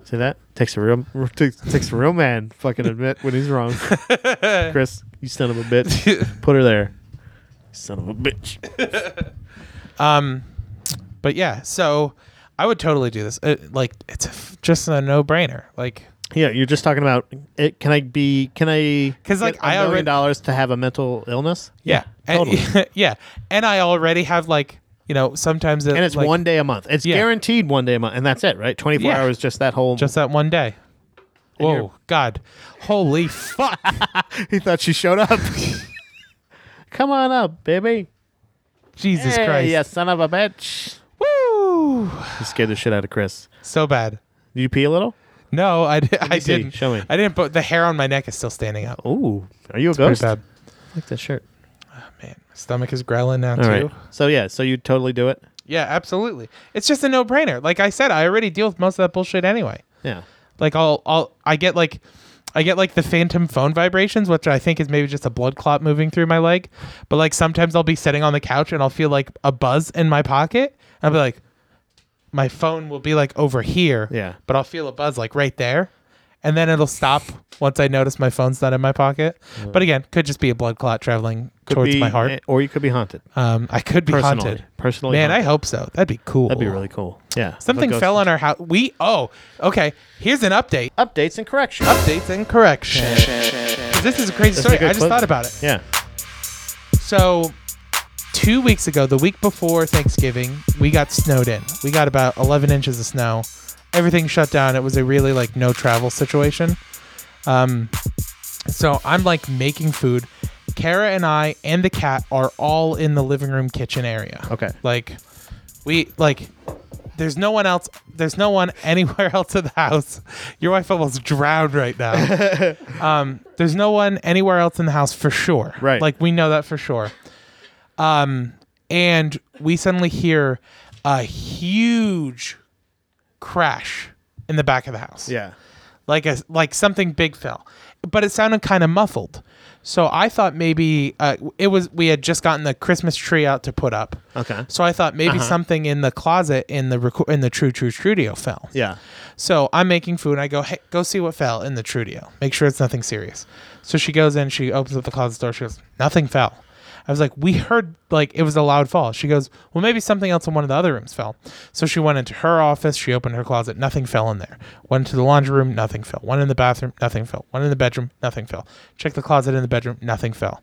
[SPEAKER 1] See that takes a real takes, takes a real man to fucking admit when he's wrong. Chris, you son of a bitch. Put her there. Son of a bitch.
[SPEAKER 2] Um, but yeah, so I would totally do this. It, like, it's a f just a no-brainer. Like,
[SPEAKER 1] Yeah, you're just talking about it. Can I be? Can I?
[SPEAKER 2] 'Cause, like,
[SPEAKER 1] get
[SPEAKER 2] I
[SPEAKER 1] a million
[SPEAKER 2] already-
[SPEAKER 1] dollars to have a mental illness.
[SPEAKER 2] yeah, and,
[SPEAKER 1] totally.
[SPEAKER 2] yeah, and I already have like, you know, sometimes it,
[SPEAKER 1] And it's
[SPEAKER 2] like,
[SPEAKER 1] one day a month. It's
[SPEAKER 2] Yeah.
[SPEAKER 1] guaranteed one day a month, and that's it, right? Twenty four
[SPEAKER 2] Yeah.
[SPEAKER 1] hours, just that whole.
[SPEAKER 2] just that one day.
[SPEAKER 1] you're-
[SPEAKER 2] Whoa, God, holy fuck!
[SPEAKER 1] he thought she showed up. Come on up, baby.
[SPEAKER 2] Jesus
[SPEAKER 1] hey,
[SPEAKER 2] Christ!
[SPEAKER 1] you son of a bitch.
[SPEAKER 2] Woo!
[SPEAKER 1] You scared the shit out of Chris.
[SPEAKER 2] So bad.
[SPEAKER 1] Did you pee a little?
[SPEAKER 2] No, I, di- I
[SPEAKER 1] see.
[SPEAKER 2] didn't.
[SPEAKER 1] Show me.
[SPEAKER 2] I didn't. But the hair on my neck is still standing up.
[SPEAKER 1] Ooh, are you a
[SPEAKER 2] Pretty
[SPEAKER 1] ghost?
[SPEAKER 2] bad.
[SPEAKER 1] like that shirt.
[SPEAKER 2] Man, my stomach is growling now
[SPEAKER 1] All
[SPEAKER 2] too.
[SPEAKER 1] right. So yeah, so you totally do it.
[SPEAKER 2] Yeah, absolutely. It's just a no-brainer. Like I said, I already deal with most of that bullshit anyway.
[SPEAKER 1] Yeah.
[SPEAKER 2] Like I'll, I'll, I get like, I get like the phantom phone vibrations, which I think is maybe just a blood clot moving through my leg. But like sometimes I'll be sitting on the couch and I'll feel like a buzz in my pocket. I'll be like, my phone will be like over here.
[SPEAKER 1] Yeah.
[SPEAKER 2] But I'll feel a buzz like right there, and then it'll stop once I notice my phone's not in my pocket. But again, could just be a blood clot traveling towards
[SPEAKER 1] Be-
[SPEAKER 2] my heart.
[SPEAKER 1] eh, Or you could be haunted.
[SPEAKER 2] Um, I could be
[SPEAKER 1] Personally.
[SPEAKER 2] haunted.
[SPEAKER 1] Personally
[SPEAKER 2] man,
[SPEAKER 1] haunted.
[SPEAKER 2] I hope so. That'd be cool.
[SPEAKER 1] That'd be really cool. Yeah.
[SPEAKER 2] Something fell on our house. We oh okay. Here's an update.
[SPEAKER 1] Updates and corrections.
[SPEAKER 2] Updates and corrections. This is a crazy
[SPEAKER 1] That's a
[SPEAKER 2] story.
[SPEAKER 1] good
[SPEAKER 2] Oh, I just
[SPEAKER 1] clip.
[SPEAKER 2] thought about it.
[SPEAKER 1] Yeah.
[SPEAKER 2] so two weeks ago, the week before Thanksgiving, we got snowed in. We got about 11 inches of snow. Everything shut down. It was a really like no travel situation. Um, so I'm like making food. Kara and I and the cat are all in the living room kitchen area.
[SPEAKER 1] Okay.
[SPEAKER 2] Like we like there's no one else there's no one anywhere else in the house. Your wife almost drowned right now. um there's no one anywhere else in the house for sure.
[SPEAKER 1] Right.
[SPEAKER 2] Like we know that for sure. Um and we suddenly hear a huge crash in the back of the house
[SPEAKER 1] Yeah.
[SPEAKER 2] like a like something big fell, but it sounded kind of muffled. So I thought maybe uh, it was we had just gotten the Christmas tree out to put up.
[SPEAKER 1] Okay.
[SPEAKER 2] So I thought maybe something in the closet in the reco- in the True True Studio fell.
[SPEAKER 1] Yeah.
[SPEAKER 2] So I'm making food and I go, hey, go see what fell in the Trudio. Make sure it's nothing serious. So she goes in, she opens up the closet door, she goes, nothing fell. I was like, we heard like it was a loud fall. She goes, well, maybe something else in one of the other rooms fell. So she went into her office, she opened her closet, nothing fell in there. Went into the laundry room, nothing fell. One in the bathroom, nothing fell. One in the bedroom, nothing fell. Checked the closet in the bedroom, nothing fell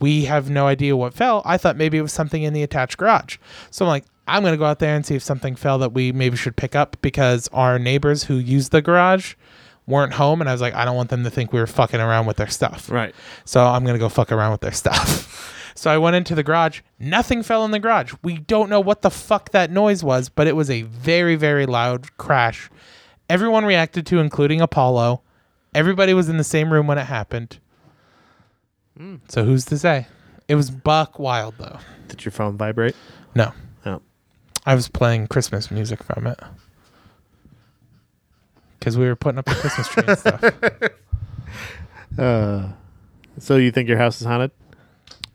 [SPEAKER 2] we have no idea what fell. I thought maybe it was something in the attached garage. So I'm like, I'm going to go out there and see if something fell that we maybe should pick up because our neighbors who used the garage weren't home. And I was like, I don't want them to think we were fucking around with their stuff.
[SPEAKER 1] Right.
[SPEAKER 2] So I'm going to go fuck around with their stuff. so I went into the garage. Nothing fell in the garage. We don't know what the fuck that noise was, but it was a very, very loud crash. Everyone reacted to, including Apollo. Everybody was in the same room when it happened. So who's to say? It was buck wild though.
[SPEAKER 1] Did your phone vibrate?
[SPEAKER 2] No,
[SPEAKER 1] Oh.
[SPEAKER 2] I was playing Christmas music from it because we were putting up the Christmas tree and stuff.
[SPEAKER 1] Uh, so you think your house is haunted?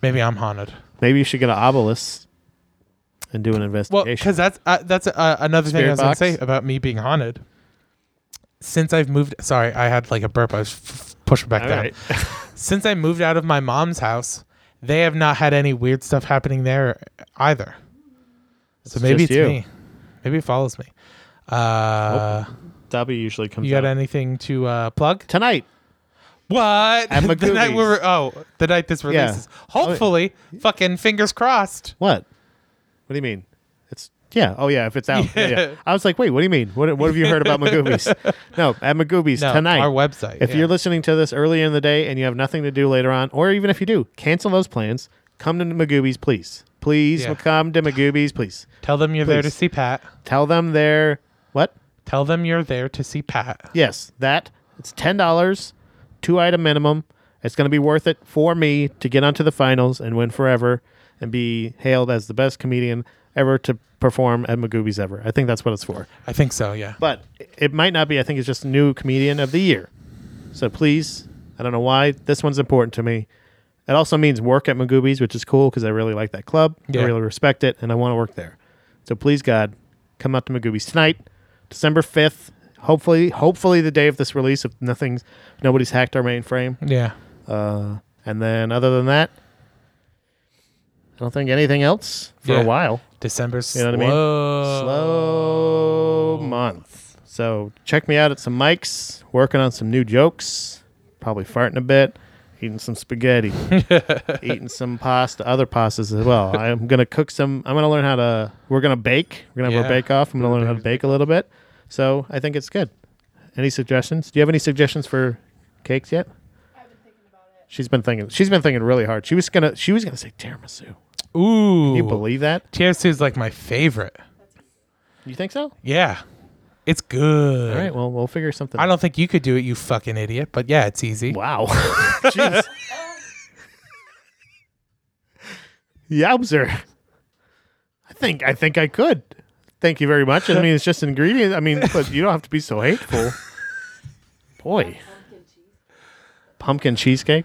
[SPEAKER 2] Maybe I'm haunted.
[SPEAKER 1] Maybe you should get an obelisk and do an
[SPEAKER 2] Well,
[SPEAKER 1] investigation.
[SPEAKER 2] because that's uh, that's uh, another thing I
[SPEAKER 1] Spirit
[SPEAKER 2] was going
[SPEAKER 1] box?
[SPEAKER 2] to say about me being haunted. Since I've moved, sorry, I had like a burp. I was f- pushing back
[SPEAKER 1] All
[SPEAKER 2] down.
[SPEAKER 1] right.
[SPEAKER 2] Since I moved out of my mom's house, they have not had any weird stuff happening there either. So maybe
[SPEAKER 1] just
[SPEAKER 2] it's
[SPEAKER 1] you.
[SPEAKER 2] me. Maybe it follows me. Uh,
[SPEAKER 1] W usually comes
[SPEAKER 2] You got
[SPEAKER 1] out.
[SPEAKER 2] anything to uh, plug?
[SPEAKER 1] tonight.
[SPEAKER 2] What?
[SPEAKER 1] At
[SPEAKER 2] the night
[SPEAKER 1] McGoobies.
[SPEAKER 2] we're oh, the night this
[SPEAKER 1] Yeah.
[SPEAKER 2] releases. Hopefully, fucking fingers crossed.
[SPEAKER 1] What? What do you mean? It's yeah. Oh yeah. If it's out. Yeah. yeah.
[SPEAKER 2] Yeah.
[SPEAKER 1] I was like, wait. What do you mean? What, what have you heard about Magoobies? No, at Magoobies
[SPEAKER 2] No,
[SPEAKER 1] tonight.
[SPEAKER 2] our website.
[SPEAKER 1] If
[SPEAKER 2] yeah.
[SPEAKER 1] you're listening to this earlier in the day and you have nothing to do later on, or even if you do, cancel those plans. Come to Magoobies, please. Please
[SPEAKER 2] Yeah.
[SPEAKER 1] come to Magoobies, please.
[SPEAKER 2] tell them you're there to
[SPEAKER 1] Please.
[SPEAKER 2] see Pat.
[SPEAKER 1] Tell them they're what?
[SPEAKER 2] Tell them you're there to see Pat.
[SPEAKER 1] Yes, that. It's ten dollars, two item minimum. It's going to be worth it for me to get onto the finals and win forever, and be hailed as the best comedian ever to perform at Magoobies ever. I think that's what it's for.
[SPEAKER 2] I think so. Yeah.
[SPEAKER 1] But it might not be. I think it's just new comedian of the year. So please, I don't know why this one's important to me. It also means work at Magoobies, which is cool because I really like that club.
[SPEAKER 2] Yeah.
[SPEAKER 1] I really respect it, and I want to work there. So please, God, come out to Magoobies tonight, December fifth. Hopefully, hopefully the day of this release, if nothing's nobody's hacked our mainframe.
[SPEAKER 2] Yeah.
[SPEAKER 1] Uh, and then other than that, I don't think anything else for
[SPEAKER 2] Yeah.
[SPEAKER 1] a while
[SPEAKER 2] December's
[SPEAKER 1] You know what I mean?
[SPEAKER 2] slow.
[SPEAKER 1] slow month. So check me out at some mics, working on some new jokes, probably farting a bit, eating some spaghetti, eating some pasta, other pastas as well. I'm gonna cook some. I'm gonna learn how to. We're gonna bake. We're gonna have
[SPEAKER 2] Yeah.
[SPEAKER 1] our bake off. I'm gonna learn how to bake a little bit. So I think it's good. Any suggestions? Do you have any suggestions for cakes yet? She's been thinking. She's been thinking really hard. She was gonna. She was gonna say tiramisu.
[SPEAKER 2] Ooh.
[SPEAKER 1] Can you believe that?
[SPEAKER 2] TRC is like my favorite.
[SPEAKER 1] You think so?
[SPEAKER 2] Yeah. It's good.
[SPEAKER 1] All right. Well, we'll figure something.
[SPEAKER 2] I don't think you could do it, you fucking idiot. But yeah, it's easy.
[SPEAKER 1] Wow. Jeez. Yowzer. I think I think I could. Thank you very much. I mean, it's just ingredients. I mean, but you don't have to be so hateful. Boy. Pumpkin cheesecake.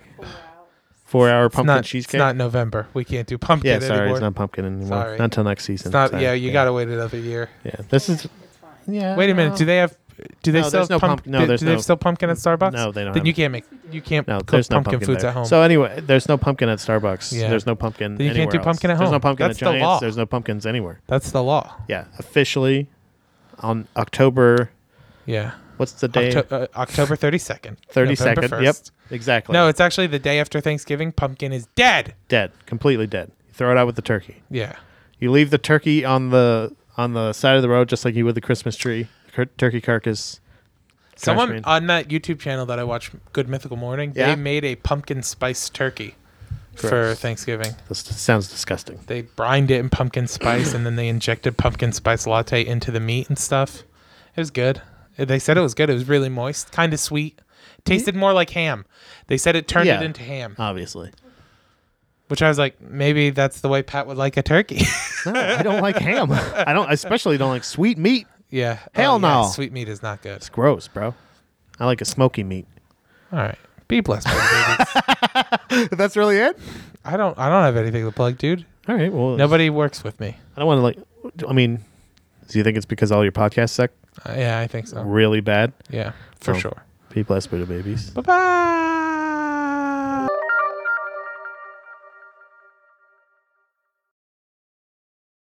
[SPEAKER 1] Four hour
[SPEAKER 2] It's
[SPEAKER 1] pumpkin
[SPEAKER 2] not,
[SPEAKER 1] cheesecake.
[SPEAKER 2] it's not November. We can't do
[SPEAKER 1] yeah,
[SPEAKER 2] pumpkin
[SPEAKER 1] sorry,
[SPEAKER 2] anymore.
[SPEAKER 1] it's not pumpkin anymore.
[SPEAKER 2] Sorry.
[SPEAKER 1] Not till next season.
[SPEAKER 2] It's not-
[SPEAKER 1] Sorry.
[SPEAKER 2] yeah, you gotta wait another year.
[SPEAKER 1] Yeah, this is. Yeah.
[SPEAKER 2] Wait a minute. Do they have? Do they
[SPEAKER 1] No,
[SPEAKER 2] still
[SPEAKER 1] there's
[SPEAKER 2] have
[SPEAKER 1] no
[SPEAKER 2] pump,
[SPEAKER 1] pump- no,
[SPEAKER 2] do-
[SPEAKER 1] there's
[SPEAKER 2] do they
[SPEAKER 1] no-
[SPEAKER 2] have still pumpkin at Starbucks?
[SPEAKER 1] No, they don't
[SPEAKER 2] Then
[SPEAKER 1] have
[SPEAKER 2] you
[SPEAKER 1] it.
[SPEAKER 2] can't make you can't
[SPEAKER 1] No,
[SPEAKER 2] cook
[SPEAKER 1] there's no
[SPEAKER 2] pumpkin
[SPEAKER 1] pumpkin
[SPEAKER 2] foods
[SPEAKER 1] there.
[SPEAKER 2] at home.
[SPEAKER 1] So anyway, there's no pumpkin at Starbucks.
[SPEAKER 2] Yeah.
[SPEAKER 1] There's no pumpkin.
[SPEAKER 2] Then you can't
[SPEAKER 1] anywhere
[SPEAKER 2] do
[SPEAKER 1] else.
[SPEAKER 2] pumpkin at
[SPEAKER 1] There's no
[SPEAKER 2] home.
[SPEAKER 1] pumpkin
[SPEAKER 2] That's the
[SPEAKER 1] at Giants.
[SPEAKER 2] law.
[SPEAKER 1] There's no pumpkins anywhere.
[SPEAKER 2] that's the law.
[SPEAKER 1] Yeah, officially on October
[SPEAKER 2] Yeah.
[SPEAKER 1] What's the day?
[SPEAKER 2] Octo- uh, October 32nd.
[SPEAKER 1] Thirty
[SPEAKER 2] November
[SPEAKER 1] second. Yep.
[SPEAKER 2] 1st.
[SPEAKER 1] Exactly.
[SPEAKER 2] No, it's actually the day after Thanksgiving. Pumpkin is dead.
[SPEAKER 1] dead. Completely dead. You throw it out with the turkey.
[SPEAKER 2] Yeah.
[SPEAKER 1] You leave the turkey on the on the side of the road, just like you would the Christmas tree. Cur- turkey carcass.
[SPEAKER 2] Someone
[SPEAKER 1] man.
[SPEAKER 2] on that YouTube channel that I watch, Good Mythical Morning,
[SPEAKER 1] Yeah?
[SPEAKER 2] they made a pumpkin spice turkey for
[SPEAKER 1] Gross.
[SPEAKER 2] Thanksgiving.
[SPEAKER 1] This sounds disgusting.
[SPEAKER 2] They brined it in pumpkin spice and then they injected pumpkin spice latte into the meat and stuff. It was good. Uh, They said it was good. It was really moist, kind of sweet. Tasted more like ham. They said it turned
[SPEAKER 1] Yeah.
[SPEAKER 2] it into ham,
[SPEAKER 1] Obviously,
[SPEAKER 2] which I was like, maybe that's the way Pat would like a turkey.
[SPEAKER 1] no, I don't like ham. I don't. I especially don't like sweet meat.
[SPEAKER 2] yeah.
[SPEAKER 1] Hell no.
[SPEAKER 2] sweet meat is not good.
[SPEAKER 1] It's gross, bro. I like a smoky meat.
[SPEAKER 2] All right. Be blessed. my babies.
[SPEAKER 1] That's really it.
[SPEAKER 2] I don't I don't have anything to plug, dude.
[SPEAKER 1] All right. Well,
[SPEAKER 2] Nobody works with me.
[SPEAKER 1] I don't want to like. I mean, do you think it's because all your podcasts suck
[SPEAKER 2] Uh, yeah, I think so.
[SPEAKER 1] really bad?
[SPEAKER 2] Yeah, for
[SPEAKER 1] Oh.
[SPEAKER 2] sure.
[SPEAKER 1] Be blessed, Buddha babies.
[SPEAKER 2] Bye bye.